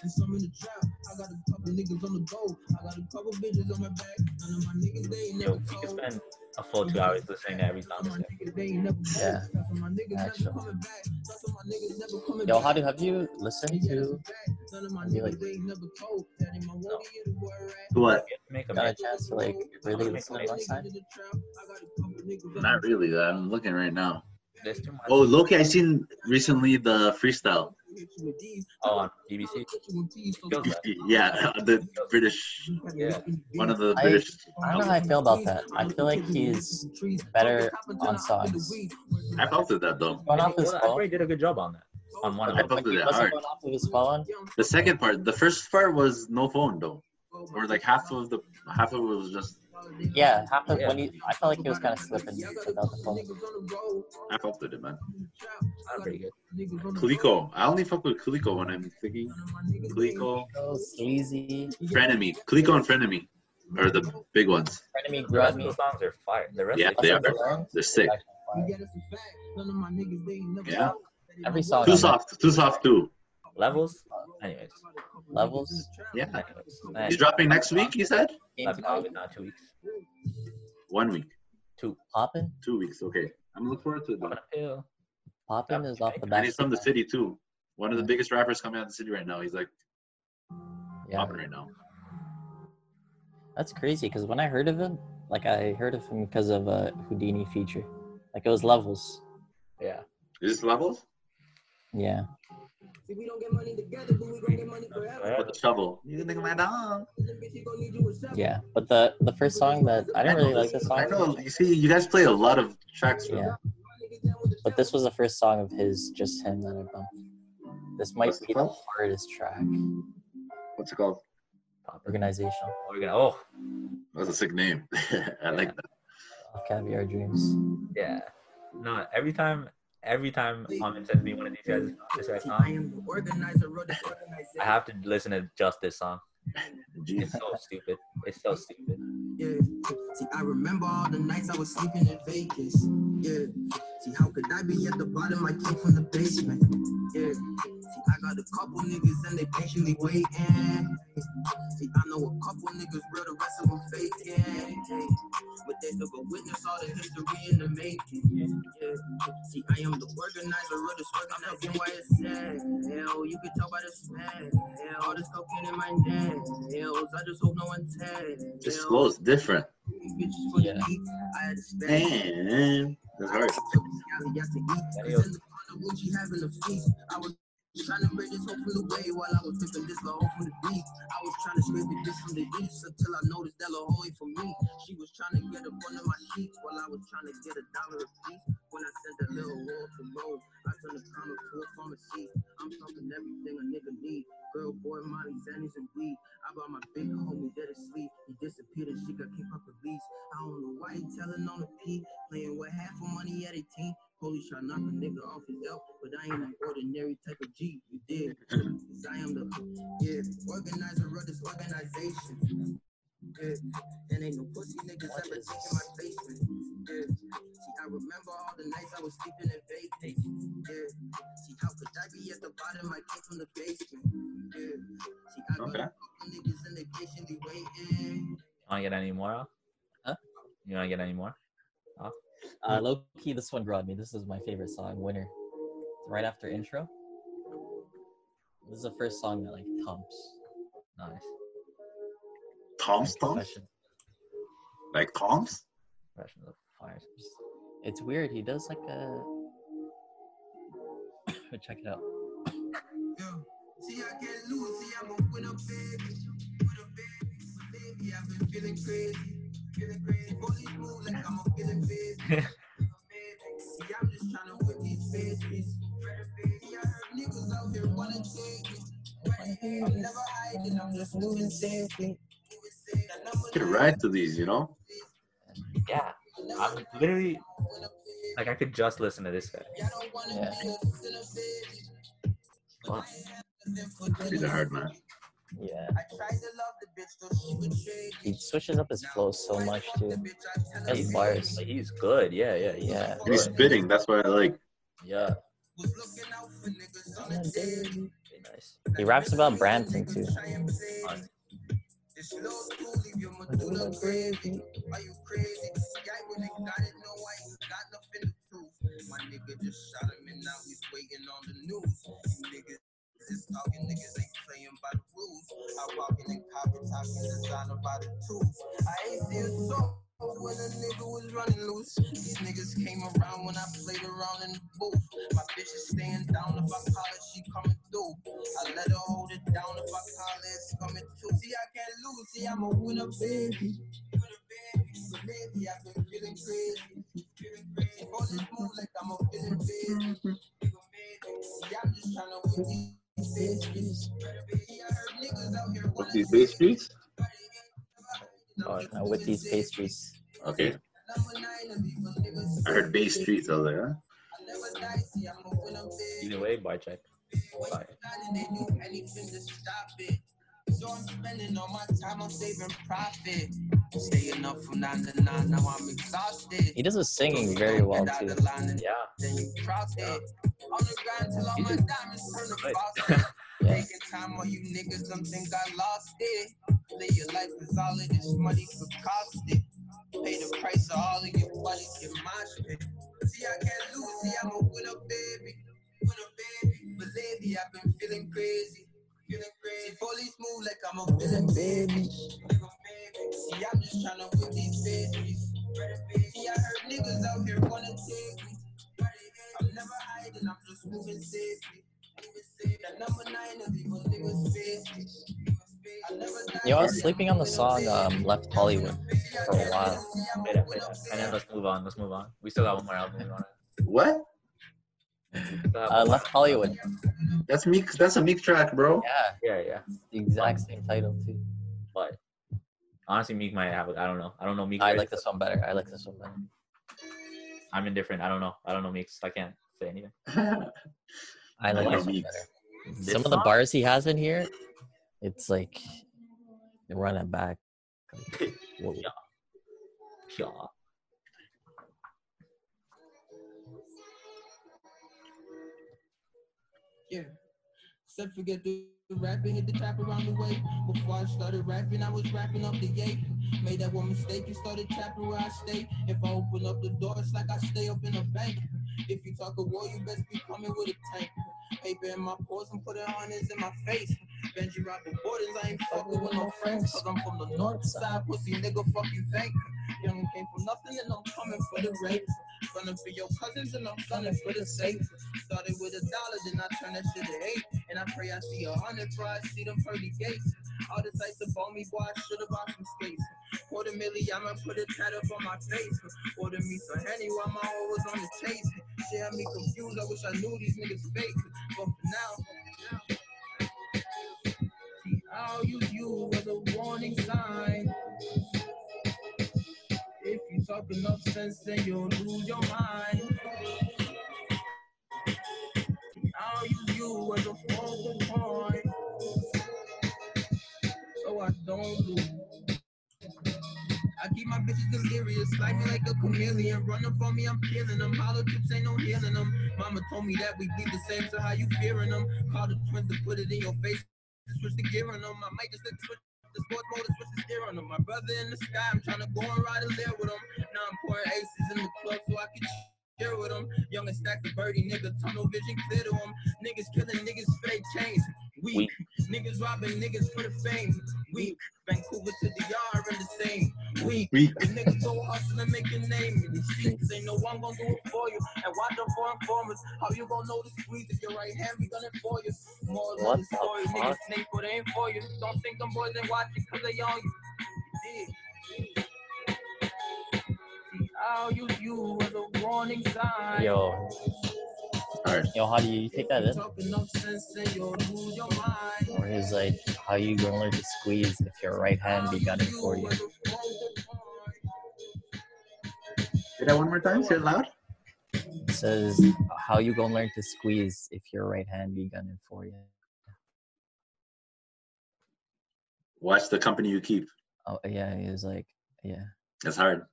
[SPEAKER 12] And some in the trap. I got a couple niggas on the go. I got a couple bitches on my back. None of my niggas, they ain't
[SPEAKER 2] Yo,
[SPEAKER 12] never
[SPEAKER 2] we could
[SPEAKER 12] cold.
[SPEAKER 2] spend a full two hours listening to every song. this guy.
[SPEAKER 12] Niggas, They ain't never cold.
[SPEAKER 3] Yeah,
[SPEAKER 12] That's why my niggas never
[SPEAKER 3] actually.
[SPEAKER 12] coming back. That's why my niggas never coming
[SPEAKER 3] Yo,
[SPEAKER 12] back.
[SPEAKER 3] Hadi, have you listened to?
[SPEAKER 12] None of my
[SPEAKER 3] Have you
[SPEAKER 12] niggas,
[SPEAKER 3] like
[SPEAKER 12] they ain't never cold. That ain't my one year to wear at.
[SPEAKER 1] What?
[SPEAKER 2] Make a
[SPEAKER 3] got a
[SPEAKER 2] mix.
[SPEAKER 3] chance to like really listen to last time?
[SPEAKER 1] Not really. I'm looking right now.
[SPEAKER 2] There's too much.
[SPEAKER 1] Oh, Loki, I seen recently the freestyle.
[SPEAKER 2] Oh, on BBC. Feels like-
[SPEAKER 1] yeah, the British,
[SPEAKER 2] Yeah.
[SPEAKER 1] one of the
[SPEAKER 3] I-
[SPEAKER 1] British.
[SPEAKER 3] I don't know how I feel about that. I feel like he's better on songs.
[SPEAKER 1] I felt it that though.
[SPEAKER 3] Going off his
[SPEAKER 2] I thought
[SPEAKER 3] phone,
[SPEAKER 2] he did a good job on that. On one of
[SPEAKER 1] I
[SPEAKER 2] them.
[SPEAKER 1] felt
[SPEAKER 3] like he
[SPEAKER 1] it
[SPEAKER 3] wasn't
[SPEAKER 1] hard.
[SPEAKER 3] going off of his phone.
[SPEAKER 1] The second part, the first part was no phone though, or like half of the half of it was just.
[SPEAKER 3] Yeah, half of
[SPEAKER 2] Yeah.
[SPEAKER 3] when he, I felt like he was kind of slipping without the phone.
[SPEAKER 1] I felt it, man.
[SPEAKER 2] Not pretty good.
[SPEAKER 1] Coleco, I only fuck with Coleco when I'm thinking Coleco,
[SPEAKER 3] So sleazy.
[SPEAKER 1] Frenemy, Coleco and Frenemy are the big ones.
[SPEAKER 3] Frenemy
[SPEAKER 2] The rest of
[SPEAKER 3] Grubby.
[SPEAKER 2] the songs are fire. The rest
[SPEAKER 1] Yeah,
[SPEAKER 2] of the
[SPEAKER 1] they
[SPEAKER 3] Lessons
[SPEAKER 1] are.
[SPEAKER 3] learned.
[SPEAKER 1] They're sick. Yeah,
[SPEAKER 3] Every song.
[SPEAKER 1] too
[SPEAKER 3] on that
[SPEAKER 1] soft, too soft too.
[SPEAKER 2] levels. Anyways.
[SPEAKER 3] Levels.
[SPEAKER 1] Yeah,
[SPEAKER 2] Anyways.
[SPEAKER 1] he's dropping next week. You said
[SPEAKER 3] Game
[SPEAKER 2] That'd be
[SPEAKER 3] time.
[SPEAKER 2] probably not two weeks.
[SPEAKER 1] one week,
[SPEAKER 2] Two.
[SPEAKER 3] Poppin.
[SPEAKER 1] two weeks. Okay, I'm looking forward to it.
[SPEAKER 2] I'm
[SPEAKER 1] Though.
[SPEAKER 2] gonna feel.
[SPEAKER 3] Poppin is off the
[SPEAKER 1] And
[SPEAKER 3] back.
[SPEAKER 1] he's from the city too. One of the biggest rappers coming out of the city right now. He's like
[SPEAKER 3] Yeah.
[SPEAKER 1] popping right now.
[SPEAKER 3] That's crazy because when I heard of him, like I heard of him because of a Houdini feature. Like it was levels.
[SPEAKER 2] Yeah.
[SPEAKER 1] Is this levels?
[SPEAKER 3] Yeah.
[SPEAKER 12] See, we don't get money together, but we gon' get money forever.
[SPEAKER 1] With the shovel. You think my dog?
[SPEAKER 12] Bitch, you gon' need you a shovel.
[SPEAKER 3] Yeah. But the the first song that I didn't really
[SPEAKER 1] know
[SPEAKER 3] like this
[SPEAKER 1] I
[SPEAKER 3] song.
[SPEAKER 1] know. You see, you guys play a lot of tracks from
[SPEAKER 3] Yeah. But this was the first song of his, just him that I bumped. This might
[SPEAKER 1] What's it
[SPEAKER 3] be the
[SPEAKER 1] called?
[SPEAKER 3] hardest track.
[SPEAKER 1] what's it called?
[SPEAKER 3] Organization.
[SPEAKER 2] We're gonna. Oh.
[SPEAKER 1] That's a sick name. I like that.
[SPEAKER 3] of Caviar Dreams.
[SPEAKER 2] Yeah. No. Every time. Every time Amin sends me one of these guys, this guy's song,
[SPEAKER 12] am the organizer of this organization.
[SPEAKER 2] I have to listen to just this song. It's
[SPEAKER 1] Jeez.
[SPEAKER 2] so stupid. It's so stupid.
[SPEAKER 12] Yeah. See, I remember all the nights I was sleeping in Vegas. Yeah. See, how could I be at the bottom? I came from the basement. Yeah. See, I got a couple niggas and they patiently waiting. See, I know a couple niggas, bro, the rest of them faking. Hey. But they still go witness all the history in the making. Yeah. See, I am the organizer of this work. I'm not saying why it's sad. Hell, you can tell by the smell. Hell, all this cocaine in my nails. I just hope no one tags.
[SPEAKER 1] This
[SPEAKER 12] Hell,
[SPEAKER 1] flow is different.
[SPEAKER 12] bitches for the heat. I had to spend.
[SPEAKER 1] Man, that's hard.
[SPEAKER 12] Trying to break this hole from the way while I was pimping this little hole from the beat. I was trying to scrape the dish from the east until I noticed that little hole ain't for me. She was trying to get up under my sheets while I was trying to get a dollar a piece. When I sent that little wall to roll, I turned the counter to a pharmacy. I'm talking everything a nigga need. Girl, boy, money, zannies, and weed. I bought my big homie dead asleep. He disappeared and she got kicked off the lease. I don't know why he telling on the P. Playing with half of money at 18. Police try to knock a nigga off his elk, but I ain't an ordinary type of G. You did. Cause I am the yeah, organizer of this organization. Yeah. And ain't no pussy niggas
[SPEAKER 3] What
[SPEAKER 12] ever
[SPEAKER 3] is
[SPEAKER 12] taking my
[SPEAKER 3] this?
[SPEAKER 12] basement. Yeah. See, I remember all the nights I was sleeping in Vegas. Yeah. See, how could I be at the bottom? I came from the basement. Yeah. See, I got
[SPEAKER 1] Okay.
[SPEAKER 12] a couple niggas in the kitchen, they waiting.
[SPEAKER 2] Wanna get any more? off?
[SPEAKER 3] Huh?
[SPEAKER 2] You wanna get any more?
[SPEAKER 3] Uh, low key, this one grabbed me. This is my favorite song, Winner. It's right after intro. This is the first song that like thumps.
[SPEAKER 2] Nice.
[SPEAKER 1] Tom's Tom's?
[SPEAKER 3] Like, confession.
[SPEAKER 1] Like Tom's?
[SPEAKER 2] Russian the fires.
[SPEAKER 3] It's weird. He does like a. Check it out.
[SPEAKER 12] Yeah. See, I can't lose. See, I'm gonna win a big, win a big, baby. I've been feeling crazy, feeling crazy. Police move like I'm a feeling big. See, I'm just trying to win these bitches. See, I heard niggas out here wanna take it. I'm never hiding, I'm just moving safely.
[SPEAKER 1] Get right to these, you know?
[SPEAKER 2] Yeah. I would literally like I could just listen to this guy.
[SPEAKER 3] Yeah.
[SPEAKER 2] Fuck.
[SPEAKER 1] These are hard, man.
[SPEAKER 3] Yeah.
[SPEAKER 15] He switches up his flow so much, dude. He has
[SPEAKER 3] He's-
[SPEAKER 15] bars.
[SPEAKER 2] He's good. Yeah, yeah, he's
[SPEAKER 3] Yeah.
[SPEAKER 1] And he's spitting. That's what I like.
[SPEAKER 2] Yeah.
[SPEAKER 15] He raps about Branson too.
[SPEAKER 1] What's these bass beats?
[SPEAKER 3] Oh, no, with these pastries.
[SPEAKER 1] Okay. I heard bass streets out there.
[SPEAKER 2] Either way, buy check. Bye.
[SPEAKER 3] He does his singing very well too.
[SPEAKER 2] Yeah.
[SPEAKER 3] Yeah. Yo, I was sleeping on the song um, Left Hollywood for a while.
[SPEAKER 2] Play that, play that. And then let's move on. Let's move on. We still got one more album. We wanna,
[SPEAKER 1] What?
[SPEAKER 2] we still have
[SPEAKER 3] Uh,
[SPEAKER 2] one
[SPEAKER 3] Left Hollywood.
[SPEAKER 1] That's Meek. That's a Meek track, bro.
[SPEAKER 3] Yeah,
[SPEAKER 2] more- Yeah, yeah.
[SPEAKER 3] the exact same title too.
[SPEAKER 2] But honestly, Meek might have it. I don't know. I don't know Meek.
[SPEAKER 3] I
[SPEAKER 2] lyrics.
[SPEAKER 3] like this one better. I like this one better.
[SPEAKER 2] I'm indifferent. I don't know. I don't know Meek's. I can't say anything.
[SPEAKER 3] I
[SPEAKER 1] I
[SPEAKER 3] like
[SPEAKER 1] know
[SPEAKER 3] this one
[SPEAKER 1] Meek.
[SPEAKER 3] better.
[SPEAKER 2] This
[SPEAKER 3] Some of the
[SPEAKER 2] song?
[SPEAKER 3] bars he has in here, it's like run it back. Like, whoa.
[SPEAKER 2] Yeah.
[SPEAKER 12] Yeah. Said forget the rap and hit the trap around the way. Before I started rapping, I was wrapping up the yay. Made that one mistake and started trapping where I stay. If I open up the door, it's like I stay up in a bank. If you talk a war, you best be coming with a tank. Paper in my pores and put it on in my face. Benji Robert Borders, I ain't fucking with no friends. Cause I'm from the north side, pussy nigga, fuck you think. Young came from nothing and I'm coming for the rape. Gunning for your cousins and I'm gunning for the safe. Started with a dollar, then I turn that shit to eight. And I pray I see a hundred before I see them pearly gates. All this ice upon me, boy, I should've bought some space. Quarter milli, I'ma put a tat up on my face. Order me some honey while my hoe was on the chase. Shit, had me confused, I wish I knew these niggas fake. But for now, I'll use you as a warning sign. If you talk enough sense, then you'll lose your mind. I'll use you as a focal point. So I don't lose. I keep my bitches delirious, slide me like a chameleon. Run up on me, I'm killing them. Hollow tips ain't no healing them. Mama told me that we bleed the same, so how you fearing them? Call the twins to put it in your face. Switch the gear on them. I might just switch the sports mode and switch the steer on them. My brother in the sky, I'm trying to go and ride a lair with him. Now I'm pouring aces in the club so I can share with them. Young and stack the birdie, nigga, tunnel vision clear to them. Niggas killing niggas for they chains. Weak.
[SPEAKER 2] Weak.
[SPEAKER 12] Niggas robbing niggas for the fame. Weak. Vancouver to the yard in the same. Weak.
[SPEAKER 1] Weak.
[SPEAKER 12] You niggas go hustle and make your name in the streets. Ain't no one gonna do it for you. And watch out for informers. How you gonna know the squeeze if your right hand be done it for you? More
[SPEAKER 3] What
[SPEAKER 12] than the
[SPEAKER 3] the
[SPEAKER 12] story, niggas
[SPEAKER 3] fuck?
[SPEAKER 12] snake, but they ain't for you. Don't think them boys ain't watching cause they on you. Dig. See, I'll use you as a warning sign.
[SPEAKER 3] Yo,
[SPEAKER 1] All right.
[SPEAKER 3] yo, how do you take that in?
[SPEAKER 12] Talking up sense and you'll lose your mind.
[SPEAKER 3] Where he's like, how you gonna learn to squeeze if your right hand be gunning for you?
[SPEAKER 1] Say that one more time. Say it loud.
[SPEAKER 3] It says, how you gonna learn to squeeze if your right hand be gunning for you?
[SPEAKER 1] Watch the company you keep.
[SPEAKER 3] Oh yeah, he was like, yeah.
[SPEAKER 1] That's hard.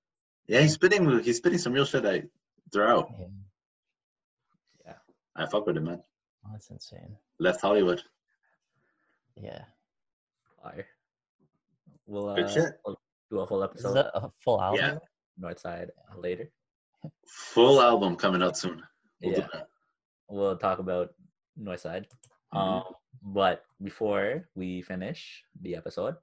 [SPEAKER 1] Yeah, he's spitting. He's spitting some real shit I throughout.
[SPEAKER 3] Yeah.
[SPEAKER 1] I fuck with him, man.
[SPEAKER 3] Oh, that's insane.
[SPEAKER 1] Left Hollywood.
[SPEAKER 3] Yeah.
[SPEAKER 2] Fire. We'll uh,
[SPEAKER 1] Good shit.
[SPEAKER 2] we'll do a whole
[SPEAKER 3] Is
[SPEAKER 2] episode
[SPEAKER 3] that a full album?
[SPEAKER 1] Yeah.
[SPEAKER 2] North Side later.
[SPEAKER 1] Full album coming out soon. We'll do
[SPEAKER 2] yeah,
[SPEAKER 1] that.
[SPEAKER 2] we'll talk about North Side.
[SPEAKER 3] Mm-hmm.
[SPEAKER 1] Mhm.
[SPEAKER 2] Um, but before we finish the episode,